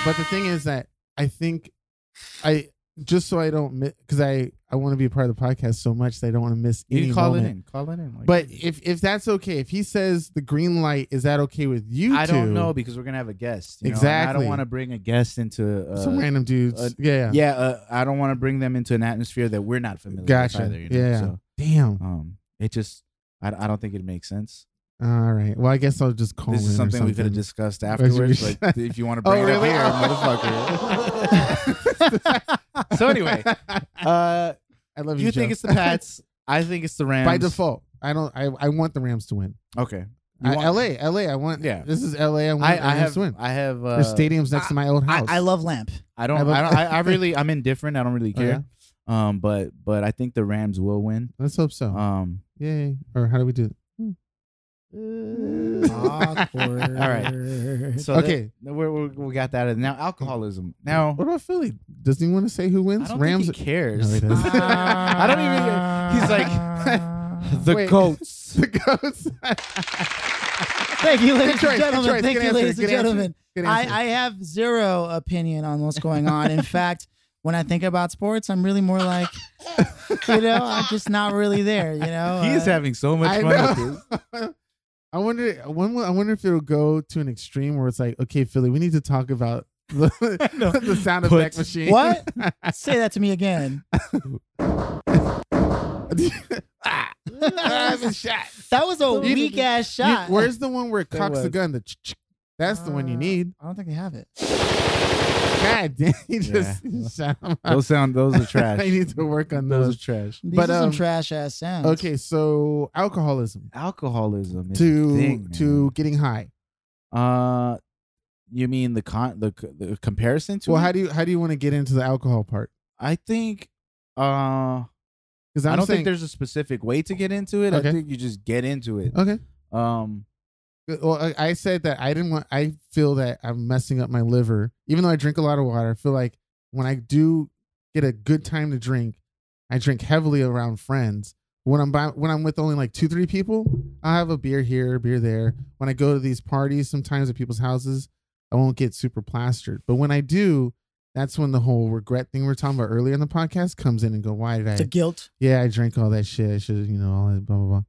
[SPEAKER 1] but the thing is that I think I just so I don't because I I want to be a part of the podcast so much that I don't want to miss
[SPEAKER 4] you
[SPEAKER 1] any
[SPEAKER 4] can call
[SPEAKER 1] moment.
[SPEAKER 4] it in. Call it in. Like-
[SPEAKER 1] But if if that's okay, if he says the green light, is that okay with you?
[SPEAKER 4] I
[SPEAKER 1] two?
[SPEAKER 4] don't know because we're gonna have a guest. you know, and I
[SPEAKER 1] Exactly.
[SPEAKER 4] don't want to bring a guest into uh,
[SPEAKER 1] Some random dudes.
[SPEAKER 4] uh,
[SPEAKER 1] yeah.
[SPEAKER 4] Yeah,
[SPEAKER 1] Yeah.
[SPEAKER 4] uh, I don't want to bring them into an atmosphere that we're not familiar
[SPEAKER 1] Gotcha.
[SPEAKER 4] with either. You know?
[SPEAKER 1] Yeah.
[SPEAKER 4] So,
[SPEAKER 1] Damn.
[SPEAKER 4] um, it just, I, I don't think it makes sense.
[SPEAKER 1] All right. Well, I guess I'll just call.
[SPEAKER 4] this
[SPEAKER 1] in
[SPEAKER 4] is
[SPEAKER 1] or
[SPEAKER 4] something, we could have
[SPEAKER 1] something.
[SPEAKER 4] discussed
[SPEAKER 1] we
[SPEAKER 4] afterwards.
[SPEAKER 1] should-
[SPEAKER 4] but if you want to
[SPEAKER 1] Oh
[SPEAKER 4] bring it
[SPEAKER 1] really? Oh.
[SPEAKER 4] up here, motherfucker. so anyway, uh,
[SPEAKER 1] I love you.
[SPEAKER 4] you think
[SPEAKER 1] Joe.
[SPEAKER 4] it's the Pats? I think it's the Rams.
[SPEAKER 1] by default. I don't. I, I want the Rams to win.
[SPEAKER 4] Okay. You
[SPEAKER 1] I,
[SPEAKER 4] want-
[SPEAKER 1] LA, LA. I want.
[SPEAKER 4] Yeah.
[SPEAKER 1] This is LA. I want
[SPEAKER 4] I,
[SPEAKER 1] the
[SPEAKER 4] I
[SPEAKER 1] Rams
[SPEAKER 4] have.
[SPEAKER 1] to win.
[SPEAKER 4] I have. Uh,
[SPEAKER 1] There's stadiums next to my old
[SPEAKER 3] I,
[SPEAKER 1] house.
[SPEAKER 3] I love Lamp.
[SPEAKER 4] I don't.
[SPEAKER 1] I
[SPEAKER 4] I,
[SPEAKER 1] have a-
[SPEAKER 4] don't I, I really. I'm indifferent. I don't really
[SPEAKER 1] Oh, yeah?
[SPEAKER 4] care. Um, but but I think the Rams will win.
[SPEAKER 1] Let's hope so.
[SPEAKER 4] Um,
[SPEAKER 1] Yay! Or how do we do? it? Hmm.
[SPEAKER 3] Awkward.
[SPEAKER 4] All right. so
[SPEAKER 1] Okay.
[SPEAKER 4] Uh, that- we're, we're, we got that. in. Now alcoholism. Now
[SPEAKER 1] What about Philly? Does he want to say who
[SPEAKER 4] I
[SPEAKER 1] wins?
[SPEAKER 4] don't
[SPEAKER 1] Rams.
[SPEAKER 4] think he cares.
[SPEAKER 1] No, he doesn't.
[SPEAKER 4] I don't even. He's like the
[SPEAKER 1] Wait.
[SPEAKER 4] goats.
[SPEAKER 1] the goats.
[SPEAKER 3] Thank you, ladies
[SPEAKER 1] choice, good
[SPEAKER 3] and gentlemen.
[SPEAKER 1] choice.
[SPEAKER 3] Thank
[SPEAKER 1] Good
[SPEAKER 3] you,
[SPEAKER 1] answer,
[SPEAKER 3] ladies
[SPEAKER 1] good
[SPEAKER 3] and
[SPEAKER 1] answer.
[SPEAKER 3] gentlemen.
[SPEAKER 1] Good answer.
[SPEAKER 3] I, I have zero opinion on what's going on. In fact, when I think about sports, I'm really more like, you know, I'm just not really there. You know,
[SPEAKER 4] He is
[SPEAKER 3] Uh,
[SPEAKER 4] having so much
[SPEAKER 1] I
[SPEAKER 4] fun with
[SPEAKER 1] know.
[SPEAKER 4] this.
[SPEAKER 1] I wonder. When, will- I wonder if it'll go to an extreme where it's like, okay, Philly, we need to talk about the,
[SPEAKER 4] No.
[SPEAKER 1] the sound
[SPEAKER 4] Put-
[SPEAKER 1] effect machine.
[SPEAKER 3] What? Say that to me again.
[SPEAKER 1] I've been shot.
[SPEAKER 3] That was a
[SPEAKER 1] You-
[SPEAKER 3] weak ass
[SPEAKER 1] You-
[SPEAKER 3] shot.
[SPEAKER 1] where's the one where it
[SPEAKER 4] There
[SPEAKER 1] cocks the
[SPEAKER 4] was.
[SPEAKER 1] gun? The ch- ch- that's the one you
[SPEAKER 3] Uh,
[SPEAKER 1] need.
[SPEAKER 3] I don't think they have it.
[SPEAKER 1] God damn, he just
[SPEAKER 4] Yeah.
[SPEAKER 1] shot him up.
[SPEAKER 4] Those sound. Those are trash.
[SPEAKER 1] I need to work on
[SPEAKER 4] Those
[SPEAKER 1] those.
[SPEAKER 4] are trash.
[SPEAKER 3] These
[SPEAKER 1] But,
[SPEAKER 3] are some
[SPEAKER 1] um,
[SPEAKER 3] trash ass sounds.
[SPEAKER 1] Okay, so alcoholism
[SPEAKER 4] Alcoholism. Is
[SPEAKER 1] to
[SPEAKER 4] a thing,
[SPEAKER 1] to
[SPEAKER 4] man.
[SPEAKER 1] getting high.
[SPEAKER 4] Uh, you mean the con the, c- the comparison to?
[SPEAKER 1] Well,
[SPEAKER 4] it?
[SPEAKER 1] how do you how do you want to get into the alcohol part?
[SPEAKER 4] I think. Uh,
[SPEAKER 1] Because
[SPEAKER 4] I don't think there's a specific way to get into it.
[SPEAKER 1] Okay.
[SPEAKER 4] I think you just get into it.
[SPEAKER 1] okay.
[SPEAKER 4] Um,
[SPEAKER 1] Well, I- I said that I didn't want. I feel that I'm messing up my liver, even though I drink a lot of water. I feel like when I do get a good time to drink, I drink heavily around friends. When I'm by, when I'm with only like two three people, I have a beer here, a beer there. When I go to these parties, sometimes at people's houses, I won't get super plastered. But when I do, that's when the whole regret thing we were talking about earlier in the podcast comes in and go, why did
[SPEAKER 3] the
[SPEAKER 1] I?
[SPEAKER 3] guilt.
[SPEAKER 1] Yeah, I drank all that shit. I should, you know, all that blah blah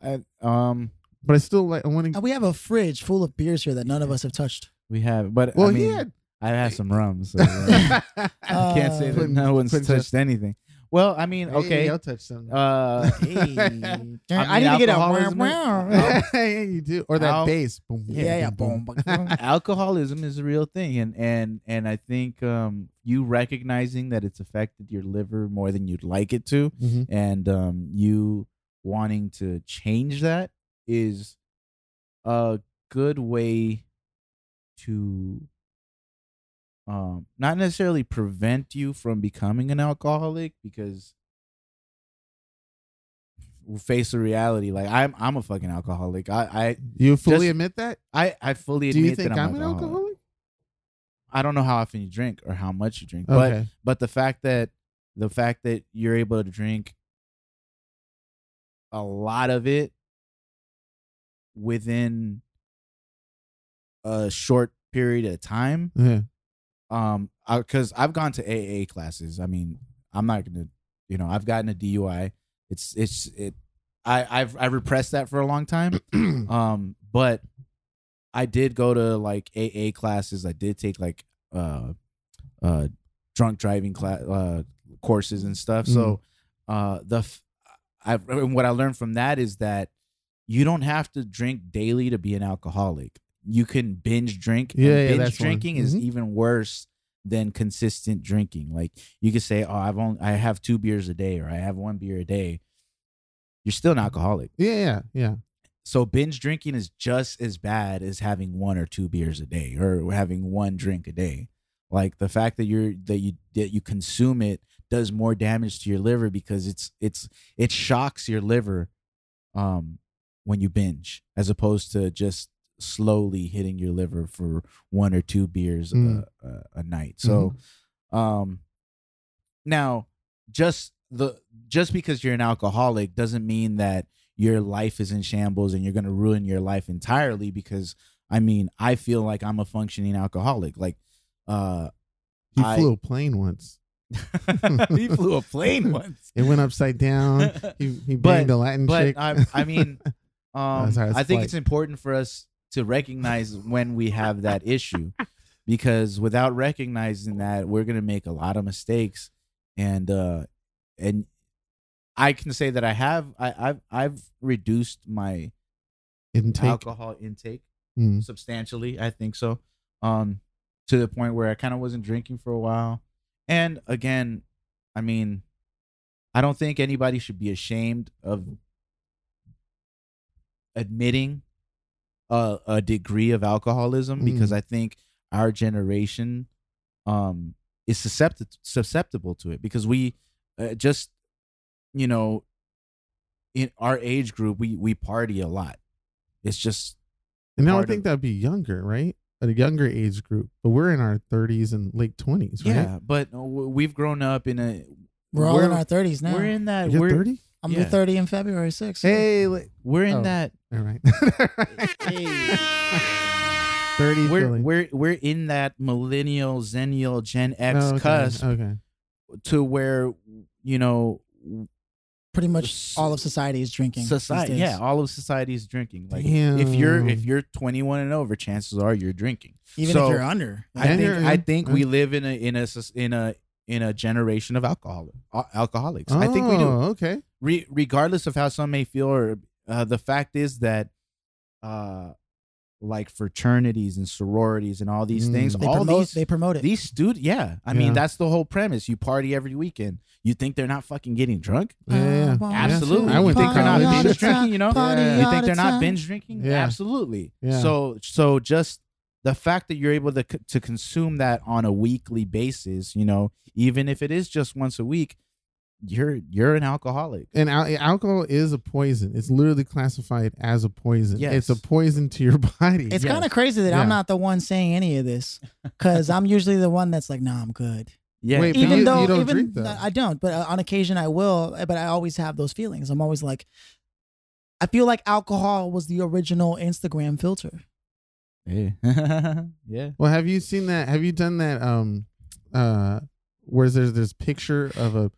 [SPEAKER 1] blah.
[SPEAKER 4] I, um,
[SPEAKER 1] But I still like I want to.
[SPEAKER 3] Uh, And we have a fridge full of beers here that none of us have touched.
[SPEAKER 4] we have, but
[SPEAKER 1] Well,
[SPEAKER 4] I mean,
[SPEAKER 1] he had
[SPEAKER 4] I've had some rum, so uh, I can't
[SPEAKER 3] Uh,
[SPEAKER 4] say that
[SPEAKER 1] Putting-
[SPEAKER 4] no one's
[SPEAKER 1] putting
[SPEAKER 4] touched anything. Well, I mean, okay.
[SPEAKER 1] Uh, Hey, I'll touch some.
[SPEAKER 4] Uh,
[SPEAKER 3] I need to get a
[SPEAKER 4] alcoholism-
[SPEAKER 3] wow, wow.
[SPEAKER 4] al-
[SPEAKER 1] yeah, you do. Or that
[SPEAKER 4] Ow.
[SPEAKER 1] bass. Boom, boom,
[SPEAKER 3] yeah, yeah, boom.
[SPEAKER 1] boom,
[SPEAKER 3] boom.
[SPEAKER 4] alcoholism is a real thing, and and and I think um, you recognizing that it's affected your liver more than you'd like it to,
[SPEAKER 1] boom. Mhm.
[SPEAKER 4] and um, you wanting to change that is a good way to um, not necessarily prevent you from becoming an alcoholic because we'll face the reality like i'm i'm a fucking alcoholic i
[SPEAKER 1] You fully
[SPEAKER 4] Just-
[SPEAKER 1] admit that?
[SPEAKER 4] i i, I fully
[SPEAKER 1] Do
[SPEAKER 4] admit
[SPEAKER 1] you think
[SPEAKER 4] that i'm,
[SPEAKER 1] I'm an
[SPEAKER 4] alcoholic.
[SPEAKER 1] alcoholic?
[SPEAKER 4] i don't know how often you drink or how much you drink but
[SPEAKER 1] Okay.
[SPEAKER 4] but the fact that the fact that you're able to drink a lot of it within a short period of time
[SPEAKER 1] yeah.
[SPEAKER 4] um because i've gone to aa classes i mean i'm not gonna you know i've gotten a dui it's it's it i i've i repressed that for a long time
[SPEAKER 1] Mm.
[SPEAKER 4] um but i did go to like aa classes i did take like uh uh drunk driving class uh courses and stuff so
[SPEAKER 1] Mm.
[SPEAKER 4] uh the f- i and what i learned from that is that you don't have to drink daily to be an alcoholic you can binge drink and
[SPEAKER 1] Yeah, yeah,
[SPEAKER 4] binge
[SPEAKER 1] that's one.
[SPEAKER 4] drinking is
[SPEAKER 1] Mhm.
[SPEAKER 4] even worse than consistent drinking like you could say oh i've only i have two beers a day or i have one beer a day you're still
[SPEAKER 1] Mm.
[SPEAKER 4] an alcoholic
[SPEAKER 1] yeah, yeah, yeah. Mm-hmm.
[SPEAKER 4] so binge drinking is just as bad as having one or two beers a day or having one drink a day. Like the fact that you're that you that you consume it does more damage to your liver because it's it's it shocks your liver um when you binge as opposed to just slowly hitting your liver for one or two beers
[SPEAKER 1] Mm.
[SPEAKER 4] a, a, a night. So um now just the just because you're an alcoholic doesn't mean that your life is in shambles and you're going to ruin your life entirely because I mean, I feel like I'm a functioning alcoholic. Like uh
[SPEAKER 1] You
[SPEAKER 4] I-
[SPEAKER 1] flew a plane once.
[SPEAKER 4] he flew a plane once.
[SPEAKER 1] It went upside down. He, he
[SPEAKER 4] But-
[SPEAKER 1] banged a Latin
[SPEAKER 4] But
[SPEAKER 1] chick.
[SPEAKER 4] I I mean um
[SPEAKER 1] sorry, it's
[SPEAKER 4] I think
[SPEAKER 1] flight.
[SPEAKER 4] it's important for us to recognize when we have that issue because without recognizing that we're going to make a lot of mistakes and uh and I can say that I have I I've I've reduced my
[SPEAKER 1] intake.
[SPEAKER 4] alcohol intake
[SPEAKER 1] Mm.
[SPEAKER 4] substantially. I think so. Um, to the point where I kind of wasn't drinking for a while. And again, I mean, I don't think anybody should be ashamed of admitting a, a degree of alcoholism because I think our generation um, is susceptible susceptible to it because we uh, just you know in our age group we we party a lot. It's just
[SPEAKER 1] And now I
[SPEAKER 4] part
[SPEAKER 1] think
[SPEAKER 4] of-
[SPEAKER 1] that'd be younger, right? At a younger age group, but we're in our 30s and late 20s, right?
[SPEAKER 4] Yeah, but uh, w- we've grown up in a.
[SPEAKER 3] We're all in our thirties now.
[SPEAKER 4] We're in that.
[SPEAKER 1] You're
[SPEAKER 4] We're
[SPEAKER 1] 30?
[SPEAKER 3] I'm
[SPEAKER 4] yeah.
[SPEAKER 3] gonna be thirty in February 6th.
[SPEAKER 1] Hey, li-
[SPEAKER 4] we're in
[SPEAKER 1] Oh.
[SPEAKER 4] that.
[SPEAKER 1] all right.
[SPEAKER 4] Hey.
[SPEAKER 1] 30
[SPEAKER 4] we're
[SPEAKER 1] feeling.
[SPEAKER 4] we're we're in that millennial, zennial, Gen X
[SPEAKER 1] Oh, okay, Uh-huh.
[SPEAKER 4] cusp
[SPEAKER 1] Okay.
[SPEAKER 4] to where you know
[SPEAKER 3] pretty much
[SPEAKER 4] S-
[SPEAKER 3] all of society is drinking. these
[SPEAKER 4] society.
[SPEAKER 3] days.
[SPEAKER 4] Yeah, all of society is drinking. Like
[SPEAKER 1] Damn.
[SPEAKER 4] if you're if you're 21 and over, chances are you're drinking.
[SPEAKER 3] even
[SPEAKER 4] so-
[SPEAKER 3] if you're under.
[SPEAKER 4] I
[SPEAKER 1] Yeah,
[SPEAKER 4] think
[SPEAKER 1] yeah,
[SPEAKER 4] I
[SPEAKER 1] yeah.
[SPEAKER 4] think we live in a in a sus- in a in a generation of alcohol al- alcoholics. I think we do.
[SPEAKER 1] Oh, Okay.
[SPEAKER 4] re- regardless of how some may feel, or uh, the fact is that, uh, like fraternities and sororities and all these
[SPEAKER 1] Mm.
[SPEAKER 4] things,
[SPEAKER 3] They
[SPEAKER 4] all
[SPEAKER 3] promote.
[SPEAKER 4] these
[SPEAKER 3] they promote it.
[SPEAKER 4] these students, yeah. I
[SPEAKER 1] Yeah.
[SPEAKER 4] mean, that's the whole premise. You party every weekend. You think they're not fucking getting drunk?
[SPEAKER 1] Yeah, yeah, Oh, yeah.
[SPEAKER 3] Uh,
[SPEAKER 4] Absolutely.
[SPEAKER 1] I went
[SPEAKER 4] you
[SPEAKER 1] to
[SPEAKER 4] think they're
[SPEAKER 1] college.
[SPEAKER 4] not
[SPEAKER 1] Party all the
[SPEAKER 4] binge drinking? You know,
[SPEAKER 3] Party
[SPEAKER 4] you
[SPEAKER 3] all
[SPEAKER 4] think
[SPEAKER 3] the
[SPEAKER 4] they're not
[SPEAKER 3] time.
[SPEAKER 4] binge drinking?
[SPEAKER 1] Yeah.
[SPEAKER 4] Absolutely.
[SPEAKER 1] Yeah.
[SPEAKER 4] So, so just the fact that you're able to c- to consume that on a weekly basis, you know, even if it is just once a week, you're you're an alcoholic.
[SPEAKER 1] And al- alcohol is a poison. It's literally classified as a poison.
[SPEAKER 4] Yes.
[SPEAKER 1] It's a poison to your body.
[SPEAKER 3] It's
[SPEAKER 4] Yeah.
[SPEAKER 3] kind of crazy that
[SPEAKER 1] Yeah.
[SPEAKER 3] I'm not the one saying any of this, because I'm usually the one that's like, "Nah, I'm good."
[SPEAKER 4] Yeah.
[SPEAKER 1] Wait, but
[SPEAKER 3] Even
[SPEAKER 1] you- you
[SPEAKER 3] though,
[SPEAKER 1] don't
[SPEAKER 3] even
[SPEAKER 1] drink, though.
[SPEAKER 3] I don't, but uh, on occasion I will. uh, But I always have those feelings. I'm always like, I feel like alcohol was the original Instagram filter.
[SPEAKER 4] Yeah. yeah.
[SPEAKER 1] Well, have you seen that? Have you done that? Um, uh, where there's this picture of a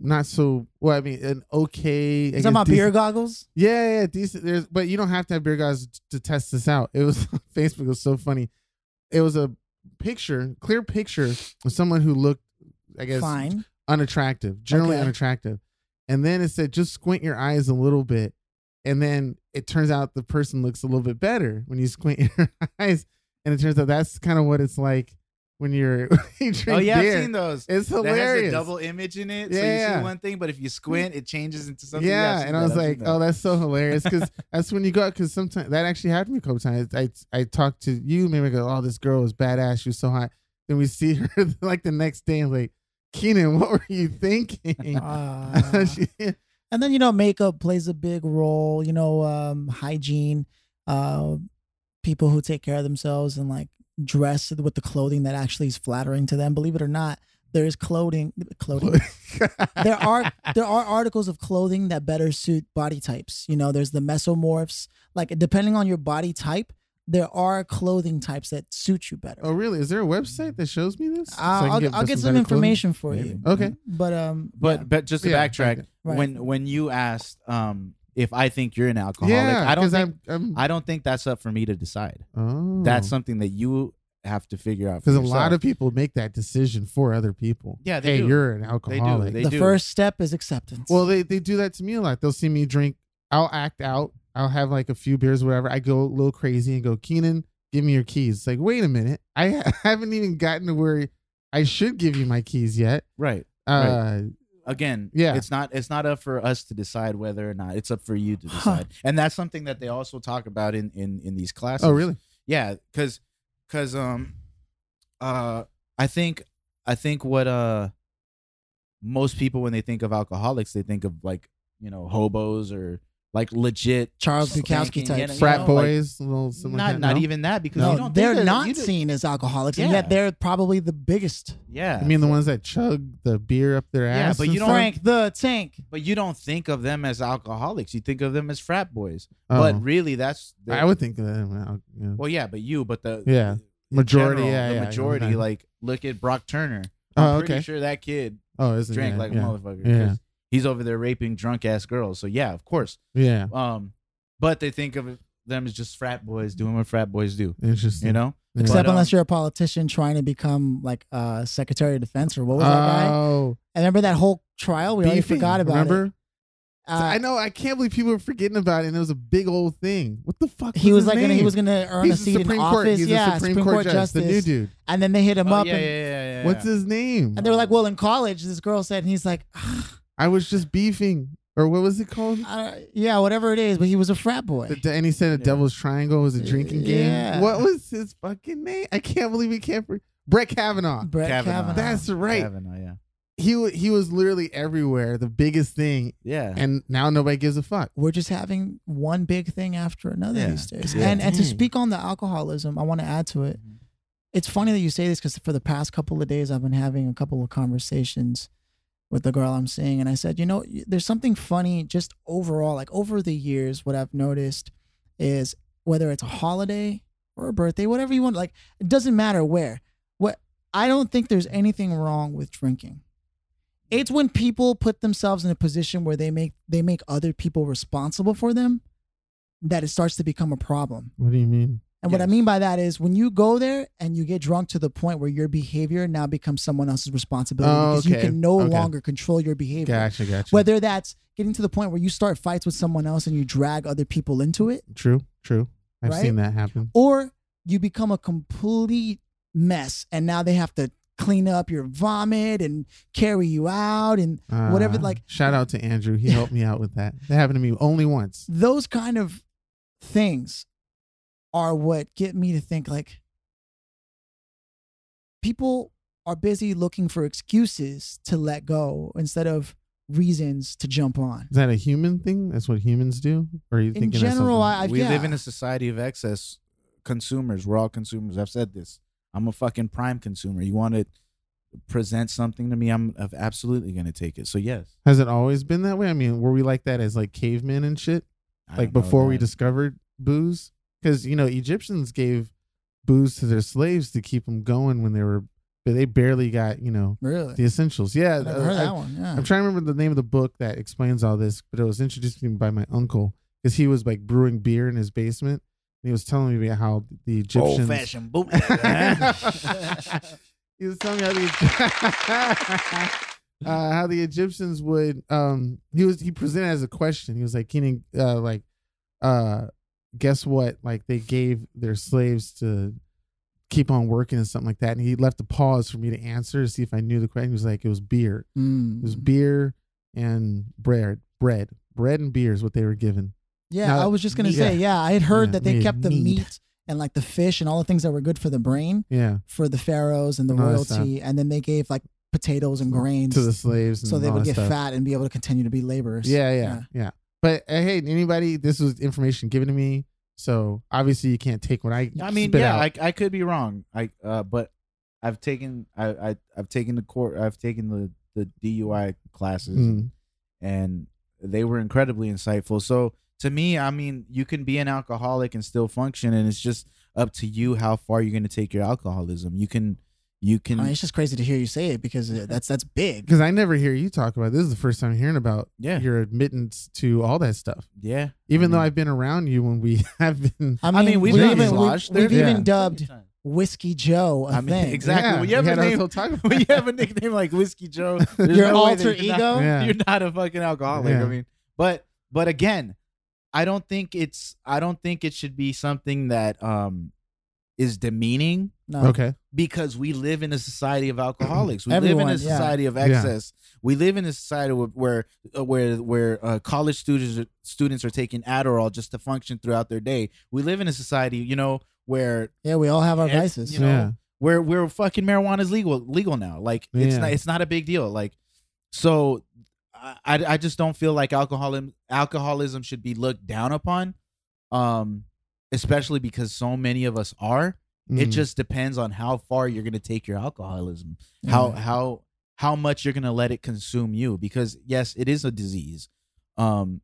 [SPEAKER 1] not so well. I mean, an okay. I
[SPEAKER 3] You
[SPEAKER 1] guess
[SPEAKER 3] talking about
[SPEAKER 1] decent-
[SPEAKER 3] beer goggles?
[SPEAKER 1] Yeah, yeah, yeah, decent. There's, but you don't have to have beer guys to test this out. It was Facebook was so funny. It was a picture, clear picture of someone who looked, I guess,
[SPEAKER 3] Fine.
[SPEAKER 1] unattractive, generally
[SPEAKER 3] Okay.
[SPEAKER 1] unattractive. And then it said, just squint your eyes a little bit. And then it turns out the person looks a little bit better when you squint your eyes. And it turns out that's kind of what it's like when you're when you drink
[SPEAKER 4] Oh yeah,
[SPEAKER 1] beer.
[SPEAKER 4] I've seen those.
[SPEAKER 1] it's
[SPEAKER 4] That has a
[SPEAKER 1] hilarious.
[SPEAKER 4] double image in it, so you
[SPEAKER 1] Yeah.
[SPEAKER 4] see one thing, but if you squint, it changes into something. I've
[SPEAKER 1] yeah,
[SPEAKER 4] seen
[SPEAKER 1] and
[SPEAKER 4] that,
[SPEAKER 1] I was
[SPEAKER 4] I've seen
[SPEAKER 1] like,
[SPEAKER 4] that.
[SPEAKER 1] "Oh, that's so hilarious!" Because that's when you go. Because sometimes that actually happened to me a couple times. I I talked to you, maybe I go, "Oh, this girl was badass. She was so hot." Then we see her like the next day, and like, Keenan, what were you thinking?
[SPEAKER 3] Uh,
[SPEAKER 1] She-
[SPEAKER 3] and then you know makeup plays a big role you know um hygiene uh people who take care of themselves and like dress with the clothing that actually is flattering to them believe it or not there is clothing clothing there are there are articles of clothing that better suit body types you know there's the mesomorphs like depending on your body type there are clothing types that suit you better
[SPEAKER 1] oh, really? Is there a website that shows me this? So I
[SPEAKER 3] I'll,
[SPEAKER 1] can
[SPEAKER 3] I'll,
[SPEAKER 1] get
[SPEAKER 3] I'll
[SPEAKER 1] this
[SPEAKER 3] get
[SPEAKER 1] and
[SPEAKER 3] some
[SPEAKER 1] better clothing?
[SPEAKER 3] information for
[SPEAKER 4] Maybe.
[SPEAKER 3] you
[SPEAKER 1] Okay.
[SPEAKER 3] but um
[SPEAKER 4] But but Mm-hmm. just to
[SPEAKER 1] Yeah,
[SPEAKER 4] backtrack,
[SPEAKER 3] right.
[SPEAKER 4] when when you asked um if I think you're an alcoholic,
[SPEAKER 1] Yeah,
[SPEAKER 4] I don't
[SPEAKER 1] 'cause
[SPEAKER 4] think
[SPEAKER 1] I'm,
[SPEAKER 4] I don't think that's up for me to decide.
[SPEAKER 1] I'm, oh,
[SPEAKER 4] That's something that you have to figure out. for
[SPEAKER 1] because a lot
[SPEAKER 4] yourself.
[SPEAKER 1] of people make that decision for other people.
[SPEAKER 4] Yeah, they
[SPEAKER 1] hey,
[SPEAKER 4] do.
[SPEAKER 1] you're an alcoholic.
[SPEAKER 4] They
[SPEAKER 3] the
[SPEAKER 4] do.
[SPEAKER 3] first step is acceptance
[SPEAKER 1] Well, they, they do that to me a lot. They'll see me drink. I'll act out. I'll have like a few beers, whatever. I go a little crazy and go, Keenan, give me your keys. It's like, wait a minute. I ha- haven't even gotten to where I should give you my keys yet.
[SPEAKER 4] right.
[SPEAKER 1] Uh,
[SPEAKER 4] Right. Again,
[SPEAKER 1] Yeah.
[SPEAKER 4] it's not it's not up for us to decide whether or not it's up for you to
[SPEAKER 3] Huh.
[SPEAKER 4] decide, and that's something that they also talk about in in in these classes.
[SPEAKER 1] Oh, really?
[SPEAKER 4] yeah because because um uh i think i think what uh most people when they think of alcoholics they think of like you know hobos or like legit
[SPEAKER 3] Charles Bukowski
[SPEAKER 4] skanking,
[SPEAKER 3] types.
[SPEAKER 4] you know,
[SPEAKER 1] Frat
[SPEAKER 4] like,
[SPEAKER 1] boys, little something
[SPEAKER 4] not
[SPEAKER 1] like that.
[SPEAKER 4] not
[SPEAKER 1] no?
[SPEAKER 4] even that because
[SPEAKER 3] No,
[SPEAKER 4] you don't
[SPEAKER 3] they're
[SPEAKER 4] think of-
[SPEAKER 3] not
[SPEAKER 4] you do-
[SPEAKER 3] seen as alcoholics, and
[SPEAKER 4] Yeah.
[SPEAKER 3] yet they're probably the biggest.
[SPEAKER 4] yeah
[SPEAKER 1] You mean the ones that chug the beer up their
[SPEAKER 4] Yeah,
[SPEAKER 1] ass?
[SPEAKER 4] but
[SPEAKER 1] and
[SPEAKER 4] you don't-
[SPEAKER 1] stuff?
[SPEAKER 3] Frank the Tank.
[SPEAKER 4] but you don't think of them as alcoholics you think of them as frat boys
[SPEAKER 1] Oh.
[SPEAKER 4] but really that's the-
[SPEAKER 1] I would think that. well, yeah.
[SPEAKER 4] well yeah but you but the
[SPEAKER 1] Yeah. Majority,
[SPEAKER 4] general,
[SPEAKER 1] yeah,
[SPEAKER 4] the
[SPEAKER 1] yeah,
[SPEAKER 4] majority
[SPEAKER 1] okay.
[SPEAKER 4] like look at Brock Turner
[SPEAKER 1] Oh,
[SPEAKER 4] I'm pretty
[SPEAKER 1] okay.
[SPEAKER 4] sure that kid
[SPEAKER 1] Oh, isn't
[SPEAKER 4] drank
[SPEAKER 1] yeah,
[SPEAKER 4] like
[SPEAKER 1] yeah.
[SPEAKER 4] a motherfucker.
[SPEAKER 1] Yeah.
[SPEAKER 4] 'cause He's over there raping drunk ass girls. So yeah, of course.
[SPEAKER 1] Yeah,
[SPEAKER 4] Um, but they think of them as just frat boys doing what frat boys do.
[SPEAKER 1] interesting.
[SPEAKER 4] You know?
[SPEAKER 1] Yeah.
[SPEAKER 3] Except
[SPEAKER 4] But, um,
[SPEAKER 3] unless you're a politician trying to become like uh, Secretary of Defense or what was that
[SPEAKER 4] Uh,
[SPEAKER 3] guy?
[SPEAKER 1] oh,
[SPEAKER 3] I remember that whole trial.
[SPEAKER 4] E
[SPEAKER 3] We already
[SPEAKER 1] beefing,
[SPEAKER 3] forgot about
[SPEAKER 1] remember?
[SPEAKER 3] it. Uh,
[SPEAKER 1] So I know. I can't believe people are forgetting about it. And it was a big old thing. What the fuck?
[SPEAKER 3] He was
[SPEAKER 1] was,
[SPEAKER 3] like
[SPEAKER 1] his
[SPEAKER 3] gonna, he
[SPEAKER 1] name?
[SPEAKER 3] was gonna earn
[SPEAKER 1] He's
[SPEAKER 3] a
[SPEAKER 1] the
[SPEAKER 3] seat
[SPEAKER 1] Supreme
[SPEAKER 3] in
[SPEAKER 1] Court.
[SPEAKER 3] office.
[SPEAKER 1] He's
[SPEAKER 3] yeah,
[SPEAKER 1] a Supreme, Court, judge, the new
[SPEAKER 3] justice.
[SPEAKER 1] dude.
[SPEAKER 3] And then they hit him
[SPEAKER 4] Oh,
[SPEAKER 3] up,
[SPEAKER 4] yeah,
[SPEAKER 3] and,
[SPEAKER 4] yeah, yeah, yeah,
[SPEAKER 1] What's
[SPEAKER 4] yeah.
[SPEAKER 1] his name?
[SPEAKER 3] and they were like, "Well, in college, this girl said," and he's like, "Ah,
[SPEAKER 1] I was just beefing, or what was it called?
[SPEAKER 3] I- "Yeah, whatever it is," but he was a frat boy.
[SPEAKER 1] The, de- and he said a
[SPEAKER 4] Yeah.
[SPEAKER 1] Devil's Triangle was a drinking game.
[SPEAKER 3] Yeah.
[SPEAKER 1] What was his fucking name? I can't believe he can't. Pre- Brett Kavanaugh.
[SPEAKER 3] Brett Kavanaugh.
[SPEAKER 4] Kavanaugh.
[SPEAKER 1] That's right.
[SPEAKER 4] Kavanaugh, yeah.
[SPEAKER 1] He wa- he was literally everywhere. The biggest thing,
[SPEAKER 4] Yeah.
[SPEAKER 1] and uh, now nobody gives a fuck.
[SPEAKER 3] we're just having one big thing after another
[SPEAKER 4] Yeah.
[SPEAKER 3] these days.
[SPEAKER 1] Yeah.
[SPEAKER 3] And and to
[SPEAKER 1] Dang.
[SPEAKER 3] speak on the alcoholism, I want to add to it.
[SPEAKER 4] Mhm.
[SPEAKER 3] It's funny that you say this because for the past couple of days, I've been having a couple of conversations with the girl I'm seeing, and I said, you know, y- there's something funny just overall. Like over the years, what I've noticed is whether it's a holiday or a birthday, whatever you want, like it doesn't matter where. What I don't think there's anything wrong with drinking. It's when people put themselves in a position where they make they make other people responsible for them that it starts to become a problem.
[SPEAKER 1] What do you mean?
[SPEAKER 3] And what I
[SPEAKER 4] Yes.
[SPEAKER 3] mean by that is when you go there and you get drunk to the point where your behavior now becomes someone else's responsibility
[SPEAKER 1] Oh,
[SPEAKER 3] because you
[SPEAKER 1] okay.
[SPEAKER 3] can no
[SPEAKER 1] Okay.
[SPEAKER 3] longer control your behavior.
[SPEAKER 1] Gotcha, gotcha.
[SPEAKER 3] Whether that's getting to the point where you start fights with someone else and you drag other people into it,
[SPEAKER 1] true, true. I've
[SPEAKER 3] Right?
[SPEAKER 1] seen that happen.
[SPEAKER 3] or you become a complete mess and now they have to clean up your vomit and carry you out and whatever
[SPEAKER 1] Uh,
[SPEAKER 3] like
[SPEAKER 1] shout out to Andrew. He helped me out with that. That happened to me only once.
[SPEAKER 3] those kind of things are what get me to think like people are busy looking for excuses to let go instead of reasons to jump on
[SPEAKER 1] Is that a human thing? That's what humans do? Or are you
[SPEAKER 3] in
[SPEAKER 1] thinking
[SPEAKER 3] general
[SPEAKER 1] that's
[SPEAKER 3] i I've-
[SPEAKER 4] we
[SPEAKER 3] yeah.
[SPEAKER 4] live in a society of excess consumers. We're all consumers. I've said this. I'm a fucking prime consumer. You want to present something to me, I'm, I'm absolutely going to take it. So yes.
[SPEAKER 1] has it always been that way? I mean, were we like that as like cavemen and shit?
[SPEAKER 4] I
[SPEAKER 1] Like
[SPEAKER 4] don't know
[SPEAKER 1] before we
[SPEAKER 4] that.
[SPEAKER 1] discovered booze? Because you know Egyptians gave booze to their slaves to keep them going when they were, but they barely got you know
[SPEAKER 3] really
[SPEAKER 1] the essentials. Yeah,
[SPEAKER 3] i never
[SPEAKER 1] uh,
[SPEAKER 3] heard
[SPEAKER 1] I-
[SPEAKER 3] that one yeah
[SPEAKER 1] I'm trying to remember the name of the book that explains all this, but it was introduced to me by my uncle because he was like brewing beer in his basement. He was telling me about how the
[SPEAKER 4] Old
[SPEAKER 1] Egyptians.
[SPEAKER 4] fashioned bootleg.
[SPEAKER 1] he was telling me how the uh, how the Egyptians would um he was he presented it as a question. He was like, Keenan, uh, like, uh, guess what? Like they gave their slaves to keep on working and something like that. And he left a pause for me to answer to see if I knew the question. He was like, it was beer. It was
[SPEAKER 3] Mm.
[SPEAKER 1] beer and bread, bread, bread and beer is what they were given.
[SPEAKER 3] Yeah,
[SPEAKER 1] Now-
[SPEAKER 3] I was just gonna
[SPEAKER 1] Yeah.
[SPEAKER 3] say. Yeah, I had heard
[SPEAKER 1] Yeah,
[SPEAKER 3] that they
[SPEAKER 1] need-
[SPEAKER 3] kept the
[SPEAKER 1] need.
[SPEAKER 3] meat and like the fish and all the things that were good for the brain
[SPEAKER 1] Yeah,
[SPEAKER 3] for the pharaohs and the
[SPEAKER 1] And all that stuff.
[SPEAKER 3] royalty, and then they gave like potatoes and grains
[SPEAKER 1] to the slaves. And
[SPEAKER 3] so they
[SPEAKER 1] all
[SPEAKER 3] would
[SPEAKER 1] that
[SPEAKER 3] get
[SPEAKER 1] stuff.
[SPEAKER 3] fat and be able to continue to be laborers.
[SPEAKER 1] Yeah, yeah, yeah. But uh, hey, anybody, this was information given to me, so obviously you can't take what I.
[SPEAKER 4] I mean,
[SPEAKER 1] spit
[SPEAKER 4] yeah,
[SPEAKER 1] out.
[SPEAKER 4] I, I could be wrong. I uh, but I've taken I, I I've taken the court. I've taken the the DUI classes,
[SPEAKER 1] Mm.
[SPEAKER 4] and they were incredibly insightful. So to me, I mean, you can be an alcoholic and still function, and it's just up to you how far you're going to take your alcoholism. You can you
[SPEAKER 3] I
[SPEAKER 4] can
[SPEAKER 3] mean, it's just crazy to hear you say it because uh, that's that's big.
[SPEAKER 1] Because I never hear you talk about it. this. Is the first time hearing about
[SPEAKER 4] yeah Mm-hmm.
[SPEAKER 1] your admittance to all that stuff.
[SPEAKER 4] yeah.
[SPEAKER 1] Even though
[SPEAKER 4] I
[SPEAKER 1] I've been around you when we have been.
[SPEAKER 3] I mean,
[SPEAKER 4] mean, we've
[SPEAKER 3] we
[SPEAKER 1] done
[SPEAKER 3] even
[SPEAKER 4] lodge
[SPEAKER 3] we've, we've
[SPEAKER 1] therapy.
[SPEAKER 3] even
[SPEAKER 1] Yeah.
[SPEAKER 3] dubbed Whiskey Joe a
[SPEAKER 4] I mean,
[SPEAKER 3] thing.
[SPEAKER 4] exactly.
[SPEAKER 1] Yeah,
[SPEAKER 4] When you have
[SPEAKER 1] we
[SPEAKER 4] a
[SPEAKER 1] had our
[SPEAKER 4] name-
[SPEAKER 1] whole talk about
[SPEAKER 4] when you
[SPEAKER 1] that.
[SPEAKER 4] have a nickname like Whiskey Joe, there's
[SPEAKER 3] Your
[SPEAKER 4] no way
[SPEAKER 3] alter
[SPEAKER 4] that you're not-
[SPEAKER 3] ego.
[SPEAKER 1] Yeah.
[SPEAKER 4] you're not a fucking alcoholic.
[SPEAKER 1] Yeah.
[SPEAKER 4] I mean, but but again, I don't think it's I don't think it should be something that um is demeaning
[SPEAKER 3] No.
[SPEAKER 1] Okay.
[SPEAKER 4] because we live in a society of alcoholics. We live
[SPEAKER 3] Everyone,
[SPEAKER 4] in
[SPEAKER 3] yeah.
[SPEAKER 4] a society of
[SPEAKER 1] Yeah.
[SPEAKER 4] excess. We live in a society where where uh, where, where uh, college students are, students are taking Adderall just to function throughout their day. We live in a society, you know, where
[SPEAKER 3] Yeah, we all have our
[SPEAKER 4] Ev-
[SPEAKER 3] vices.
[SPEAKER 4] you know, where where fucking marijuana is legal legal now. Like it's
[SPEAKER 1] Yeah.
[SPEAKER 4] not it's not a big deal. Like so, I I I just don't feel like alcoholism alcoholism should be looked down upon, um, especially because so many of us are.
[SPEAKER 1] yeah.
[SPEAKER 4] It
[SPEAKER 1] Mm.
[SPEAKER 4] just depends on how far you're gonna take your alcoholism, how
[SPEAKER 1] Mm-hmm.
[SPEAKER 4] how how much you're gonna let it consume you. Because yes, it is a disease. Um,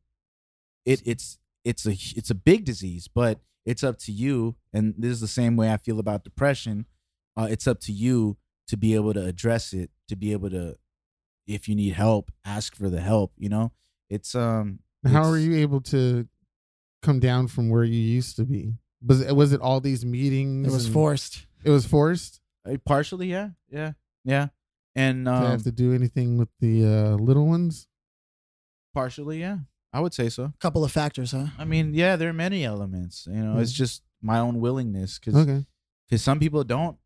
[SPEAKER 4] it it's it's a it's a big disease, but it's up to you. And this is the same way I feel about depression. Uh, it's up to you to be able to address it, to be able to, if you need help, ask for the help. You know, it's um.
[SPEAKER 1] How are
[SPEAKER 4] it's-
[SPEAKER 1] you able to come down from where you used to be? Was it, was it all these meetings?
[SPEAKER 3] It was
[SPEAKER 1] and-
[SPEAKER 3] forced.
[SPEAKER 1] It was forced.
[SPEAKER 4] uh, Partially, yeah, yeah, yeah, and
[SPEAKER 1] Did I
[SPEAKER 4] um,
[SPEAKER 1] have to do anything with the uh, little ones?
[SPEAKER 4] partially, yeah. I would say so.
[SPEAKER 3] A couple of factors, huh?
[SPEAKER 4] I mean, yeah, there are many elements. You know, it's just my own willingness because
[SPEAKER 1] Okay.
[SPEAKER 4] some people don't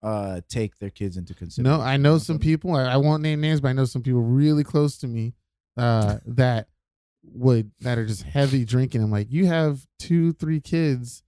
[SPEAKER 4] uh take their kids into consideration.
[SPEAKER 1] No, I know some people. I, I won't name names, but I know some people really close to me uh, that would that are just heavy drinking. I'm like, you have two, three kids.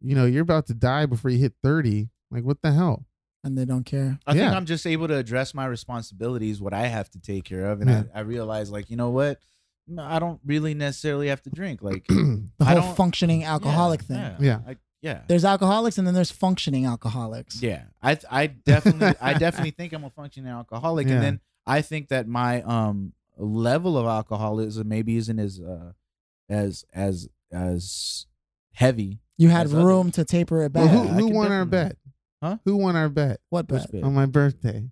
[SPEAKER 1] You know, you're about to die before you hit thirty. Like, what the hell?
[SPEAKER 3] And they don't care.
[SPEAKER 4] I think
[SPEAKER 1] Yeah.
[SPEAKER 4] I'm just able to address my responsibilities, what I have to take care of, and
[SPEAKER 1] Yeah.
[SPEAKER 4] I, I realize, like, you know what, No, I don't really necessarily have to drink. Like,
[SPEAKER 3] The
[SPEAKER 4] I
[SPEAKER 3] whole
[SPEAKER 4] don't-
[SPEAKER 3] functioning alcoholic
[SPEAKER 4] yeah,
[SPEAKER 3] thing.
[SPEAKER 1] Yeah.
[SPEAKER 4] I, yeah,
[SPEAKER 3] There's alcoholics and then there's functioning alcoholics.
[SPEAKER 4] yeah. I, I definitely, I definitely think I'm a functioning alcoholic,
[SPEAKER 1] Yeah.
[SPEAKER 4] and then I think that my um level of alcoholism maybe isn't as uh as as as heavy.
[SPEAKER 3] You had
[SPEAKER 4] There's others.
[SPEAKER 3] room to taper it
[SPEAKER 1] well,
[SPEAKER 3] back.
[SPEAKER 1] who,
[SPEAKER 4] Yeah, I
[SPEAKER 1] who
[SPEAKER 4] can
[SPEAKER 1] won our
[SPEAKER 4] definitely-
[SPEAKER 1] bet?
[SPEAKER 4] Huh?
[SPEAKER 1] Who won our bet
[SPEAKER 3] what bet?
[SPEAKER 4] Which bit?
[SPEAKER 1] on my birthday?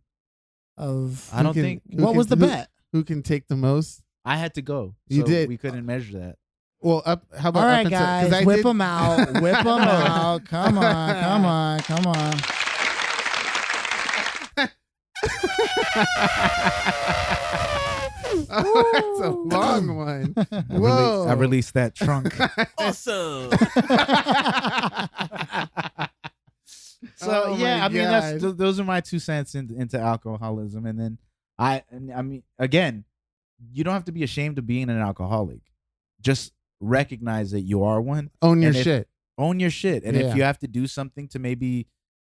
[SPEAKER 3] Of
[SPEAKER 4] I don't
[SPEAKER 1] Who can-
[SPEAKER 4] think
[SPEAKER 1] who
[SPEAKER 3] what
[SPEAKER 1] can-
[SPEAKER 3] was the
[SPEAKER 1] who-
[SPEAKER 3] bet?
[SPEAKER 1] Who can take the most?
[SPEAKER 4] I had to go.
[SPEAKER 1] You
[SPEAKER 4] so
[SPEAKER 1] did.
[SPEAKER 4] We couldn't measure that.
[SPEAKER 1] Well, up. How about
[SPEAKER 3] All right,
[SPEAKER 1] up until, 'cause I
[SPEAKER 3] guys, whip
[SPEAKER 1] did-
[SPEAKER 3] them out, whip them out. Come on, come on, come on.
[SPEAKER 1] Oh, that's a long one. Whoa!
[SPEAKER 4] I released that trunk.
[SPEAKER 3] Awesome.
[SPEAKER 4] so
[SPEAKER 1] Oh
[SPEAKER 4] yeah,
[SPEAKER 1] my
[SPEAKER 4] I mean that's
[SPEAKER 1] God.
[SPEAKER 4] th- those are my two cents in, into alcoholism, and then I and, I mean again, you don't have to be ashamed of being an alcoholic. Just recognize that you are one.
[SPEAKER 1] Own your
[SPEAKER 4] And if-
[SPEAKER 1] shit.
[SPEAKER 4] Own your shit, and
[SPEAKER 1] Yeah.
[SPEAKER 4] if you have to do something to maybe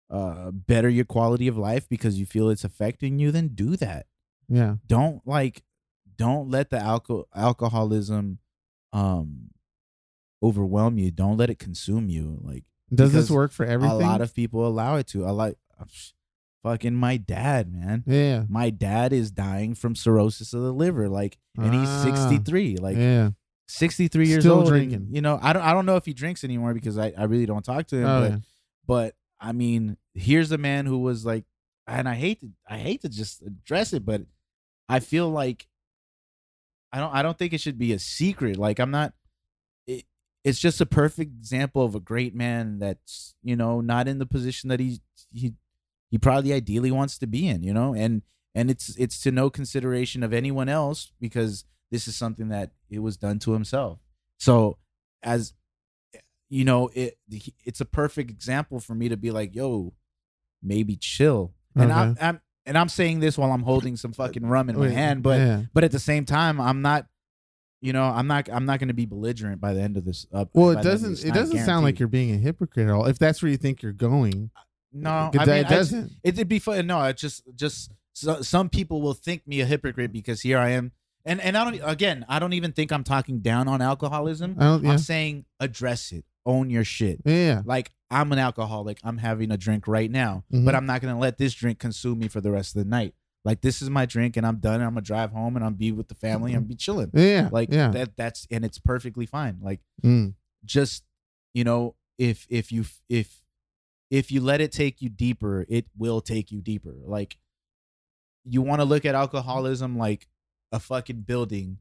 [SPEAKER 4] uh, better your quality of life because you feel it's affecting you, then do that.
[SPEAKER 1] Yeah.
[SPEAKER 4] Don't like, don't let the alco- alcoholism um overwhelm you. Don't let it consume you. Like.
[SPEAKER 1] Does this
[SPEAKER 4] Because
[SPEAKER 1] work for everything?
[SPEAKER 4] A lot of people allow it to. I like fucking my dad, man.
[SPEAKER 1] yeah.
[SPEAKER 4] My dad is dying from cirrhosis of the liver, like, and he's
[SPEAKER 1] Ah.
[SPEAKER 4] 63, like
[SPEAKER 1] yeah.
[SPEAKER 4] 63 years
[SPEAKER 1] Still
[SPEAKER 4] old. and,
[SPEAKER 1] drinking.
[SPEAKER 4] you know, I don't, I don't know if he drinks anymore because I, I really don't talk to him.
[SPEAKER 1] Oh,
[SPEAKER 4] but,
[SPEAKER 1] yeah.
[SPEAKER 4] but I mean, here's a man who was like, and I hate to, I hate to just address it, but I feel like I don't, I don't think it should be a secret. Like I'm not, it, it's just a perfect example of a great man that's you know not in the position that he he he probably ideally wants to be in you know and and it's it's to no consideration of anyone else because this is something that it was done to himself so as you know it it's a perfect example for me to be like yo maybe chill and I'm,
[SPEAKER 1] Okay.
[SPEAKER 4] I'm and i'm saying this while i'm holding some fucking rum in my
[SPEAKER 1] Wait,
[SPEAKER 4] hand but
[SPEAKER 1] yeah.
[SPEAKER 4] but at the same time i'm not you know i'm not i'm not going to be belligerent by the end of this up
[SPEAKER 1] well, it
[SPEAKER 4] by the end of this,
[SPEAKER 1] doesn't. It
[SPEAKER 4] I
[SPEAKER 1] doesn't sound like
[SPEAKER 4] guarantee.
[SPEAKER 1] you're being a hypocrite at all. If that's where you think you're going,
[SPEAKER 4] no
[SPEAKER 1] it,
[SPEAKER 4] I mean,
[SPEAKER 1] it
[SPEAKER 4] I just-
[SPEAKER 1] doesn't.
[SPEAKER 4] it'd be fun no it just just so, some people will think me a hypocrite because here i am and and i don't e, again i don't even think i'm talking down on alcoholism
[SPEAKER 1] I don't. Uh, Yeah.
[SPEAKER 4] i'm saying address it own your shit
[SPEAKER 1] Yeah.
[SPEAKER 4] like i'm an alcoholic i'm having a drink right now
[SPEAKER 1] Mhm.
[SPEAKER 4] but i'm not going to let this drink consume me for the rest of the night like this is my drink and i'm done and i'm going to drive home and i'm be with the family and be chilling
[SPEAKER 1] Yeah.
[SPEAKER 4] like
[SPEAKER 1] yeah.
[SPEAKER 4] that that's and it's perfectly fine like
[SPEAKER 1] Mm.
[SPEAKER 4] just you know if if you if if you let it take you deeper it will take you deeper like you want to look at alcoholism like a fucking building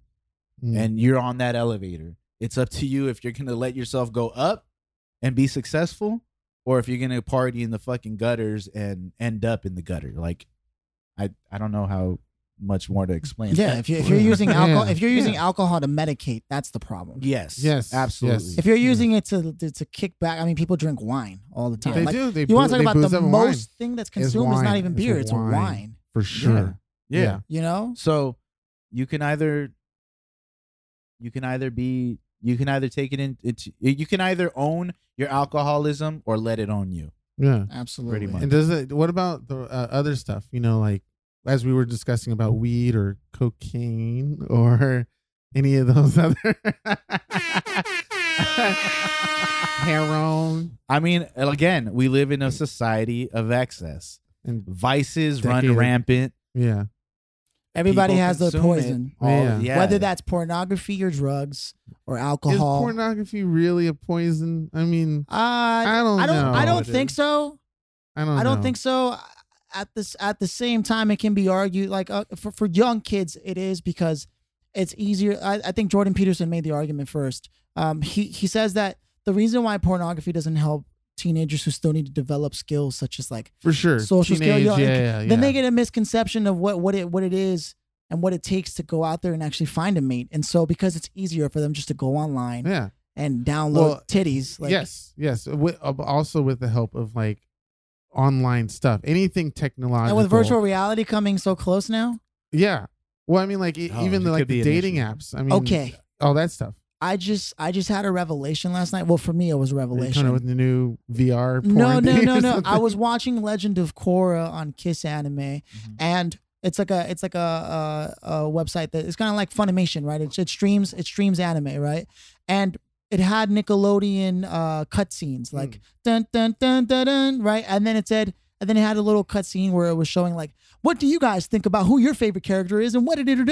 [SPEAKER 1] Mm.
[SPEAKER 4] and you're on that elevator it's up to you if you're going to let yourself go up and be successful or if you're going to party in the fucking gutters and end up in the gutter like i i don't know how much more to explain
[SPEAKER 3] Yeah,
[SPEAKER 4] that.
[SPEAKER 3] if, you, if you're using alcohol,
[SPEAKER 1] Yeah.
[SPEAKER 3] if you're using alcohol to medicate, that's the problem.
[SPEAKER 4] yes
[SPEAKER 1] Yes,
[SPEAKER 4] absolutely
[SPEAKER 1] yes.
[SPEAKER 3] If you're
[SPEAKER 1] Yeah.
[SPEAKER 3] using it to to to kick back, I mean, people drink wine all the time.
[SPEAKER 1] they
[SPEAKER 3] Like,
[SPEAKER 1] do. They
[SPEAKER 3] You want to
[SPEAKER 1] boo-
[SPEAKER 3] talk
[SPEAKER 1] they
[SPEAKER 3] about
[SPEAKER 1] booze
[SPEAKER 3] the
[SPEAKER 1] up wine
[SPEAKER 3] most thing that's consumed is
[SPEAKER 1] wine.
[SPEAKER 3] not even
[SPEAKER 1] It's
[SPEAKER 3] beer; it's
[SPEAKER 1] wine.
[SPEAKER 3] wine. wine.
[SPEAKER 1] for sure.
[SPEAKER 4] yeah.
[SPEAKER 1] Yeah.
[SPEAKER 3] You know,
[SPEAKER 4] So you can either you can either be you can either take it in it's, you can either own your alcoholism or let it own you.
[SPEAKER 1] Yeah.
[SPEAKER 3] absolutely.
[SPEAKER 4] much.
[SPEAKER 1] And does it? What about the uh, other stuff? You know, like as we were discussing about weed or cocaine or any of those other heroin
[SPEAKER 4] I mean, again, we live in a society of excess.
[SPEAKER 1] and
[SPEAKER 4] Vices run
[SPEAKER 1] Decade.
[SPEAKER 4] rampant.
[SPEAKER 1] yeah,
[SPEAKER 3] Everybody
[SPEAKER 4] People
[SPEAKER 3] has their
[SPEAKER 4] consume it.
[SPEAKER 3] poison,
[SPEAKER 4] All-
[SPEAKER 1] Yeah.
[SPEAKER 4] yeah.
[SPEAKER 3] whether that's pornography or drugs or
[SPEAKER 1] is
[SPEAKER 3] alcohol.
[SPEAKER 1] pornography really a poison? I mean,
[SPEAKER 3] uh, I
[SPEAKER 1] I don't.
[SPEAKER 3] don't, I don't,
[SPEAKER 1] know.
[SPEAKER 3] think so.
[SPEAKER 1] I don't.
[SPEAKER 3] I don't
[SPEAKER 1] know.
[SPEAKER 3] think so. At this, at the same time, it can be argued like uh, for for young kids, it is because it's easier. I, I think Jordan Peterson made the argument first. Um, he he says that the reason why pornography doesn't help teenagers who still need to develop skills such as like
[SPEAKER 1] for sure.
[SPEAKER 3] social skill,
[SPEAKER 1] Teenage,
[SPEAKER 3] you know,
[SPEAKER 1] yeah,
[SPEAKER 3] and
[SPEAKER 1] yeah, Uh, yeah.
[SPEAKER 3] then they get a misconception of what what it what it is and what it takes to go out there and actually find a mate. And so because it's easier for them just to go online
[SPEAKER 1] yeah.
[SPEAKER 3] and download
[SPEAKER 1] Well,
[SPEAKER 3] titties, like
[SPEAKER 1] yes, yes. With, also with the help of like online stuff, anything technological,
[SPEAKER 3] and with virtual reality coming so close now,
[SPEAKER 1] Yeah. Well, I mean, like e
[SPEAKER 4] Oh,
[SPEAKER 1] even the,
[SPEAKER 4] it
[SPEAKER 1] like
[SPEAKER 4] could be
[SPEAKER 1] the
[SPEAKER 4] an
[SPEAKER 1] dating
[SPEAKER 4] issue.
[SPEAKER 1] apps. I mean,
[SPEAKER 3] okay.
[SPEAKER 1] all that stuff.
[SPEAKER 3] I just I just had a revelation last night. Well, for me it was a
[SPEAKER 1] Kind
[SPEAKER 3] revelation.
[SPEAKER 1] of with the new VR. Porn
[SPEAKER 3] no, no,
[SPEAKER 1] thing
[SPEAKER 3] no,
[SPEAKER 1] or
[SPEAKER 3] no. I
[SPEAKER 1] something. Mm-hmm.
[SPEAKER 3] was watching Legend of Korra on Kiss Anime, and it's like a it's like a a, a website that it's kind of like Funimation, right? It, it streams it streams anime, right? And it had Nickelodeon uh, cutscenes, like
[SPEAKER 1] Hmm.
[SPEAKER 3] dun dun dun dun dun, right? And then it said, and then it had a little cutscene where it was showing like, what do you guys think about who your favorite character is and what it did?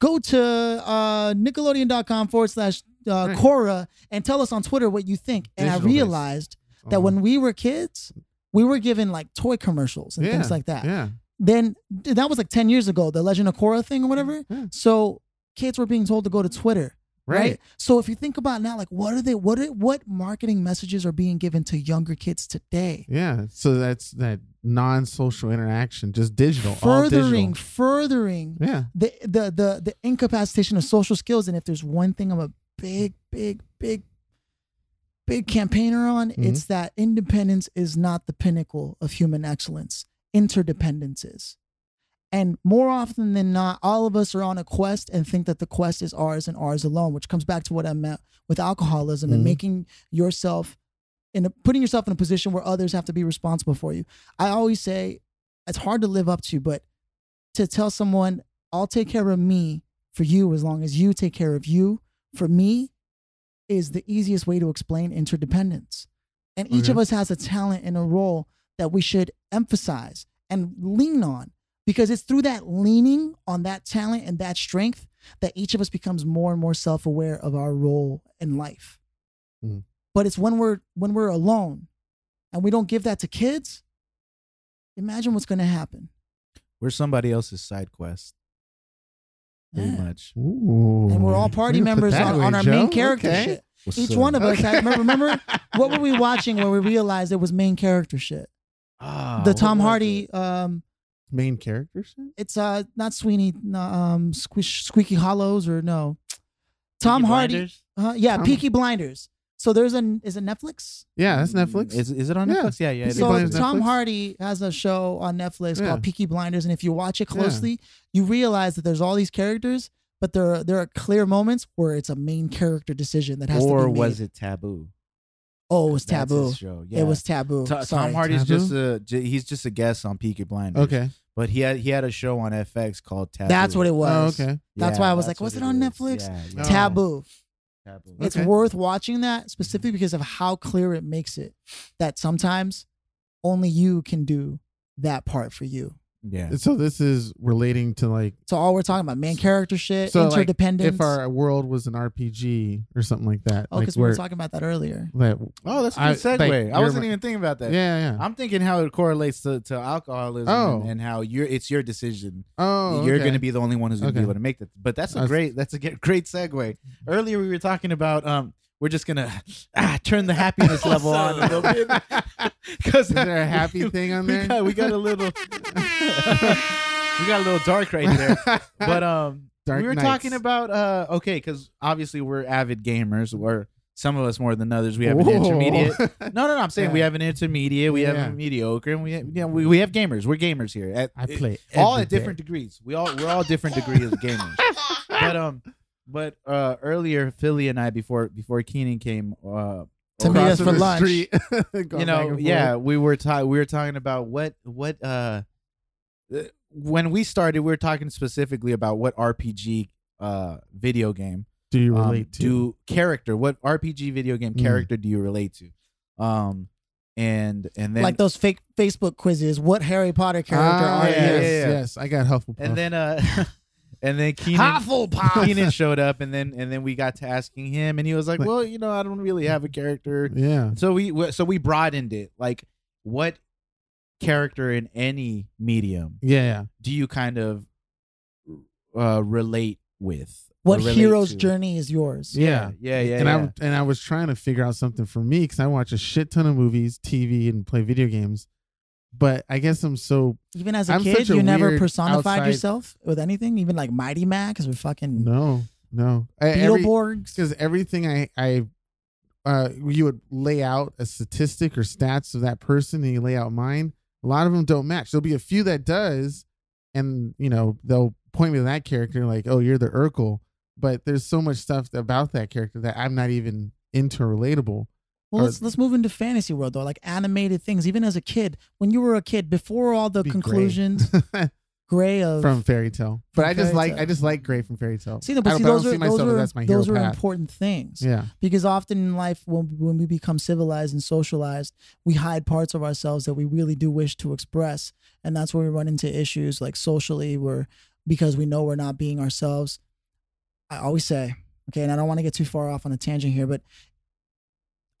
[SPEAKER 3] Go to uh, Nickelodeon.com forward slash uh,
[SPEAKER 1] Right.
[SPEAKER 3] Cora and tell us on Twitter what you think. And I
[SPEAKER 1] Digital-based.
[SPEAKER 3] realized that
[SPEAKER 1] Oh,
[SPEAKER 3] when we were kids, we were given like toy commercials and
[SPEAKER 1] yeah,
[SPEAKER 3] things like that.
[SPEAKER 1] Yeah.
[SPEAKER 3] Then dude, that was like 10 years ago, the Legend of Korra thing or whatever.
[SPEAKER 1] Yeah.
[SPEAKER 3] So kids were being told to go to Twitter. Right.
[SPEAKER 1] Right.
[SPEAKER 3] So if you think about now, like what are they what are, what marketing messages are being given to younger kids today?
[SPEAKER 1] Yeah. So that's that non-social interaction, just digital, all
[SPEAKER 3] furthering,
[SPEAKER 1] digital.
[SPEAKER 3] furthering
[SPEAKER 1] Yeah.
[SPEAKER 3] the, the the the incapacitation of social skills. And if there's one thing I'm a big, big, big, big campaigner on,
[SPEAKER 1] Mhm.
[SPEAKER 3] it's that independence is not the pinnacle of human excellence. Interdependence is. And more often than not, all of us are on a quest and think that the quest is ours and ours alone, which comes back to what I meant with alcoholism and
[SPEAKER 1] Mhm.
[SPEAKER 3] making yourself in a, putting yourself in a position where others have to be responsible for you. I always say it's hard to live up to, but to tell someone, I'll take care of me for you as long as you take care of you for me is the easiest way to explain interdependence. And each
[SPEAKER 1] Okay.
[SPEAKER 3] of us has a talent and a role that we should emphasize and lean on because it's through that leaning on that talent and that strength that each of us becomes more and more self-aware of our role in life.
[SPEAKER 1] Mm.
[SPEAKER 3] But it's when we're when we're alone and we don't give that to kids, imagine what's going to happen.
[SPEAKER 4] We're somebody else's side quest.
[SPEAKER 2] pretty
[SPEAKER 3] Yeah.
[SPEAKER 2] much.
[SPEAKER 1] Ooh.
[SPEAKER 3] and we're all party
[SPEAKER 1] Way to put
[SPEAKER 3] members
[SPEAKER 1] that
[SPEAKER 3] on,
[SPEAKER 1] away,
[SPEAKER 3] on our
[SPEAKER 1] Joe.
[SPEAKER 3] main character
[SPEAKER 1] Okay.
[SPEAKER 3] shit.
[SPEAKER 2] What's
[SPEAKER 3] Each
[SPEAKER 2] up?
[SPEAKER 3] one of us.
[SPEAKER 1] Okay.
[SPEAKER 3] had- remember, remember what were we watching when we realized it was main character shit?
[SPEAKER 4] Ah,
[SPEAKER 3] the
[SPEAKER 4] what
[SPEAKER 3] Tom
[SPEAKER 4] was
[SPEAKER 3] Hardy.
[SPEAKER 4] it?
[SPEAKER 3] Um,
[SPEAKER 1] Main character shit?
[SPEAKER 3] it's uh not Sweeney. no, Um, squish, Squeaky Hollows or no? Tom
[SPEAKER 5] Peaky
[SPEAKER 3] Hardy.
[SPEAKER 5] Blinders?
[SPEAKER 3] Uh, yeah,
[SPEAKER 1] Tom-
[SPEAKER 3] Peaky Blinders. So there's an is it Netflix?
[SPEAKER 1] Yeah, Uh, that's Netflix.
[SPEAKER 4] Is, is it on
[SPEAKER 1] Yeah.
[SPEAKER 4] Netflix? Yeah, yeah. it
[SPEAKER 1] Peaky
[SPEAKER 4] is.
[SPEAKER 3] so
[SPEAKER 1] Blinders
[SPEAKER 3] Tom
[SPEAKER 1] Netflix?
[SPEAKER 3] Hardy has a show on Netflix
[SPEAKER 1] Yeah.
[SPEAKER 3] called Peaky Blinders, and if you watch it
[SPEAKER 1] Yeah.
[SPEAKER 3] closely, you realize that there's all these characters, but there are, there are clear moments where it's a main character decision that has to
[SPEAKER 4] or
[SPEAKER 3] be made.
[SPEAKER 4] was it Taboo?
[SPEAKER 3] Oh, it was
[SPEAKER 4] That's
[SPEAKER 3] taboo.
[SPEAKER 4] his show. Yeah.
[SPEAKER 3] It was taboo.
[SPEAKER 4] To-
[SPEAKER 3] Sorry.
[SPEAKER 4] Tom Hardy's
[SPEAKER 1] Taboo?
[SPEAKER 4] just a j- he's just a guest on Peaky Blinders.
[SPEAKER 1] Okay.
[SPEAKER 4] but he had he had a show on FX called Taboo.
[SPEAKER 3] That's what it
[SPEAKER 1] Oh,
[SPEAKER 3] was.
[SPEAKER 1] okay.
[SPEAKER 3] That's why I was like,
[SPEAKER 4] what
[SPEAKER 3] was it on
[SPEAKER 4] is.
[SPEAKER 3] Netflix?
[SPEAKER 4] Yeah, yeah.
[SPEAKER 1] No.
[SPEAKER 3] Taboo.
[SPEAKER 4] Taboo.
[SPEAKER 3] It's
[SPEAKER 1] Okay.
[SPEAKER 3] worth watching that specifically because of how clear it makes it that sometimes only you can do that part for you.
[SPEAKER 4] Yeah.
[SPEAKER 1] So this is relating to like
[SPEAKER 3] So all we're talking about main character shit,
[SPEAKER 1] So, like,
[SPEAKER 3] interdependence.
[SPEAKER 1] if our world was an RPG or something like that.
[SPEAKER 3] oh,
[SPEAKER 1] like
[SPEAKER 3] because we were
[SPEAKER 1] where-
[SPEAKER 3] talking about that earlier.
[SPEAKER 1] that-
[SPEAKER 4] Oh, that's a
[SPEAKER 1] I-
[SPEAKER 4] good segue.
[SPEAKER 1] like,
[SPEAKER 4] I
[SPEAKER 1] you're
[SPEAKER 4] wasn't
[SPEAKER 1] my-
[SPEAKER 4] even thinking about that.
[SPEAKER 1] Yeah, yeah.
[SPEAKER 4] I'm thinking how it correlates to, to alcoholism
[SPEAKER 1] Oh.
[SPEAKER 4] and, and how you're it's your decision.
[SPEAKER 1] Oh,
[SPEAKER 4] you're
[SPEAKER 1] okay.
[SPEAKER 4] going to be the only one who's going to
[SPEAKER 1] Okay.
[SPEAKER 4] be able to make that. But that's a
[SPEAKER 1] That's-
[SPEAKER 4] great that's a ge- great segue. Earlier we were talking about um we're just going to ah, turn the happiness level on a little bit
[SPEAKER 1] Is
[SPEAKER 4] cuz
[SPEAKER 1] there a happy thing on there?
[SPEAKER 4] We got, we got a little We got a little dark right there. But um
[SPEAKER 1] Dark
[SPEAKER 4] we were
[SPEAKER 1] Knights.
[SPEAKER 4] talking about uh okay cuz obviously we're avid gamers or some of us more than others we have an
[SPEAKER 1] Whoa.
[SPEAKER 4] intermediate no, no, no. I'm saying we
[SPEAKER 1] Yeah.
[SPEAKER 4] have an intermediate, we have
[SPEAKER 1] Yeah.
[SPEAKER 4] a mediocre, and we have, yeah, we, we have gamers. We're gamers here. At,
[SPEAKER 1] I play
[SPEAKER 4] all
[SPEAKER 1] every
[SPEAKER 4] at different degrees. We all we're all different degrees of gamers. But um, but uh, earlier Philly and I before before Keenan came uh,
[SPEAKER 3] To meet
[SPEAKER 4] across
[SPEAKER 3] us
[SPEAKER 4] the-
[SPEAKER 3] for
[SPEAKER 1] the
[SPEAKER 3] lunch.
[SPEAKER 1] street.
[SPEAKER 4] you
[SPEAKER 1] Going back
[SPEAKER 4] know,
[SPEAKER 1] and
[SPEAKER 4] yeah,
[SPEAKER 1] forth.
[SPEAKER 4] we were ta- we were talking about what what uh, uh, when we started, we were talking specifically about what RPG uh video game
[SPEAKER 1] Do you
[SPEAKER 4] um,
[SPEAKER 1] relate to?
[SPEAKER 4] do character what rpg video game
[SPEAKER 1] Mm.
[SPEAKER 4] character do you relate to um and and then
[SPEAKER 3] like those fake Facebook quizzes. What Harry Potter character
[SPEAKER 1] ah,
[SPEAKER 3] are
[SPEAKER 4] yeah,
[SPEAKER 1] yes,
[SPEAKER 3] you?
[SPEAKER 4] yeah, yeah.
[SPEAKER 1] yes. I got Hufflepuff.
[SPEAKER 4] and then uh and then keenan
[SPEAKER 3] Hufflepuff.
[SPEAKER 4] keenan showed up and then and then we got to asking him and he was like
[SPEAKER 1] Like- Mm.
[SPEAKER 4] well you know i don't really have a character
[SPEAKER 1] yeah.
[SPEAKER 4] so we we- so we broadened it like what character in any medium
[SPEAKER 1] Yeah, yeah.
[SPEAKER 4] do you kind of uh relate with or
[SPEAKER 3] What
[SPEAKER 4] relate
[SPEAKER 3] hero's
[SPEAKER 4] to?
[SPEAKER 3] journey is yours?
[SPEAKER 1] Yeah.
[SPEAKER 4] yeah yeah
[SPEAKER 1] and
[SPEAKER 4] yeah.
[SPEAKER 1] I w- and I was trying to figure out something for me because I watch a shit ton of movies, TV, and play video games. But I guess I'm so
[SPEAKER 3] Even as a
[SPEAKER 1] I'm
[SPEAKER 3] kid,
[SPEAKER 1] such a
[SPEAKER 3] you never
[SPEAKER 1] weird
[SPEAKER 3] personified
[SPEAKER 1] outside-
[SPEAKER 3] yourself with anything, even like Mighty Max because we're fucking
[SPEAKER 1] no, no. I, every-
[SPEAKER 3] Beetleborgs.
[SPEAKER 1] because everything I I uh you would lay out a statistic or stats of that person and you lay out mine. A lot of them don't match. There'll be a few that does, and you know they'll point me to that character like, oh, you're the Urkel. But there's so much stuff about that character that I'm not even into relatable. Or-
[SPEAKER 3] Well, let's let's move into fantasy world though, like animated things. Even as a kid, when you were a kid, before all the
[SPEAKER 1] Be Grey.
[SPEAKER 3] conclusions, gray, of
[SPEAKER 1] from Fairy Tale, but I just
[SPEAKER 3] Fairy
[SPEAKER 1] like
[SPEAKER 3] Tale.
[SPEAKER 1] I just like Gray from Fairy Tale.
[SPEAKER 3] see, no, but
[SPEAKER 1] I,
[SPEAKER 3] see,
[SPEAKER 1] but I
[SPEAKER 3] those
[SPEAKER 1] don't
[SPEAKER 3] are
[SPEAKER 1] see myself
[SPEAKER 3] those
[SPEAKER 1] as
[SPEAKER 3] are
[SPEAKER 1] that's my
[SPEAKER 3] those
[SPEAKER 1] hero
[SPEAKER 3] are
[SPEAKER 1] path.
[SPEAKER 3] important things
[SPEAKER 1] Yeah,
[SPEAKER 3] because often in life, when when we become civilized and socialized, we hide parts of ourselves that we really do wish to express, and that's where we run into issues like socially, where because we know we're not being ourselves. I always say, okay, and I don't want to get too far off on a tangent here, but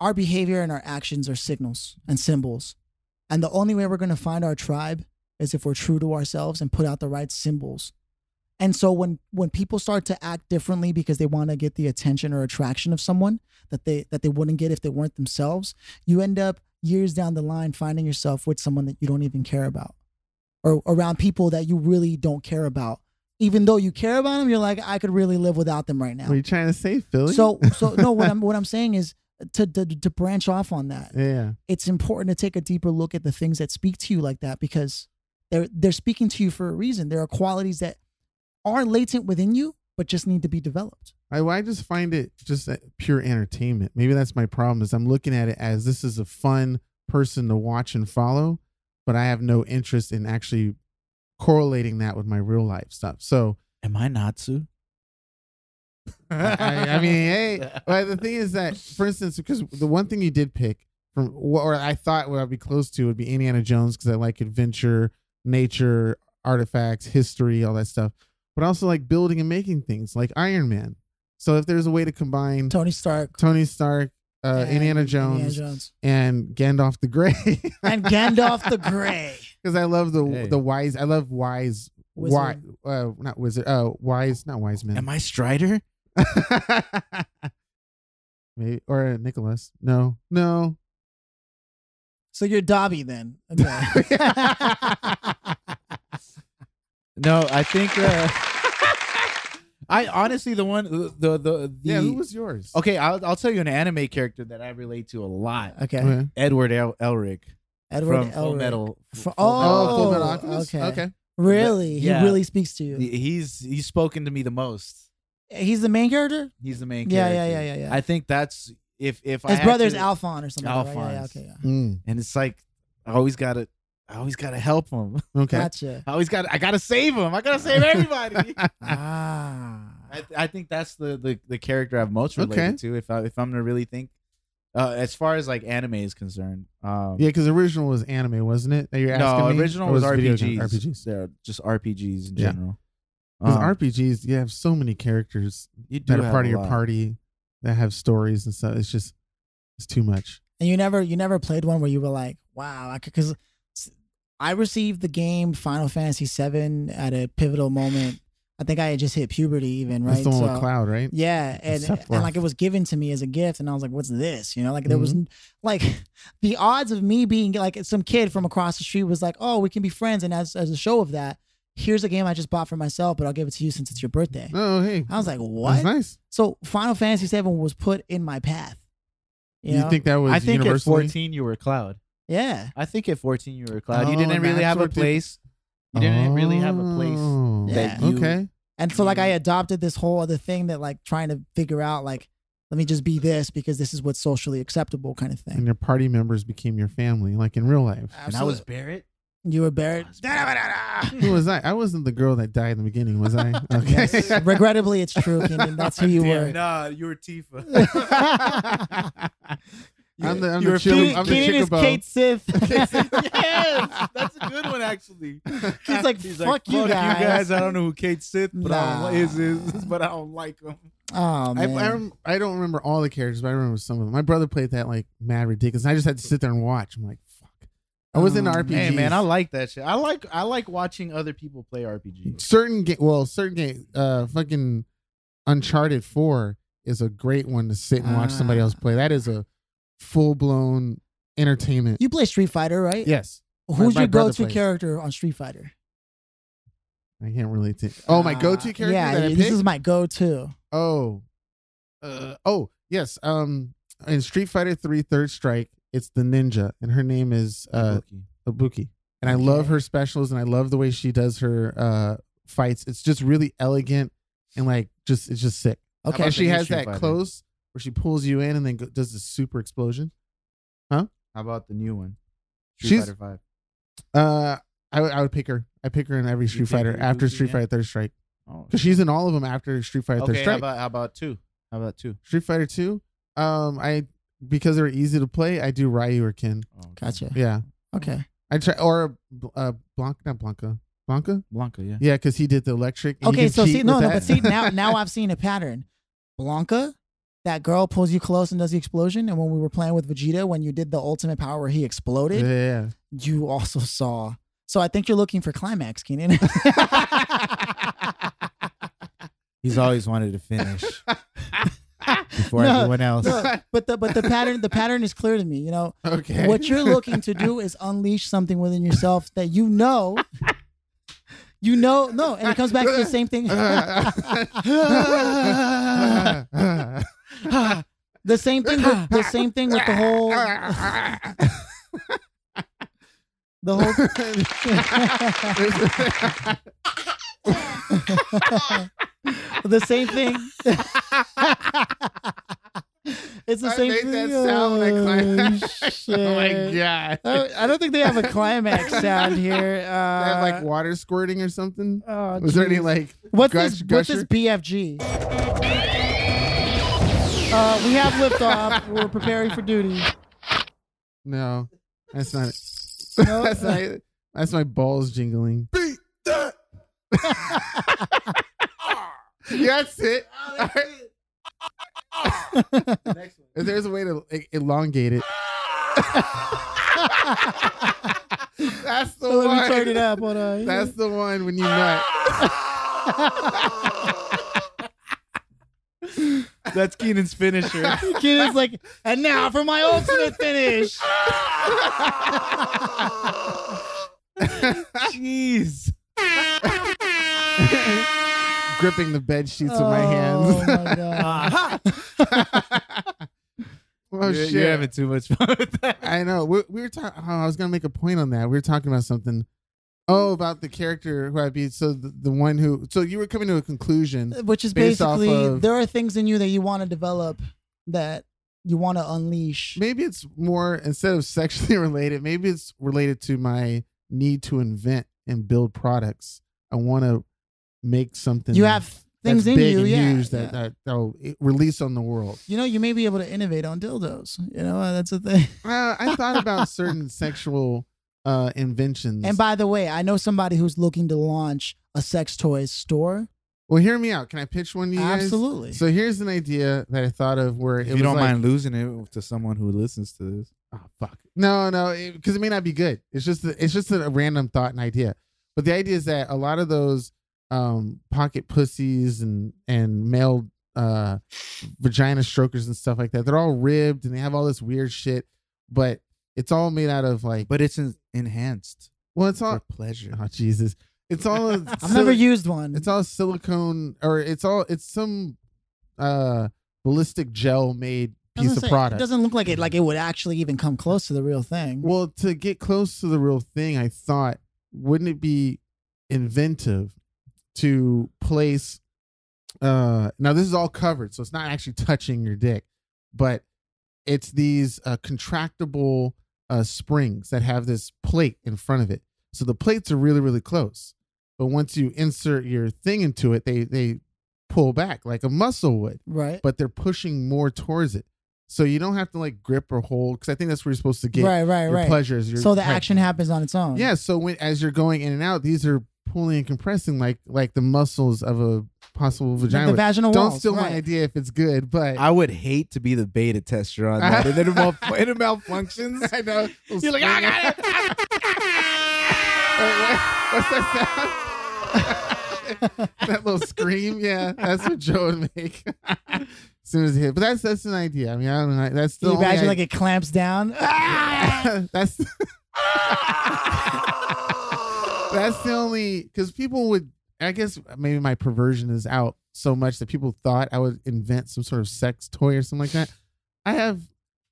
[SPEAKER 3] our behavior and our actions are signals and symbols. And the only way we're going to find our tribe is if we're true to ourselves and put out the right symbols. And so when when people start to act differently because they want to get the attention or attraction of someone that they that they wouldn't get if they weren't themselves, you end up years down the line finding yourself with someone that you don't even care about or around people that you really don't care about. Even though you care about them, you're like I could really live without them right now.
[SPEAKER 1] what are you trying to say, Philly?
[SPEAKER 3] So so no, what I'm what I'm saying is uh, to to, to branch off on that.
[SPEAKER 1] yeah,
[SPEAKER 3] It's important to take a deeper look at the things that speak to you like that because they're they're speaking to you for a reason. There are qualities that are latent within you but just need to be developed.
[SPEAKER 1] I, I just find it just uh, pure entertainment. Maybe that's my problem is I'm looking at it as this is a fun person to watch and follow, but I have no interest in actually correlating that with my real life stuff. So
[SPEAKER 4] am i natsu
[SPEAKER 1] I, I- I mean, hey, but the thing is that, for instance, because the one thing you did pick from, or I thought what I'd be close to would be Indiana Jones because I like adventure, nature, artifacts, history, all that stuff, but I also like building and making things like Iron Man. So if there's a way to combine
[SPEAKER 3] Tony Stark,
[SPEAKER 1] Tony Stark, uh,
[SPEAKER 3] and
[SPEAKER 1] Indiana Jones,
[SPEAKER 3] Indiana Jones,
[SPEAKER 1] and Gandalf the Grey.
[SPEAKER 3] and Gandalf the Grey.
[SPEAKER 1] Because I love the
[SPEAKER 4] Hey.
[SPEAKER 1] the wise. I love wise Why? Uh, not wizard. Uh, wise. Not wise man.
[SPEAKER 4] Am I Strider?
[SPEAKER 1] Maybe or uh, Nicholas. No, no.
[SPEAKER 3] So you're Dobby then. Okay.
[SPEAKER 4] No, I think. Uh, I honestly the one the the, the
[SPEAKER 1] yeah, who was yours?
[SPEAKER 4] okay. I'll I'll tell you an anime character that I relate to a lot.
[SPEAKER 3] okay.
[SPEAKER 1] Okay.
[SPEAKER 4] Edward El- Elric
[SPEAKER 3] Edward
[SPEAKER 4] from Full
[SPEAKER 3] Elric.
[SPEAKER 4] Metal.
[SPEAKER 3] Fro-
[SPEAKER 1] Oh,
[SPEAKER 3] Oh,
[SPEAKER 1] Full Metal Alchemist?
[SPEAKER 3] okay.
[SPEAKER 1] Okay.
[SPEAKER 3] Really?
[SPEAKER 4] Yeah.
[SPEAKER 3] He really speaks to you.
[SPEAKER 4] He's he's spoken to me the most.
[SPEAKER 3] He's the main character?
[SPEAKER 4] He's the main
[SPEAKER 3] Yeah,
[SPEAKER 4] character.
[SPEAKER 3] yeah, yeah, yeah, yeah.
[SPEAKER 4] I think that's if if I
[SPEAKER 3] His
[SPEAKER 4] had
[SPEAKER 3] brother's
[SPEAKER 4] to-
[SPEAKER 3] Alphon or something. Right? Yeah, yeah,
[SPEAKER 4] Alphonse.
[SPEAKER 3] okay, yeah.
[SPEAKER 1] Mm,
[SPEAKER 4] and it's like I always gotta I always gotta help him.
[SPEAKER 1] okay.
[SPEAKER 3] Gotcha.
[SPEAKER 4] I always gotta I gotta save him. I gotta save everybody.
[SPEAKER 3] ah.
[SPEAKER 4] I, I think that's the, the the character I've most related
[SPEAKER 1] Okay.
[SPEAKER 4] to. If I if I'm to really think, uh, as far as like anime is concerned, um,
[SPEAKER 1] Yeah, because original was anime, wasn't it? That you're asking
[SPEAKER 4] no,
[SPEAKER 1] me?
[SPEAKER 4] original
[SPEAKER 1] Or
[SPEAKER 4] was,
[SPEAKER 1] video
[SPEAKER 4] RPGs.
[SPEAKER 1] game- RPGs.
[SPEAKER 4] They're just RPGs in
[SPEAKER 1] Yeah.
[SPEAKER 4] general.
[SPEAKER 1] Because
[SPEAKER 4] Um,
[SPEAKER 1] RPGs, you have so many characters
[SPEAKER 4] you do
[SPEAKER 1] that are
[SPEAKER 4] have
[SPEAKER 1] part
[SPEAKER 4] a
[SPEAKER 1] of your
[SPEAKER 4] lot.
[SPEAKER 1] party that have stories and stuff. It's just it's too much.
[SPEAKER 3] And you never you never played one where you were like, wow, I could because I received the game Final Fantasy VII at a pivotal moment. I think I had just hit puberty, even right.
[SPEAKER 1] That's the one
[SPEAKER 3] So-
[SPEAKER 1] with Cloud, right?
[SPEAKER 3] Yeah, and
[SPEAKER 1] Except for-
[SPEAKER 3] and like it was given to me as a gift, and I was like, "What's this?" You know, like there was
[SPEAKER 1] Mm-hmm.
[SPEAKER 3] n- like the odds of me being like some kid from across the street was like, "Oh, we can be friends," and as as a show of that, here's a game I just bought for myself, but I'll give it to you since it's your birthday.
[SPEAKER 1] Oh, hey,
[SPEAKER 3] I was like,
[SPEAKER 1] that's
[SPEAKER 3] "What?"
[SPEAKER 1] nice.
[SPEAKER 3] so Final Fantasy VII was put in my path. You,
[SPEAKER 1] You,
[SPEAKER 3] know?
[SPEAKER 1] think that was
[SPEAKER 4] I think at
[SPEAKER 1] universally?
[SPEAKER 4] 14 you were Cloud.
[SPEAKER 3] Yeah,
[SPEAKER 4] I think at 14 you were Cloud. you
[SPEAKER 1] Oh,
[SPEAKER 4] didn't really
[SPEAKER 1] that's
[SPEAKER 4] have a
[SPEAKER 1] what did-
[SPEAKER 4] place. You didn't really have a place.
[SPEAKER 1] Oh,
[SPEAKER 4] that
[SPEAKER 3] Yeah.
[SPEAKER 4] you-
[SPEAKER 1] Okay.
[SPEAKER 3] and so like
[SPEAKER 1] Mm.
[SPEAKER 3] I adopted this whole other thing that like trying to figure out like let me just be this because this is what's socially acceptable kind of
[SPEAKER 1] And
[SPEAKER 3] thing.
[SPEAKER 1] your party members became your family, like in real life.
[SPEAKER 4] And I was Barrett.
[SPEAKER 1] Mm.
[SPEAKER 3] you were Barrett.
[SPEAKER 1] Who was I? I wasn't the girl that died in the beginning, was I? Okay.
[SPEAKER 3] Yes. Regrettably, it's true, Kenan. That's who you were.
[SPEAKER 4] Nah, you were Tifa.
[SPEAKER 1] I'm the, I'm
[SPEAKER 4] You're
[SPEAKER 1] the,
[SPEAKER 4] a
[SPEAKER 1] chill,
[SPEAKER 4] Phoenix-
[SPEAKER 1] I'm the
[SPEAKER 4] Keenan
[SPEAKER 3] Kenan is
[SPEAKER 1] Chickabo.
[SPEAKER 3] Kate Sith.
[SPEAKER 4] yes, that's a good one actually.
[SPEAKER 3] He's like, "Fuck you guys."
[SPEAKER 4] I don't know who Kate Sith, but I don't,
[SPEAKER 3] Nah.
[SPEAKER 4] li- is, is, but I don't like him.
[SPEAKER 3] oh
[SPEAKER 1] I,
[SPEAKER 3] man.
[SPEAKER 1] I, rem- I don't remember all the characters, but I remember some of them. My brother played that like mad ridiculous. and I just had to sit there and watch. I'm like, fuck. I was in
[SPEAKER 3] Oh,
[SPEAKER 1] RPGs.
[SPEAKER 4] Hey man, I like that shit. I like I like watching other people play RPGs.
[SPEAKER 1] certain game. Well, certain game. Uh, fucking Uncharted Four is a great one to sit and watch somebody
[SPEAKER 3] Ah.
[SPEAKER 1] else play. That is a full blown entertainment.
[SPEAKER 3] you play Street Fighter, right?
[SPEAKER 1] yes,
[SPEAKER 3] Who's
[SPEAKER 1] my
[SPEAKER 3] your
[SPEAKER 1] brother
[SPEAKER 3] go-to
[SPEAKER 1] plays.
[SPEAKER 3] character on Street Fighter?
[SPEAKER 1] I can't relate to. Oh, my
[SPEAKER 3] Uh,
[SPEAKER 1] go to character
[SPEAKER 3] Yeah,
[SPEAKER 1] that I
[SPEAKER 3] this
[SPEAKER 1] picked.
[SPEAKER 3] is my go-to.
[SPEAKER 1] oh, uh, oh yes. Um, in Street Fighter Three Third Strike, it's the ninja, and her name is uh Ibuki. And I love her specials and I love the way she does her uh fights. It's just really elegant and like just it's just sick.
[SPEAKER 3] Okay.
[SPEAKER 1] And she
[SPEAKER 4] the new
[SPEAKER 1] has
[SPEAKER 4] Street
[SPEAKER 1] that
[SPEAKER 4] Fighter?
[SPEAKER 1] close where she pulls you in and then go, does the super explosion.
[SPEAKER 4] How about the new one? Street
[SPEAKER 1] She's-
[SPEAKER 4] Fighter Five.
[SPEAKER 1] Uh I would I would pick her. I pick her in every Street
[SPEAKER 4] pick
[SPEAKER 1] Fighter
[SPEAKER 4] Ibuki,
[SPEAKER 1] after Street
[SPEAKER 4] yeah?
[SPEAKER 1] Fighter Third Strike
[SPEAKER 4] Oh,
[SPEAKER 1] because she's in all of them after Street Fighter Third
[SPEAKER 4] okay. How
[SPEAKER 1] Strike.
[SPEAKER 4] about how about two? How about two?
[SPEAKER 1] Street Fighter Two. Um, I because they're easy to play, I do Ryu or Ken.
[SPEAKER 4] Oh, okay.
[SPEAKER 3] Gotcha.
[SPEAKER 1] Yeah,
[SPEAKER 3] Okay.
[SPEAKER 1] I try or uh Blanca, not Blanca, Blanca.
[SPEAKER 4] Blanca, yeah.
[SPEAKER 1] Yeah, because he did the electric. and he
[SPEAKER 3] Okay.
[SPEAKER 1] can
[SPEAKER 3] So
[SPEAKER 1] cheat
[SPEAKER 3] see, no,
[SPEAKER 1] with
[SPEAKER 3] no,
[SPEAKER 1] that.
[SPEAKER 3] but see, now, now I've seen a pattern. Blanca, that girl pulls you close and does the explosion. And when we were playing with Vegeta, when you did the ultimate power where he exploded,
[SPEAKER 1] yeah.
[SPEAKER 3] you also saw. So I think you're looking for climax, Keenan.
[SPEAKER 4] He's always wanted to finish before
[SPEAKER 3] No,
[SPEAKER 4] everyone else.
[SPEAKER 3] No, but the but the pattern the pattern is clear to me. You know
[SPEAKER 1] Okay.
[SPEAKER 3] what you're looking to do is unleash something within yourself that you know. You know, no, and it comes back to the same thing. The same thing. With, the same thing with the whole. The whole. the same thing. it's the
[SPEAKER 1] I
[SPEAKER 3] same
[SPEAKER 1] made
[SPEAKER 3] thing.
[SPEAKER 1] that sound when I climbed.
[SPEAKER 3] Oh, shit.
[SPEAKER 1] oh my god.
[SPEAKER 3] I don't- I don't think they have a climax sound here. Uh,
[SPEAKER 1] They have, like water squirting or something.
[SPEAKER 3] oh,
[SPEAKER 1] Was there any
[SPEAKER 3] jeez.
[SPEAKER 1] like
[SPEAKER 3] What's
[SPEAKER 1] gush-
[SPEAKER 3] this? What's this
[SPEAKER 1] gusher?
[SPEAKER 3] BFG? Uh, we have liftoff. We're preparing for duty.
[SPEAKER 1] No. That's not it.
[SPEAKER 3] No?
[SPEAKER 1] That's not it. That's my balls jingling. Beat that. yeah, that's it.
[SPEAKER 3] Ah,
[SPEAKER 1] e-, If there's a way to like, elongate it. That's the
[SPEAKER 3] So let me
[SPEAKER 1] one.
[SPEAKER 3] turn it up. Ah. Hold on.
[SPEAKER 1] That's the one when you nut.
[SPEAKER 4] That's Keenan's finisher.
[SPEAKER 3] kid is like, and now for my ultimate finish.
[SPEAKER 4] Jeez.
[SPEAKER 1] Gripping the bed sheets with my hands.
[SPEAKER 3] Oh my god.
[SPEAKER 1] oh
[SPEAKER 4] you're,
[SPEAKER 1] shit!
[SPEAKER 4] You're having too much fun with that.
[SPEAKER 1] I know. We, we were talking. Oh, I was gonna make a point on that. We were talking about something. Oh, about the character who I beat. So the, the one who. So you were coming to a conclusion.
[SPEAKER 3] Which is
[SPEAKER 1] Based off
[SPEAKER 3] basically
[SPEAKER 1] of-
[SPEAKER 3] there are things in you that you want to develop that you want to unleash.
[SPEAKER 1] Maybe it's more instead of sexually related. Maybe it's related to my need to invent and build products. I want to make something.
[SPEAKER 3] You have
[SPEAKER 1] that's
[SPEAKER 3] things in
[SPEAKER 1] big
[SPEAKER 3] you,
[SPEAKER 1] and
[SPEAKER 3] yeah.
[SPEAKER 1] huge that,
[SPEAKER 3] yeah.
[SPEAKER 1] that that'll release on the world.
[SPEAKER 3] you know, you may be able to innovate on dildos. You know, uh, that's a thing.
[SPEAKER 1] Uh, I thought about certain sexual uh, inventions.
[SPEAKER 3] And by the way, I know somebody who's looking to launch a sex toys store.
[SPEAKER 1] well, hear me out. Can I pitch one to you guys?
[SPEAKER 3] Absolutely.
[SPEAKER 1] So here's an idea that I thought of where it
[SPEAKER 4] If
[SPEAKER 1] was
[SPEAKER 4] you don't
[SPEAKER 1] like,
[SPEAKER 4] mind losing it to someone who listens to this.
[SPEAKER 1] oh, fuck. No, no, because it, may not be good. It's just a, it's just a random thought and idea. But the idea is that a lot of those um, pocket pussies and and male uh, vagina strokers and stuff like that, they're all ribbed and they have all this weird shit, but it's all made out of like.
[SPEAKER 4] But it's en- enhanced
[SPEAKER 1] Well, it's all
[SPEAKER 4] for pleasure.
[SPEAKER 1] Oh Jesus! It's all.
[SPEAKER 3] I've
[SPEAKER 1] sil-
[SPEAKER 3] never used one.
[SPEAKER 1] It's all silicone, or it's all. It's some uh ballistic gel made
[SPEAKER 3] I was
[SPEAKER 1] piece
[SPEAKER 3] gonna
[SPEAKER 1] of
[SPEAKER 3] say, It
[SPEAKER 1] product.
[SPEAKER 3] doesn't look like it like it would actually even come close to the real thing.
[SPEAKER 1] Well, to get close to the real thing, I thought, wouldn't it be inventive to place? uh Now this is all covered, so it's not actually touching your dick, but it's these uh, contractable uh springs that have this plate in front of it. So the plates are really, really close. But once you insert your thing into it, they they pull back like a muscle would,
[SPEAKER 3] right.
[SPEAKER 1] but they're pushing more towards it. So you don't have to like grip or hold because I think that's where you're supposed to get
[SPEAKER 3] right, right,
[SPEAKER 1] your
[SPEAKER 3] right.
[SPEAKER 1] pleasures. Your
[SPEAKER 3] So the
[SPEAKER 1] type.
[SPEAKER 3] action happens on its own.
[SPEAKER 1] Yeah. So when as you're going in and out, these are pulling and compressing like like the muscles of a possible
[SPEAKER 3] Like
[SPEAKER 1] vagina.
[SPEAKER 3] the
[SPEAKER 1] would.
[SPEAKER 3] vaginal
[SPEAKER 1] Don't
[SPEAKER 3] walls,
[SPEAKER 1] steal
[SPEAKER 3] right.
[SPEAKER 1] my idea if it's good, but
[SPEAKER 4] I would hate to be the beta tester on that. and then it, malf- it malfunctions.
[SPEAKER 1] I know.
[SPEAKER 4] You're like, I got it.
[SPEAKER 1] What's that sound? that little scream, yeah, that's what Joe would make as soon as it hit. But that's that's an idea. I mean, I don't know. That's the
[SPEAKER 3] Can you
[SPEAKER 1] only
[SPEAKER 3] imagine
[SPEAKER 1] idea.
[SPEAKER 3] like it clamps down? Ah!
[SPEAKER 1] that's that's the only because people would i guess maybe my perversion is out so much that people thought i would invent some sort of sex toy or something like that i have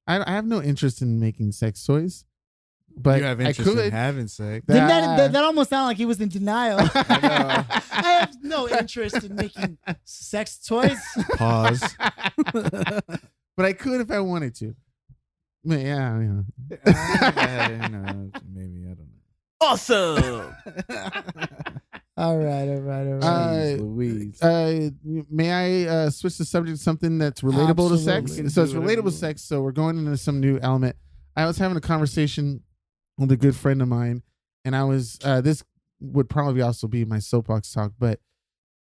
[SPEAKER 1] i, I have no interest in making sex toys but
[SPEAKER 4] you have
[SPEAKER 1] i
[SPEAKER 4] interest
[SPEAKER 1] could
[SPEAKER 4] in having sex.
[SPEAKER 1] That-
[SPEAKER 3] Didn't that, that that almost sounded like he was in denial.
[SPEAKER 1] I
[SPEAKER 3] I have no interest in making sex toys.
[SPEAKER 4] Pause.
[SPEAKER 1] but i could if i wanted to but yeah, yeah.
[SPEAKER 4] I don't know. Maybe I don't know.
[SPEAKER 5] Awesome.
[SPEAKER 3] All right, all right, all right.
[SPEAKER 1] Uh,
[SPEAKER 4] Jeez Louise.
[SPEAKER 1] Uh, may I uh, switch the subject to something that's relatable to
[SPEAKER 3] Absolutely.
[SPEAKER 1] sex? So it's relatable sex. So we're going into some new element. I was having a conversation with a good friend of mine, and I was uh, this would probably also be my soapbox talk, but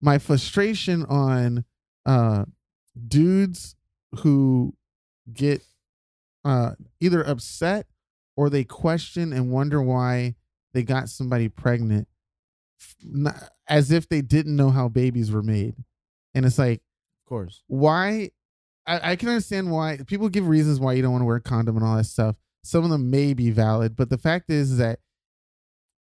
[SPEAKER 1] my frustration on uh, dudes who get uh, either upset or they question and wonder why they got somebody pregnant f- not- as if they didn't know how babies were made. And it's like,
[SPEAKER 4] of course.
[SPEAKER 1] why? I, I can understand why people give reasons why you don't want to wear a condom and all that stuff. Some of them may be valid, but the fact is, that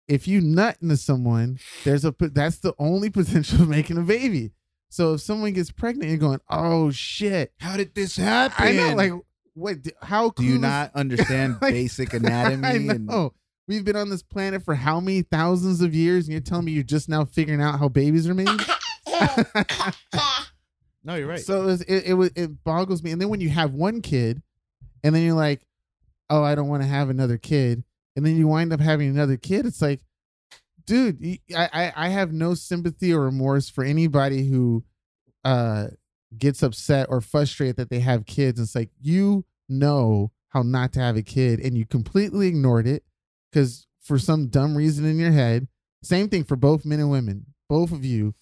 [SPEAKER 1] if you nut into someone, there's a po- that's the only potential of making a baby. So if someone gets pregnant, you're going, oh shit.
[SPEAKER 4] How did this happen?
[SPEAKER 1] I know, like, what? How
[SPEAKER 4] do you
[SPEAKER 1] clueless-
[SPEAKER 4] not understand
[SPEAKER 1] Like,
[SPEAKER 4] basic anatomy?
[SPEAKER 1] I
[SPEAKER 4] and-
[SPEAKER 1] know. We've been on this planet for how many thousands of years, and you're telling me you're just now figuring out how babies are made.
[SPEAKER 4] no, you're right.
[SPEAKER 1] So it was, it, it was it boggles me. And then when you have one kid, and then you're like, oh, I don't want to have another kid, and then you wind up having another kid. It's like, dude, you- I I, I have no sympathy or remorse for anybody who uh gets upset or frustrated that they have kids. It's like you know how not to have a kid, and you completely ignored it because for some dumb reason in your head. Same thing for both men and women. Both of you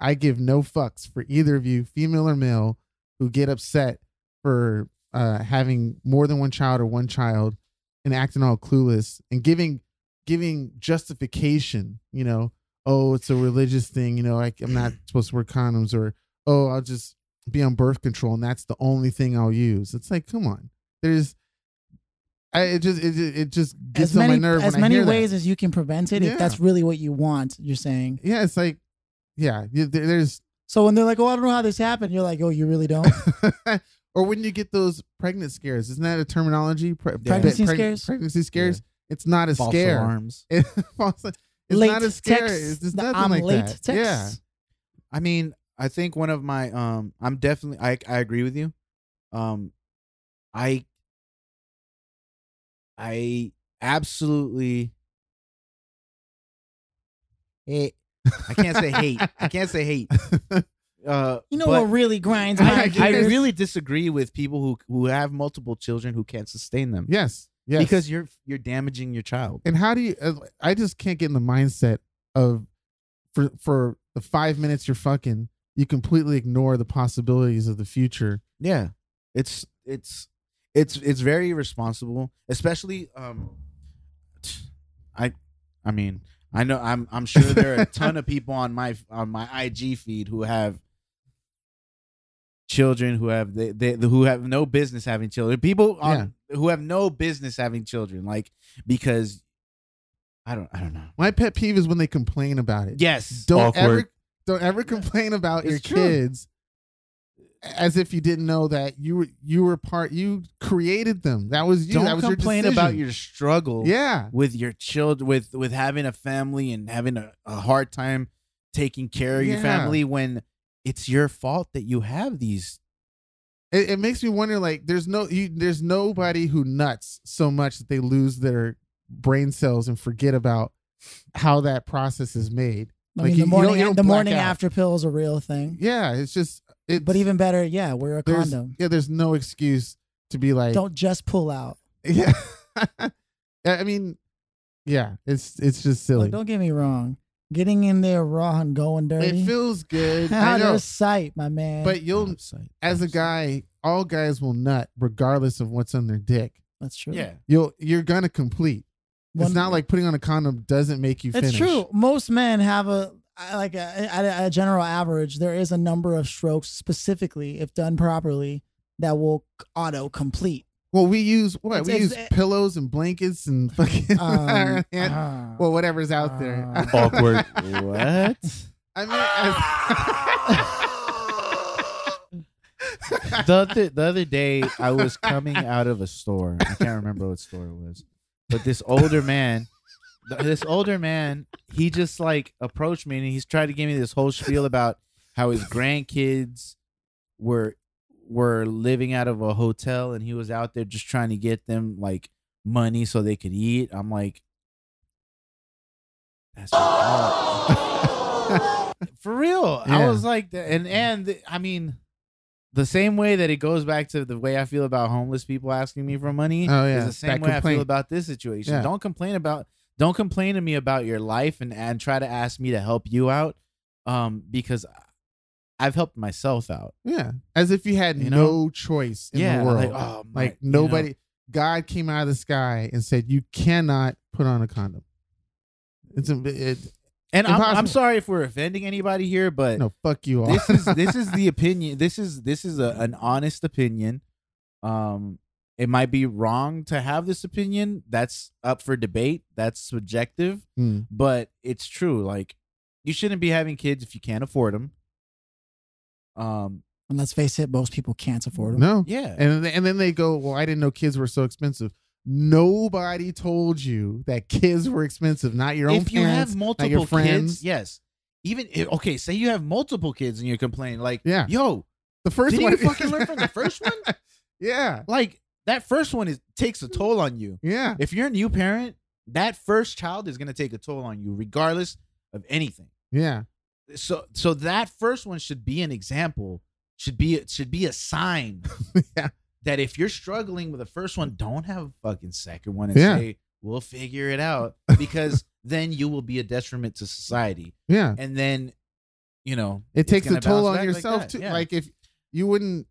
[SPEAKER 1] I give no fucks for either of you, female or male, who get upset for uh, having more than one child or one child and acting all clueless and giving giving justification, you know, oh, it's a religious thing, you know, like I'm not supposed to wear condoms or oh, I'll just be on birth control and that's the only thing I'll use. It's like, come on. There's I it just it, it it just gets
[SPEAKER 3] as many,
[SPEAKER 1] on my nerve
[SPEAKER 3] as
[SPEAKER 1] when I
[SPEAKER 3] many
[SPEAKER 1] hear that.
[SPEAKER 3] ways as you can prevent it,
[SPEAKER 1] Yeah.
[SPEAKER 3] if that's really what you want, you're saying.
[SPEAKER 1] Yeah, it's like yeah, you- there- there's
[SPEAKER 3] So when they're like, "Oh, I don't know how this happened," you're like, "Oh, you really don't."
[SPEAKER 1] or when you get those pregnant scares, isn't that a terminology? Pre-
[SPEAKER 3] Pregnancy
[SPEAKER 1] preg-
[SPEAKER 3] scares?
[SPEAKER 1] Pregnancy scares. It's not a
[SPEAKER 4] False
[SPEAKER 1] scare.
[SPEAKER 4] alarms.
[SPEAKER 1] It- false- it's
[SPEAKER 3] late
[SPEAKER 1] not a scare.
[SPEAKER 3] Text,
[SPEAKER 1] it's just
[SPEAKER 3] the
[SPEAKER 1] nothing
[SPEAKER 3] I'm
[SPEAKER 1] like
[SPEAKER 3] late
[SPEAKER 1] that.
[SPEAKER 3] Text.
[SPEAKER 1] Yeah,
[SPEAKER 4] I mean, I think one of my um I'm definitely I I agree with you. Um I I absolutely hate. I can't say hate. I can't say hate. Uh
[SPEAKER 3] You know
[SPEAKER 4] but
[SPEAKER 3] what really grinds my
[SPEAKER 4] I,
[SPEAKER 1] Mike?
[SPEAKER 4] I
[SPEAKER 3] gears?
[SPEAKER 4] really disagree with people who who have multiple children who can't sustain them.
[SPEAKER 1] Yes. Yes.
[SPEAKER 4] Because you're you're damaging your child.
[SPEAKER 1] and how do you? uh, I just can't get in the mindset of for for the five minutes you're fucking, you completely ignore the possibilities of the future.
[SPEAKER 4] Yeah. It's it's it's it's very irresponsible, especially um I I mean, I know I'm I'm sure there are a ton of people on my on my IG feed who have children who have they, they who have no business having children. People on who have no business having children like because I don't I don't know.
[SPEAKER 1] My pet peeve is when they complain about it.
[SPEAKER 4] Yes.
[SPEAKER 1] Don't
[SPEAKER 4] Awkward.
[SPEAKER 1] ever don't ever complain about
[SPEAKER 4] It's
[SPEAKER 1] your
[SPEAKER 4] true.
[SPEAKER 1] kids as if you didn't know that you were you were part you created them. That was you.
[SPEAKER 4] don't
[SPEAKER 1] that was
[SPEAKER 4] complain
[SPEAKER 1] your
[SPEAKER 4] about
[SPEAKER 1] decision.
[SPEAKER 4] your struggle.
[SPEAKER 1] Yeah.
[SPEAKER 4] with your child with with having a family and having a, a hard time taking care of your
[SPEAKER 1] Yeah.
[SPEAKER 4] family when it's your fault that you have these
[SPEAKER 1] It, it makes me wonder. Like, there's no, you, there's nobody who nuts so much that they lose their brain cells and forget about how that process is made.
[SPEAKER 3] I
[SPEAKER 1] Like, you-
[SPEAKER 3] mean,
[SPEAKER 1] you
[SPEAKER 3] the
[SPEAKER 1] don't-
[SPEAKER 3] morning
[SPEAKER 1] you don't
[SPEAKER 3] the
[SPEAKER 1] black
[SPEAKER 3] morning
[SPEAKER 1] out.
[SPEAKER 3] after pill is a real thing.
[SPEAKER 1] Yeah, it's just. It's,
[SPEAKER 3] But even better, yeah, wear a
[SPEAKER 1] there's,
[SPEAKER 3] condom.
[SPEAKER 1] Yeah, there's no excuse to be like.
[SPEAKER 3] Don't just pull out.
[SPEAKER 1] Yeah. I- I mean, yeah, it's it's just silly.
[SPEAKER 3] Look, don't get me wrong. Getting in there raw and going dirty.
[SPEAKER 1] it feels good. I
[SPEAKER 3] out
[SPEAKER 1] know,
[SPEAKER 3] of sight, my man.
[SPEAKER 1] but you'll as a guy, all guys will nut regardless of what's on their dick.
[SPEAKER 3] that's true.
[SPEAKER 4] yeah
[SPEAKER 1] You'll you're gonna complete.
[SPEAKER 3] One-
[SPEAKER 1] it's not like putting on a condom doesn't make you finish.
[SPEAKER 3] It's true. Most men have a I- like a, at a general average. There is a number of strokes specifically, if done properly, that will auto complete.
[SPEAKER 1] Well, we use what?
[SPEAKER 3] It's-
[SPEAKER 1] we use
[SPEAKER 3] it's-
[SPEAKER 4] eh
[SPEAKER 1] pillows and blankets and fucking
[SPEAKER 3] Um,
[SPEAKER 4] uh,
[SPEAKER 1] and-
[SPEAKER 3] ah.
[SPEAKER 1] well, whatever's out there.
[SPEAKER 3] uh,
[SPEAKER 2] Awkward.
[SPEAKER 4] what
[SPEAKER 1] I mean, as-
[SPEAKER 4] the other, the other day i was coming out of a store i can't remember what store it was but this older man th- this older man he just like approached me and he's tried to give me this whole spiel about how his grandkids were were living out of a hotel and he was out there just trying to get them like money so they could eat i'm like that's for real i
[SPEAKER 1] Yeah.
[SPEAKER 4] was like and and i mean the same way that it goes back to the way I feel about homeless people asking me for money
[SPEAKER 1] Oh, yeah.
[SPEAKER 4] is the same
[SPEAKER 1] That
[SPEAKER 4] way I
[SPEAKER 1] complaint.
[SPEAKER 4] feel about this situation.
[SPEAKER 1] Yeah.
[SPEAKER 4] Don't complain about don't complain to me about your life and and try to ask me to help you out um because I've helped myself out.
[SPEAKER 1] yeah, as if you had
[SPEAKER 4] You
[SPEAKER 1] no choice in
[SPEAKER 4] yeah,
[SPEAKER 1] the world.
[SPEAKER 4] like oh my,
[SPEAKER 1] Like,
[SPEAKER 4] you know,
[SPEAKER 1] nobody, God came out of the sky and said, "You cannot put on a condom." It's a, it,
[SPEAKER 4] and I'm, I'm
[SPEAKER 1] impossible.
[SPEAKER 4] sorry if we're offending anybody here, but
[SPEAKER 1] no, fuck you all.
[SPEAKER 4] this is this is the opinion. This is this is a, an honest opinion. Um, it might be wrong to have this opinion. That's up for debate. That's subjective.
[SPEAKER 1] Mm.
[SPEAKER 4] but it's true. Like, you shouldn't be having kids if you can't afford them. Um,
[SPEAKER 3] and let's face it, most people can't afford them.
[SPEAKER 1] no,
[SPEAKER 4] yeah,
[SPEAKER 1] and then- and then they go, "Well, I didn't know kids were so expensive." Nobody told you that kids were expensive. Not your own
[SPEAKER 4] if you
[SPEAKER 1] parents,
[SPEAKER 4] have
[SPEAKER 1] not your
[SPEAKER 4] multiple
[SPEAKER 1] friends.
[SPEAKER 4] kids, yes. Even if, okay, say you have multiple kids and you're complaining, like,
[SPEAKER 1] Yeah.
[SPEAKER 4] yo,
[SPEAKER 1] The first
[SPEAKER 4] Didn't
[SPEAKER 1] one,
[SPEAKER 4] you fucking learn from the first one?
[SPEAKER 1] Yeah,
[SPEAKER 4] like that first one is takes a toll on you.
[SPEAKER 1] yeah,
[SPEAKER 4] If you're a new parent, that first child is gonna take a toll on you, regardless of anything.
[SPEAKER 1] yeah.
[SPEAKER 4] so so that first one should be an example should be should be a sign
[SPEAKER 1] Yeah.
[SPEAKER 4] that if you're struggling with the first one don't have a fucking second one and
[SPEAKER 1] Yeah.
[SPEAKER 4] say we'll figure it out because then you will be a detriment to society
[SPEAKER 1] Yeah,
[SPEAKER 4] and then you know
[SPEAKER 1] it
[SPEAKER 4] it's
[SPEAKER 1] takes a
[SPEAKER 4] gonna
[SPEAKER 1] toll
[SPEAKER 4] bounce
[SPEAKER 1] on
[SPEAKER 4] back like
[SPEAKER 1] yourself
[SPEAKER 4] that.
[SPEAKER 1] too.
[SPEAKER 4] Yeah.
[SPEAKER 1] Like if you wouldn't,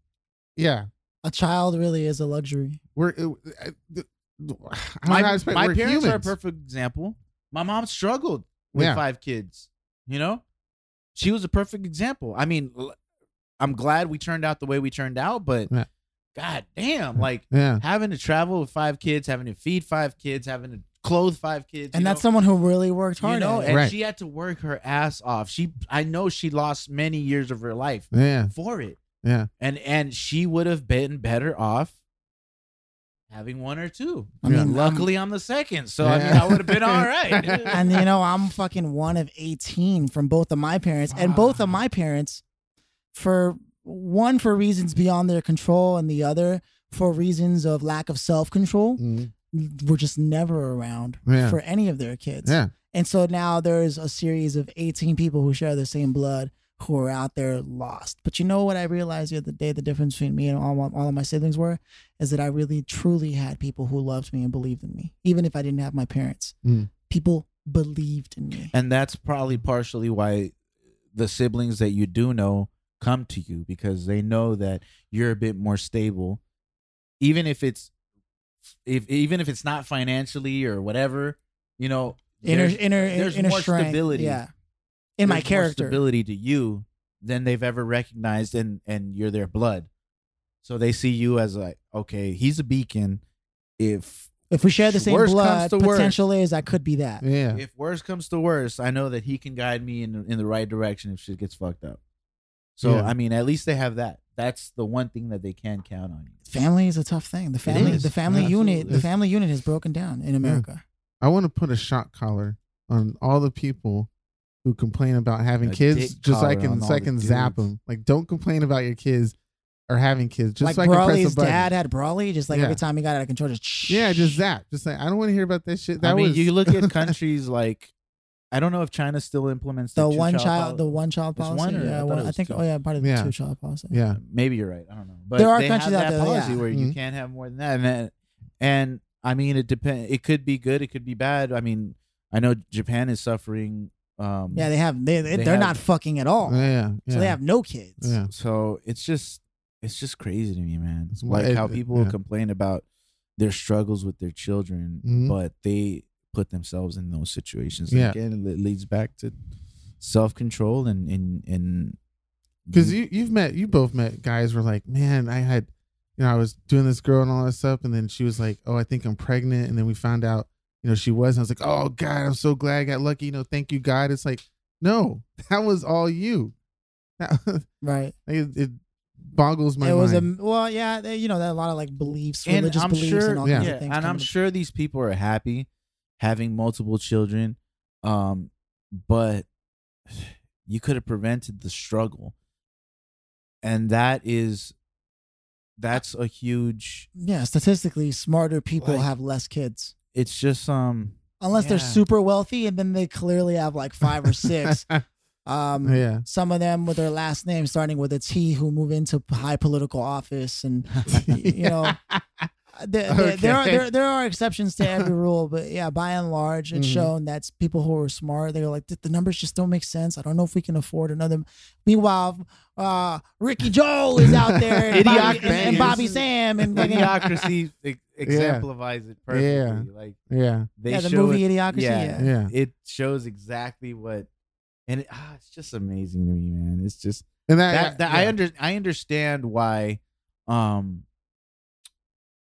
[SPEAKER 1] yeah, uh,
[SPEAKER 3] A child really is a luxury.
[SPEAKER 1] we're. It, I, I don't know how
[SPEAKER 4] my,
[SPEAKER 1] to explain-
[SPEAKER 4] my
[SPEAKER 1] we're
[SPEAKER 4] parents are a
[SPEAKER 1] humans.
[SPEAKER 4] perfect example My mom struggled with
[SPEAKER 1] Yeah.
[SPEAKER 4] five kids. You know, she was a perfect example. I mean, l- I'm glad we turned out the way we turned out, but
[SPEAKER 1] Yeah.
[SPEAKER 4] god damn, like
[SPEAKER 1] Yeah.
[SPEAKER 4] having to travel with five kids, having to feed five kids, having to clothe five kids,
[SPEAKER 3] and
[SPEAKER 4] you
[SPEAKER 3] that's
[SPEAKER 4] know?
[SPEAKER 3] someone who really worked hard.
[SPEAKER 4] you know,
[SPEAKER 3] at it.
[SPEAKER 4] and
[SPEAKER 1] Right.
[SPEAKER 4] she had to work her ass off. She, I know, she lost many years of her life
[SPEAKER 1] Yeah.
[SPEAKER 4] for it,
[SPEAKER 1] Yeah.
[SPEAKER 4] and and she would have been better off having one or two.
[SPEAKER 3] I mean,
[SPEAKER 1] Yeah.
[SPEAKER 3] um,
[SPEAKER 4] Luckily, I'm the second, so I mean,
[SPEAKER 1] Yeah.
[SPEAKER 4] I would have been all right.
[SPEAKER 3] and you know, I'm fucking one of 18 from both of my parents, and both of my parents, for one for reasons beyond their control, and the other for reasons of lack of self control,
[SPEAKER 1] Mm.
[SPEAKER 3] were just never around
[SPEAKER 1] Yeah.
[SPEAKER 3] for any of their kids.
[SPEAKER 1] Yeah.
[SPEAKER 3] And so now there's a series of 18 people who share the same blood who are out there lost. But you know what I realized the other day the difference between me and all, my- all of my siblings were is that I really truly had people who loved me and believed in me, even if I didn't have my parents.
[SPEAKER 1] Mm.
[SPEAKER 3] People believed in me.
[SPEAKER 4] and that's probably partially why the siblings that you do know come to you because they know that you're a bit more stable even if it's if even if it's not financially or whatever you know
[SPEAKER 3] Inner
[SPEAKER 4] there's-
[SPEAKER 3] inner
[SPEAKER 4] there's
[SPEAKER 3] inner
[SPEAKER 4] more
[SPEAKER 3] strength,
[SPEAKER 4] stability
[SPEAKER 3] Yeah. In my
[SPEAKER 4] there's more
[SPEAKER 3] character.
[SPEAKER 4] stability to you than they've ever recognized and and you're their blood so they see you as like okay he's a beacon if
[SPEAKER 3] If we share the same
[SPEAKER 4] Worst
[SPEAKER 3] blood,
[SPEAKER 4] comes to worst.
[SPEAKER 3] potential is I could be that.
[SPEAKER 1] Yeah.
[SPEAKER 4] if worse comes to worse, I know that he can guide me in in the right direction if shit gets fucked up. So
[SPEAKER 1] Yeah.
[SPEAKER 4] I mean, at least they have that. That's the one thing that they can count on.
[SPEAKER 3] Family is a tough thing. The family
[SPEAKER 1] is.
[SPEAKER 3] the family
[SPEAKER 1] Yeah,
[SPEAKER 3] unit
[SPEAKER 1] absolutely.
[SPEAKER 3] the family unit has broken down in America.
[SPEAKER 1] I want to put a shock collar on all the people who complain about having
[SPEAKER 4] A
[SPEAKER 1] kids,
[SPEAKER 4] dick
[SPEAKER 1] just so I
[SPEAKER 4] collar
[SPEAKER 1] can
[SPEAKER 4] on
[SPEAKER 1] so
[SPEAKER 4] all
[SPEAKER 1] I
[SPEAKER 4] the
[SPEAKER 1] can zap
[SPEAKER 4] dudes.
[SPEAKER 1] them. Like, don't complain about your kids or having kids, just
[SPEAKER 3] like
[SPEAKER 1] so I can press
[SPEAKER 3] Brawley's
[SPEAKER 1] a button.
[SPEAKER 3] dad had Brawley, just like
[SPEAKER 1] Yeah.
[SPEAKER 3] every time he got out of control, just shh.
[SPEAKER 1] yeah, just zap. Just like I don't want to hear about that shit. That
[SPEAKER 4] I mean,
[SPEAKER 1] was
[SPEAKER 4] you look at countries like I don't know if China still implements the,
[SPEAKER 3] the
[SPEAKER 4] two
[SPEAKER 3] one child,
[SPEAKER 4] child,
[SPEAKER 3] the one child
[SPEAKER 4] It's
[SPEAKER 3] policy.
[SPEAKER 4] one or- I
[SPEAKER 3] yeah,
[SPEAKER 4] thought
[SPEAKER 3] one,
[SPEAKER 4] it
[SPEAKER 3] I
[SPEAKER 4] was
[SPEAKER 3] think.
[SPEAKER 4] two.
[SPEAKER 3] Oh yeah, part of the
[SPEAKER 1] Yeah.
[SPEAKER 3] two child policy.
[SPEAKER 1] yeah,
[SPEAKER 4] Uh, Maybe you're right. I don't know, but
[SPEAKER 3] There are
[SPEAKER 4] they
[SPEAKER 3] countries
[SPEAKER 4] have
[SPEAKER 3] out
[SPEAKER 4] that
[SPEAKER 3] there,
[SPEAKER 4] policy
[SPEAKER 3] yeah. Mm-hmm.
[SPEAKER 4] where
[SPEAKER 1] Mhm.
[SPEAKER 4] you can't have more than that, and that- and I mean, it depend. It could be good. It could be bad. I mean, I know Japan is suffering. Um,
[SPEAKER 3] yeah, they have. They, they
[SPEAKER 4] They
[SPEAKER 3] are
[SPEAKER 4] have-
[SPEAKER 3] not fucking at all.
[SPEAKER 1] yeah, yeah.
[SPEAKER 3] So they have no kids.
[SPEAKER 1] yeah.
[SPEAKER 4] so it's just it's just crazy to me man
[SPEAKER 1] It's
[SPEAKER 4] like
[SPEAKER 1] wild.
[SPEAKER 4] how
[SPEAKER 1] It-
[SPEAKER 4] people
[SPEAKER 1] yeah.
[SPEAKER 4] complain about their struggles with their children
[SPEAKER 3] Mm-hmm.
[SPEAKER 1] Mhm.
[SPEAKER 4] but they put themselves in those situations
[SPEAKER 1] Yeah.
[SPEAKER 4] again it leads back to self-control and and and
[SPEAKER 1] Because you you've met you both met guys who were like, man, I had, you know, I was doing this girl and all that stuff, and then she was like, oh, I think I'm pregnant, and then we found out, you know, she was, and I was like, oh God, I'm so glad I got lucky, you know, thank you God. It's like, no, that was all you. That, like,
[SPEAKER 3] Right.
[SPEAKER 1] it, it boggles my
[SPEAKER 3] it was
[SPEAKER 1] mind.
[SPEAKER 3] a well, yeah. They, you know, there are a lot of like beliefs,
[SPEAKER 4] and
[SPEAKER 3] religious
[SPEAKER 4] i'm
[SPEAKER 3] beliefs,
[SPEAKER 4] sure
[SPEAKER 3] and all
[SPEAKER 4] yeah,
[SPEAKER 3] kinds of things.
[SPEAKER 4] and
[SPEAKER 3] come
[SPEAKER 4] i'm
[SPEAKER 3] to-
[SPEAKER 4] sure these people are happy having multiple children um but you could have prevented the struggle and that is that's a huge
[SPEAKER 3] Yeah, statistically, smarter people
[SPEAKER 4] Like-
[SPEAKER 3] have less kids.
[SPEAKER 4] it's just um
[SPEAKER 3] Unless they're
[SPEAKER 4] Yeah.
[SPEAKER 3] super wealthy, and then they clearly have like five or six. Um,
[SPEAKER 1] yeah,
[SPEAKER 3] Some of them with their last name starting with a T who move into high political office and you know uh, there, there, there are
[SPEAKER 1] Okay.
[SPEAKER 3] there, there are exceptions to every rule but yeah by and large it's
[SPEAKER 4] Mm-hmm.
[SPEAKER 1] Mhm.
[SPEAKER 3] shown that's people who are smart they're like the numbers just don't make sense i don't know if we can afford another meanwhile uh ricky joel is out there and, bobby,
[SPEAKER 4] Idiotic
[SPEAKER 3] and, and
[SPEAKER 4] bangers.
[SPEAKER 3] Bobby sam and fucking-
[SPEAKER 4] idiocracy ex- exemplifies it perfectly
[SPEAKER 1] Yeah.
[SPEAKER 4] like
[SPEAKER 1] yeah,
[SPEAKER 4] they
[SPEAKER 3] yeah, the
[SPEAKER 4] show
[SPEAKER 3] movie
[SPEAKER 4] it,
[SPEAKER 3] idiocracy
[SPEAKER 4] yeah.
[SPEAKER 3] yeah.
[SPEAKER 1] yeah.
[SPEAKER 4] it shows exactly what and it, ah, it's just amazing to me man it's just
[SPEAKER 1] And that,
[SPEAKER 4] that, that
[SPEAKER 1] yeah.
[SPEAKER 4] i under i understand why um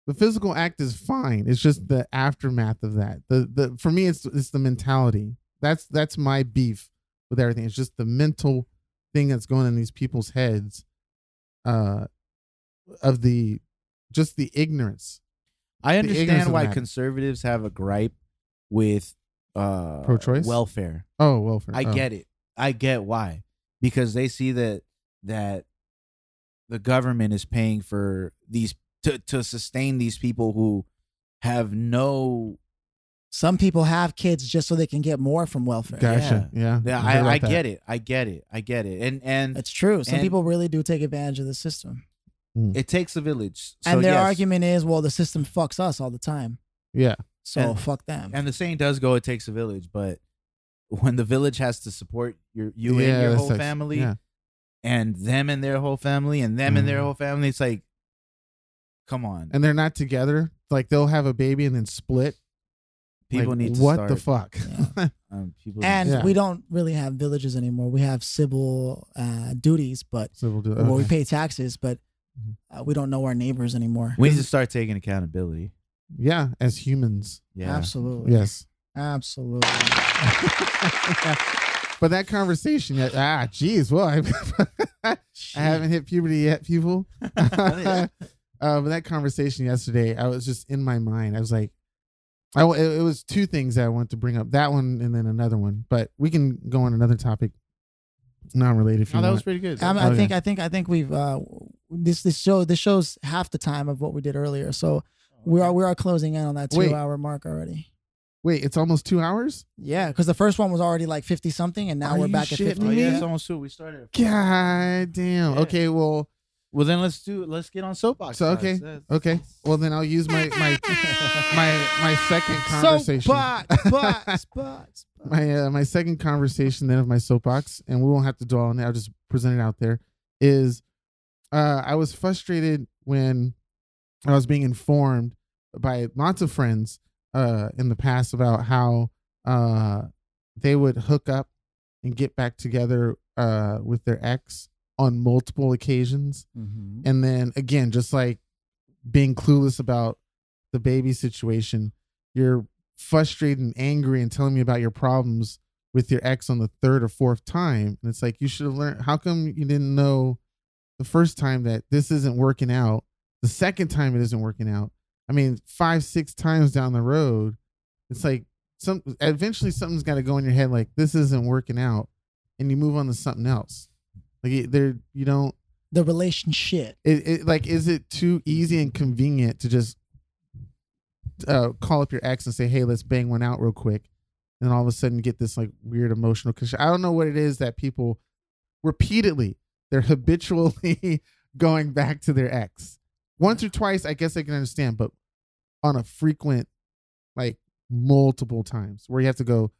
[SPEAKER 1] the physical act is fine. It's just the aftermath of that. The the for me, it's it's the mentality. That's that's my beef with everything. It's just the mental thing that's going in these people's heads, uh, of the just the ignorance.
[SPEAKER 4] i
[SPEAKER 1] ignorance of
[SPEAKER 4] understand why
[SPEAKER 1] that.
[SPEAKER 4] conservatives have a gripe with uh
[SPEAKER 1] Pro-choice?
[SPEAKER 4] welfare
[SPEAKER 1] Oh well, for,
[SPEAKER 4] I
[SPEAKER 1] oh.
[SPEAKER 4] get it. I get why. Because they see that that the government is paying for these to to sustain these people who have no
[SPEAKER 3] some people have kids just so they can get more from welfare
[SPEAKER 1] Gotcha. Yeah,
[SPEAKER 4] Yeah,
[SPEAKER 1] heard
[SPEAKER 4] I, I
[SPEAKER 1] about that.
[SPEAKER 4] get it. I get it. I get it. And and
[SPEAKER 3] it's true some
[SPEAKER 4] And-
[SPEAKER 3] people really do take advantage of the system
[SPEAKER 4] it takes a village. So
[SPEAKER 3] and their
[SPEAKER 4] yes.
[SPEAKER 3] argument is well the system fucks us all the time
[SPEAKER 1] Yeah,
[SPEAKER 3] so
[SPEAKER 4] And-
[SPEAKER 3] fuck them
[SPEAKER 4] and the saying does go it takes a village, but when the village has to support your you
[SPEAKER 1] yeah,
[SPEAKER 4] and your
[SPEAKER 1] that
[SPEAKER 4] whole
[SPEAKER 1] sucks.
[SPEAKER 4] family
[SPEAKER 1] Yeah.
[SPEAKER 4] and them and their whole family and them and their
[SPEAKER 1] Mhm.
[SPEAKER 4] whole family, it's like come on.
[SPEAKER 1] and they're not together. Like they'll have a baby and then split.
[SPEAKER 4] People
[SPEAKER 1] Like,
[SPEAKER 4] need to
[SPEAKER 1] what
[SPEAKER 4] start.
[SPEAKER 1] the fuck?
[SPEAKER 4] Um, people
[SPEAKER 3] And
[SPEAKER 1] Yeah.
[SPEAKER 3] we don't really have villages anymore. We have civil uh, duties, but
[SPEAKER 1] so we'll do.
[SPEAKER 3] well, we
[SPEAKER 1] okay. Mm-hmm.
[SPEAKER 3] pay taxes, but uh, we don't know our neighbors anymore.
[SPEAKER 4] we need to start taking accountability.
[SPEAKER 1] Yeah, as humans.
[SPEAKER 4] Yeah.
[SPEAKER 3] Absolutely.
[SPEAKER 1] Yes.
[SPEAKER 3] Absolutely.
[SPEAKER 1] But that conversation, yeah, ah, geez, well, I, I haven't hit puberty yet, people. uh, but that conversation yesterday, I was just in my mind. I was like, I w- it, it was two things that I wanted to bring up. That one and then another one. But we can go on another topic, not related. If you
[SPEAKER 4] No, that
[SPEAKER 1] want. Oh,
[SPEAKER 4] was pretty good.
[SPEAKER 3] Um, I, mean, I
[SPEAKER 1] Okay.
[SPEAKER 3] think I think I think we've uh, this this show this shows half the time of what we did earlier. So we are we are closing in on that two
[SPEAKER 1] Wait.
[SPEAKER 3] hour mark already.
[SPEAKER 1] Wait, it's almost two hours.
[SPEAKER 3] Yeah, because the first one was already like fifty something, and now
[SPEAKER 1] Are
[SPEAKER 3] we're
[SPEAKER 1] you
[SPEAKER 3] back at
[SPEAKER 1] shitting
[SPEAKER 3] fifty.
[SPEAKER 4] Oh yeah,
[SPEAKER 1] me?
[SPEAKER 4] it's almost two. We started. at-
[SPEAKER 1] God damn.
[SPEAKER 4] Yeah.
[SPEAKER 1] Okay, well,
[SPEAKER 4] Well, then let's do. Let's get on soapbox.
[SPEAKER 1] So,
[SPEAKER 4] thoughts.
[SPEAKER 1] okay.
[SPEAKER 4] That's-
[SPEAKER 1] okay. Well, then I'll use my my my my second conversation.
[SPEAKER 3] Soapbox, box, box, box.
[SPEAKER 1] my uh, my second conversation then of my soapbox, and we won't have to dwell on it. I'll just present it out there. Is uh, I was frustrated when I was being informed by lots of friends uh, in the past about how uh, they would hook up and get back together uh, with their ex on multiple occasions, and then again, just like being clueless about the baby situation, you're frustrated and angry and telling me about your problems with your ex on the third or fourth time. And it's like, you should have learned. How come you didn't know the first time that this isn't working out? The second time it isn't working out. I mean, five, six times down the road, it's like some eventually something's got to go in your head like this isn't working out, and you move on to something else. Like it- there, you don't
[SPEAKER 3] The relationship.
[SPEAKER 1] it, it like is it too easy and convenient to just uh, call up your ex and say hey let's bang one out real quick and then all of a sudden get this like weird emotional cause i don't know what it is that people repeatedly they're habitually going back to their ex once or twice i guess i can understand but on a frequent like multiple times where you have to go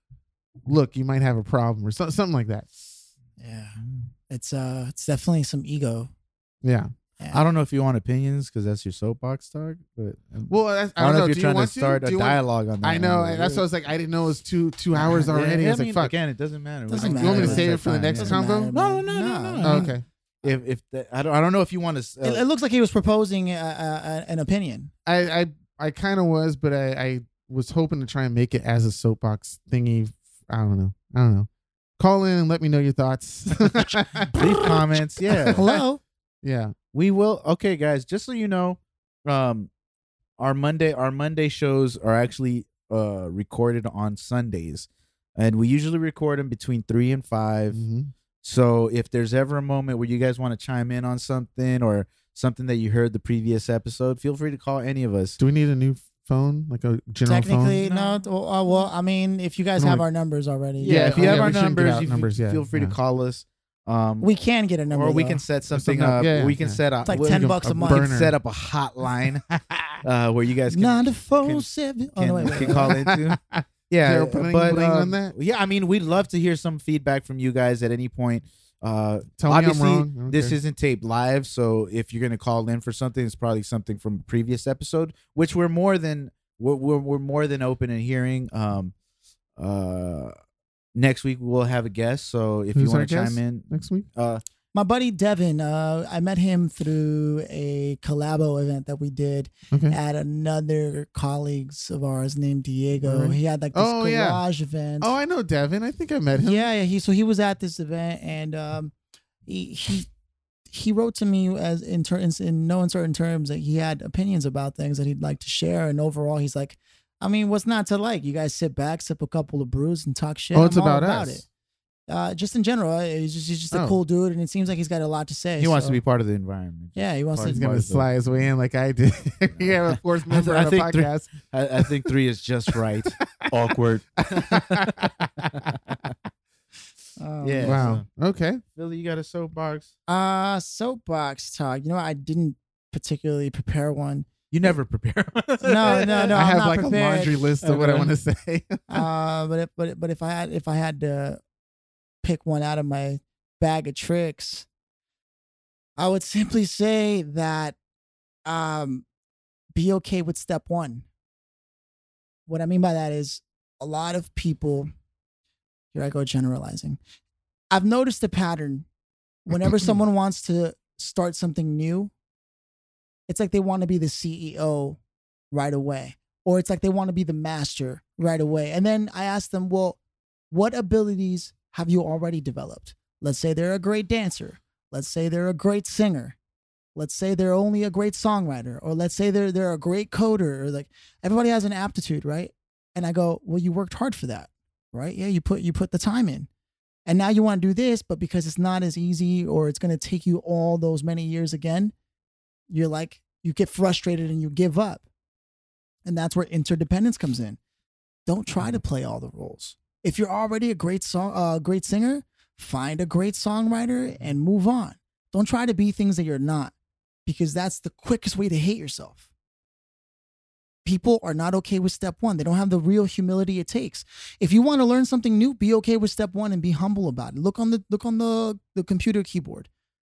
[SPEAKER 1] look you might have a problem or so, something like that
[SPEAKER 3] Yeah,
[SPEAKER 4] Mm.
[SPEAKER 3] it's uh, it's definitely some ego.
[SPEAKER 1] yeah
[SPEAKER 4] I don't know if you want opinions because that's your soapbox talk, but um,
[SPEAKER 1] well that's,
[SPEAKER 4] I don't, know, if
[SPEAKER 1] do
[SPEAKER 4] you're trying
[SPEAKER 1] want
[SPEAKER 4] to start
[SPEAKER 1] Do
[SPEAKER 4] a
[SPEAKER 1] you want-
[SPEAKER 4] dialogue on that.
[SPEAKER 1] I know.
[SPEAKER 4] one.
[SPEAKER 1] and That's what I was like. I didn't know it was two two hours
[SPEAKER 4] Yeah,
[SPEAKER 1] already.
[SPEAKER 4] yeah,
[SPEAKER 1] I was
[SPEAKER 4] I
[SPEAKER 1] like,
[SPEAKER 4] mean,
[SPEAKER 1] fuck.
[SPEAKER 4] Again, it doesn't matter. We
[SPEAKER 3] Doesn't
[SPEAKER 4] can
[SPEAKER 3] matter.
[SPEAKER 4] do
[SPEAKER 1] you want me
[SPEAKER 4] it
[SPEAKER 1] to
[SPEAKER 4] at
[SPEAKER 1] save
[SPEAKER 4] that
[SPEAKER 1] it for the
[SPEAKER 4] time,
[SPEAKER 1] next
[SPEAKER 4] yeah.
[SPEAKER 3] Doesn't
[SPEAKER 1] combo?
[SPEAKER 3] matter,
[SPEAKER 4] No, no,
[SPEAKER 3] man.
[SPEAKER 4] no, no,
[SPEAKER 3] No.
[SPEAKER 4] no.
[SPEAKER 1] Oh, okay.
[SPEAKER 4] If if that, I don't I don't know if you want to.
[SPEAKER 3] It, it looks like he was proposing uh, uh, an opinion.
[SPEAKER 1] I I, I kind of was, but I I was hoping to try and make it as a soapbox thingy. I don't know. I don't know. Call in and let me know your thoughts.
[SPEAKER 4] leave comments. Yeah.
[SPEAKER 3] Hello.
[SPEAKER 1] yeah.
[SPEAKER 4] We will. Okay, guys. Just so you know, um, our Monday our Monday shows are actually uh recorded on Sundays, and we usually record them between three and 5
[SPEAKER 1] Mhm.
[SPEAKER 4] So if there's ever a moment where you guys want to chime in on something or something that you heard the previous episode, feel free to call any of us.
[SPEAKER 1] Do we need a new phone, like a general phone?
[SPEAKER 3] Technically, no. t- Well, uh, well, I mean, if you guys
[SPEAKER 1] No,
[SPEAKER 3] have
[SPEAKER 1] we-
[SPEAKER 3] our numbers already,
[SPEAKER 4] Yeah, if you
[SPEAKER 1] yeah,
[SPEAKER 4] have our
[SPEAKER 1] we shouldn't give
[SPEAKER 4] numbers,
[SPEAKER 1] out
[SPEAKER 4] if you-
[SPEAKER 1] numbers, yeah,
[SPEAKER 4] feel free
[SPEAKER 1] yeah.
[SPEAKER 4] to call us. Um,
[SPEAKER 3] we can get a number.
[SPEAKER 4] or we
[SPEAKER 3] though.
[SPEAKER 4] can set something,
[SPEAKER 1] something up,
[SPEAKER 4] up.
[SPEAKER 1] yeah,
[SPEAKER 4] we can
[SPEAKER 1] yeah.
[SPEAKER 4] set up.
[SPEAKER 3] It's like
[SPEAKER 4] we'll-
[SPEAKER 3] ten
[SPEAKER 1] a-
[SPEAKER 3] bucks a,
[SPEAKER 1] a
[SPEAKER 3] month.
[SPEAKER 4] we can
[SPEAKER 1] burner.
[SPEAKER 4] set up a hotline uh, where you guys can
[SPEAKER 3] Nine to four
[SPEAKER 4] can-
[SPEAKER 3] seven. Oh,
[SPEAKER 4] can,
[SPEAKER 3] no, wait, wait,
[SPEAKER 4] can
[SPEAKER 3] wait.
[SPEAKER 4] call into. Yeah,
[SPEAKER 1] Zero bling
[SPEAKER 4] but
[SPEAKER 1] bling on
[SPEAKER 4] um,
[SPEAKER 1] that?
[SPEAKER 4] yeah, I mean, we'd love to hear some feedback from you guys at any point. Uh,
[SPEAKER 1] Tell
[SPEAKER 4] obviously,
[SPEAKER 1] me I'm wrong. I don't
[SPEAKER 4] this
[SPEAKER 1] care.
[SPEAKER 4] isn't taped live, so if you're gonna call in for something, it's probably something from a previous episode, which we're more than we're we're, we're more than open and hearing. Um, uh, next week we'll have a guest, so if you
[SPEAKER 1] Who's our
[SPEAKER 4] want to
[SPEAKER 1] guest?
[SPEAKER 4] chime in,
[SPEAKER 1] next week.
[SPEAKER 4] uh,
[SPEAKER 3] My buddy Devin, uh, I met him through a collabo event that we did
[SPEAKER 1] Okay.
[SPEAKER 3] at another colleagues of ours named Diego.
[SPEAKER 1] Alright.
[SPEAKER 3] He had like this
[SPEAKER 1] Oh, yeah.
[SPEAKER 3] garage event.
[SPEAKER 1] Oh, I know Devin. I think I met him.
[SPEAKER 3] yeah, yeah. He so he was at this event and um, he he he wrote to me as in ter- in, in no uncertain terms that he had opinions about things that he'd like to share. And overall, he's like, I mean, what's not to like? You guys sit back, sip a couple of brews, and talk shit.
[SPEAKER 1] oh, it's
[SPEAKER 3] I'm all
[SPEAKER 1] about, us.
[SPEAKER 3] it. Uh, just in general, uh, he's just, he's just a
[SPEAKER 1] Oh.
[SPEAKER 3] cool dude, and it seems like he's got a lot to say.
[SPEAKER 4] he wants
[SPEAKER 3] so-
[SPEAKER 4] to be part of the environment.
[SPEAKER 3] Yeah, he wants
[SPEAKER 1] He's
[SPEAKER 3] to.
[SPEAKER 1] gonna
[SPEAKER 4] Martha.
[SPEAKER 1] slide his way in like I did. we have a fourth
[SPEAKER 4] I th-
[SPEAKER 1] member on
[SPEAKER 4] I
[SPEAKER 1] the
[SPEAKER 4] think three-
[SPEAKER 1] podcast.
[SPEAKER 4] I, I think three is just right. Awkward.
[SPEAKER 3] Um,
[SPEAKER 4] Yeah.
[SPEAKER 1] Wow. Okay.
[SPEAKER 4] Billy, you got a soapbox.
[SPEAKER 3] Uh, soapbox talk. You know, I didn't particularly prepare one.
[SPEAKER 4] You never prepare.
[SPEAKER 3] No, no, no.
[SPEAKER 1] I
[SPEAKER 3] I'm
[SPEAKER 1] have
[SPEAKER 3] not
[SPEAKER 1] like
[SPEAKER 3] prepared.
[SPEAKER 1] a laundry list of what I
[SPEAKER 4] Okay.
[SPEAKER 1] want to say.
[SPEAKER 3] Uh, but if, but if- but if I had if I had to pick one out of my bag of tricks, I would simply say that um, be okay with step one. what I mean by that is a lot of people. Here I go generalizing. I've noticed a pattern. Whenever someone wants to start something new, it's like they want to be the CEO right away, or it's like they want to be the master right away. And then I ask them, well, what abilities have you already developed? Let's say they're a great dancer. Let's say they're a great singer. Let's say they're only a great songwriter, or let's say they're they're a great coder, or like everybody has an aptitude, right? And I go, well, you worked hard for that, right? Yeah, you put you put the time in, and now you want to do this, but because it's not as easy, or it's going to take you all those many years again, you're like you get frustrated and you give up, and that's where interdependence comes in. Don't try to play all the roles. If you're already a great song, uh, great singer, find a great songwriter and move on. Don't try to be things that you're not because that's the quickest way to hate yourself. People are not okay with step one. They don't have the real humility it takes. If you want to learn something new, be okay with step one and be humble about it. Look on the look on the, the computer keyboard.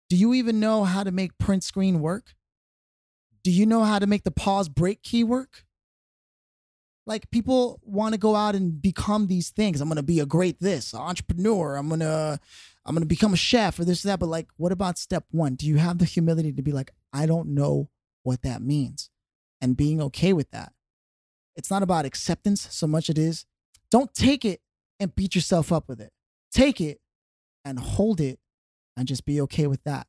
[SPEAKER 3] Do you even know how to make print screen work? Do you know how to make the pause break key work? Like people want to go out and become these things. I'm gonna be a great this, an entrepreneur. I'm gonna I'm gonna become a chef or this or that. But like, what about step one? Do you have the humility to be like, I don't know what that means, and being okay with that? It's not about acceptance so much. It is don't take it and beat yourself up with it. Take it and hold it, and just be okay with that.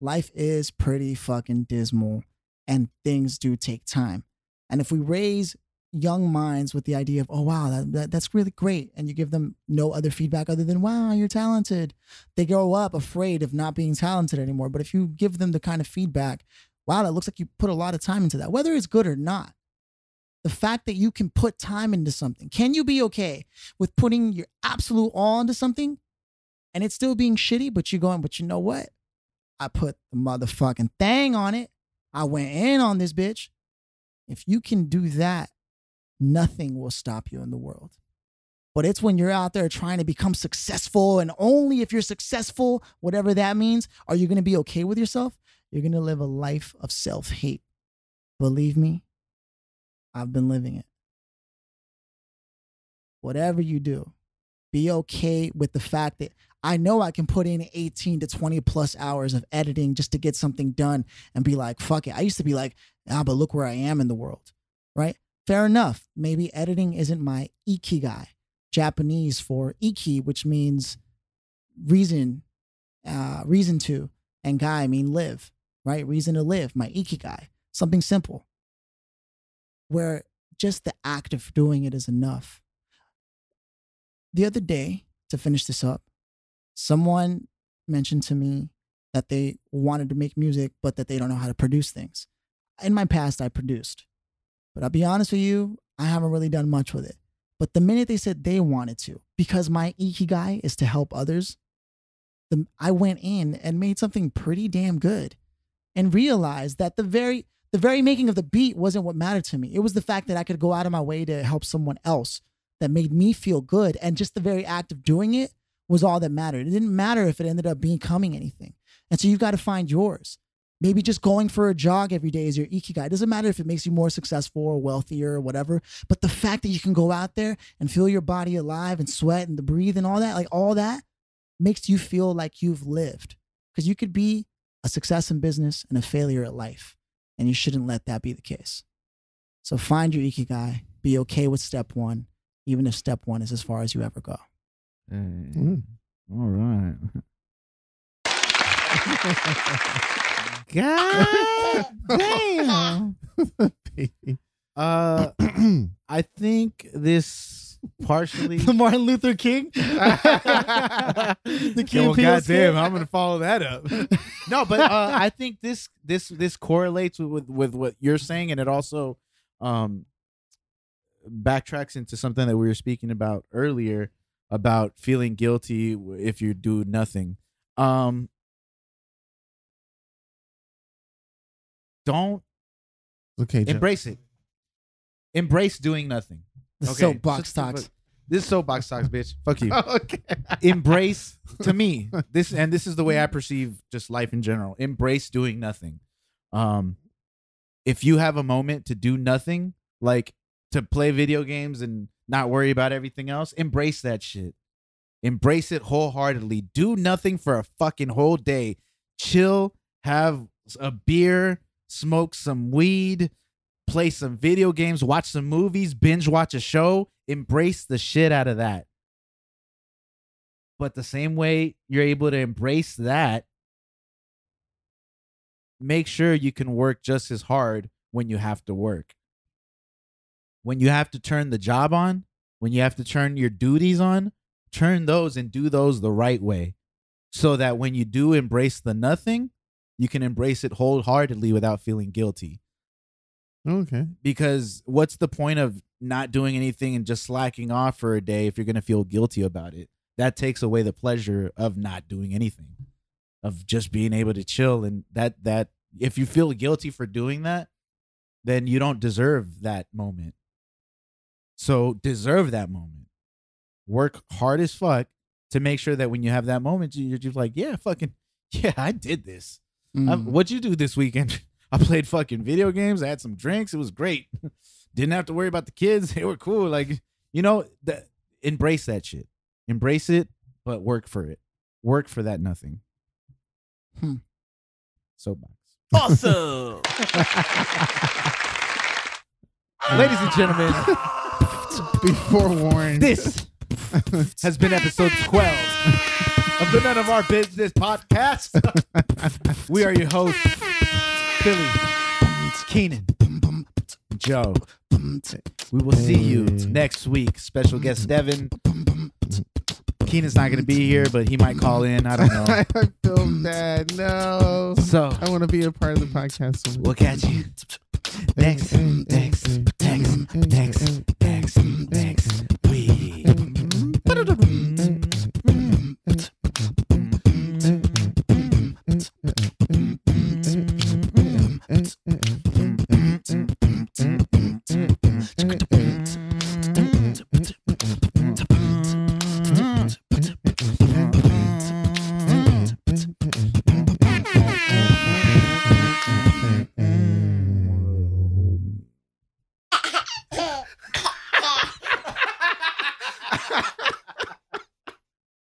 [SPEAKER 3] Life is pretty fucking dismal, and things do take time. And if we raise young minds with the idea of, oh, wow, that, that, that's really great. And you give them no other feedback other than, wow, you're talented. They grow up afraid of not being talented anymore. But if you give them the kind of feedback, wow, that looks like you put a lot of time into that, whether it's good or not, the fact that you can put time into something, can you be okay with putting your absolute all into something and it's still being shitty, but you're going, but you know what? I put the motherfucking thing on it. I went in on this bitch. If you can do that, nothing will stop you in the world. But it's when you're out there trying to become successful, and only if you're successful, whatever that means, are you going to be okay with yourself? You're going to live a life of self hate. Believe me, I've been living it. Whatever you do, be okay with the fact that I know I can put in 18 to 20 plus hours of editing just to get something done and be like, fuck it. I used to be like, ah, but look where I am in the world, right? Fair enough. Maybe editing isn't my ikigai, Japanese for iki, which means reason, uh, reason to, and guy I mean live, right? Reason to live, my ikigai, something simple. Where just the act of doing it is enough. The other day, to finish this up, someone mentioned to me that they wanted to make music, but that they don't know how to produce things. In my past, I produced. But I'll be honest with you, I haven't really done much with it. But the minute they said they wanted to, because my ikigai is to help others, the, I went in and made something pretty damn good and realized that the very the very making of the beat wasn't what mattered to me. It was the fact that I could go out of my way to help someone else that made me feel good and just the very act of doing it was all that mattered. It didn't matter if it ended up becoming anything. And so you've got to find yours. Maybe just going for a jog every day is your ikigai. It doesn't matter if it makes you more successful or wealthier or whatever, but the fact that you can go out there and feel your body alive and sweat and the breathe and all that, like all that makes you feel like you've lived. Because you could be a success in business and a failure at life, and you shouldn't let that be the case. So find your ikigai, be okay with step one, even if step one is as far as you ever go.
[SPEAKER 1] Mm.
[SPEAKER 4] All right.
[SPEAKER 1] God damn.
[SPEAKER 4] Uh, I think this partially.
[SPEAKER 3] The Martin Luther King?
[SPEAKER 4] the
[SPEAKER 3] Key and Peele skit?
[SPEAKER 4] I'm gonna follow that up. no, but uh, I think this this this correlates with, with with what you're saying, and it also um backtracks into something that we were speaking about earlier about feeling guilty if you do nothing. Um, don't
[SPEAKER 1] okay, Joe.
[SPEAKER 4] embrace it. Embrace doing nothing.
[SPEAKER 3] The
[SPEAKER 4] Okay,
[SPEAKER 3] soapbox
[SPEAKER 4] just- but-
[SPEAKER 3] talks.
[SPEAKER 4] This is soapbox talks, bitch. Fuck you.
[SPEAKER 1] okay.
[SPEAKER 4] Embrace to me this, and this is the way I perceive just life in general. Embrace doing nothing. Um, if you have a moment to do nothing, like to play video games and not worry about everything else, embrace that shit. Embrace it wholeheartedly. Do nothing for a fucking whole day. Chill, have a beer, smoke some weed, play some video games, watch some movies, binge watch a show. Embrace the shit out of that. But the same way you're able to embrace that, make sure you can work just as hard when you have to work. When you have to turn the job on, when you have to turn your duties on, turn those and do those the right way so that when you do embrace the nothing, you can embrace it wholeheartedly without feeling guilty.
[SPEAKER 1] Okay.
[SPEAKER 4] Because what's the point of not doing anything and just slacking off for a day if you're going to feel guilty about it? That takes away the pleasure of not doing anything, of just being able to chill. And that, that, if you feel guilty for doing that, then you don't deserve that moment. So deserve that moment. Work hard as fuck to make sure that when you have that moment, you- you're just like, yeah, fucking, yeah, I did this. I-
[SPEAKER 3] Mm.
[SPEAKER 4] what'd you do this weekend? I played fucking video games. I had some drinks. It was great. Didn't have to worry about the kids. They were cool. Like, you know, that embrace that shit. Embrace it, but work for it. Work for that nothing.
[SPEAKER 3] Hmm.
[SPEAKER 4] Soapbox.
[SPEAKER 5] Awesome.
[SPEAKER 4] Ladies and gentlemen,
[SPEAKER 1] Be forewarned.
[SPEAKER 4] this has been episode 12 of the None of Our Business podcast. we are your hosts, Philly, Keenan, Joe. We will see you next week. Special guest Devin. Keenan's not going to be here, but he might call in. I don't know.
[SPEAKER 1] I feel bad. No.
[SPEAKER 4] So
[SPEAKER 1] I want to be a part of the podcast. so much.
[SPEAKER 4] we'll catch you next, next, next, next,
[SPEAKER 1] Mm-hmm.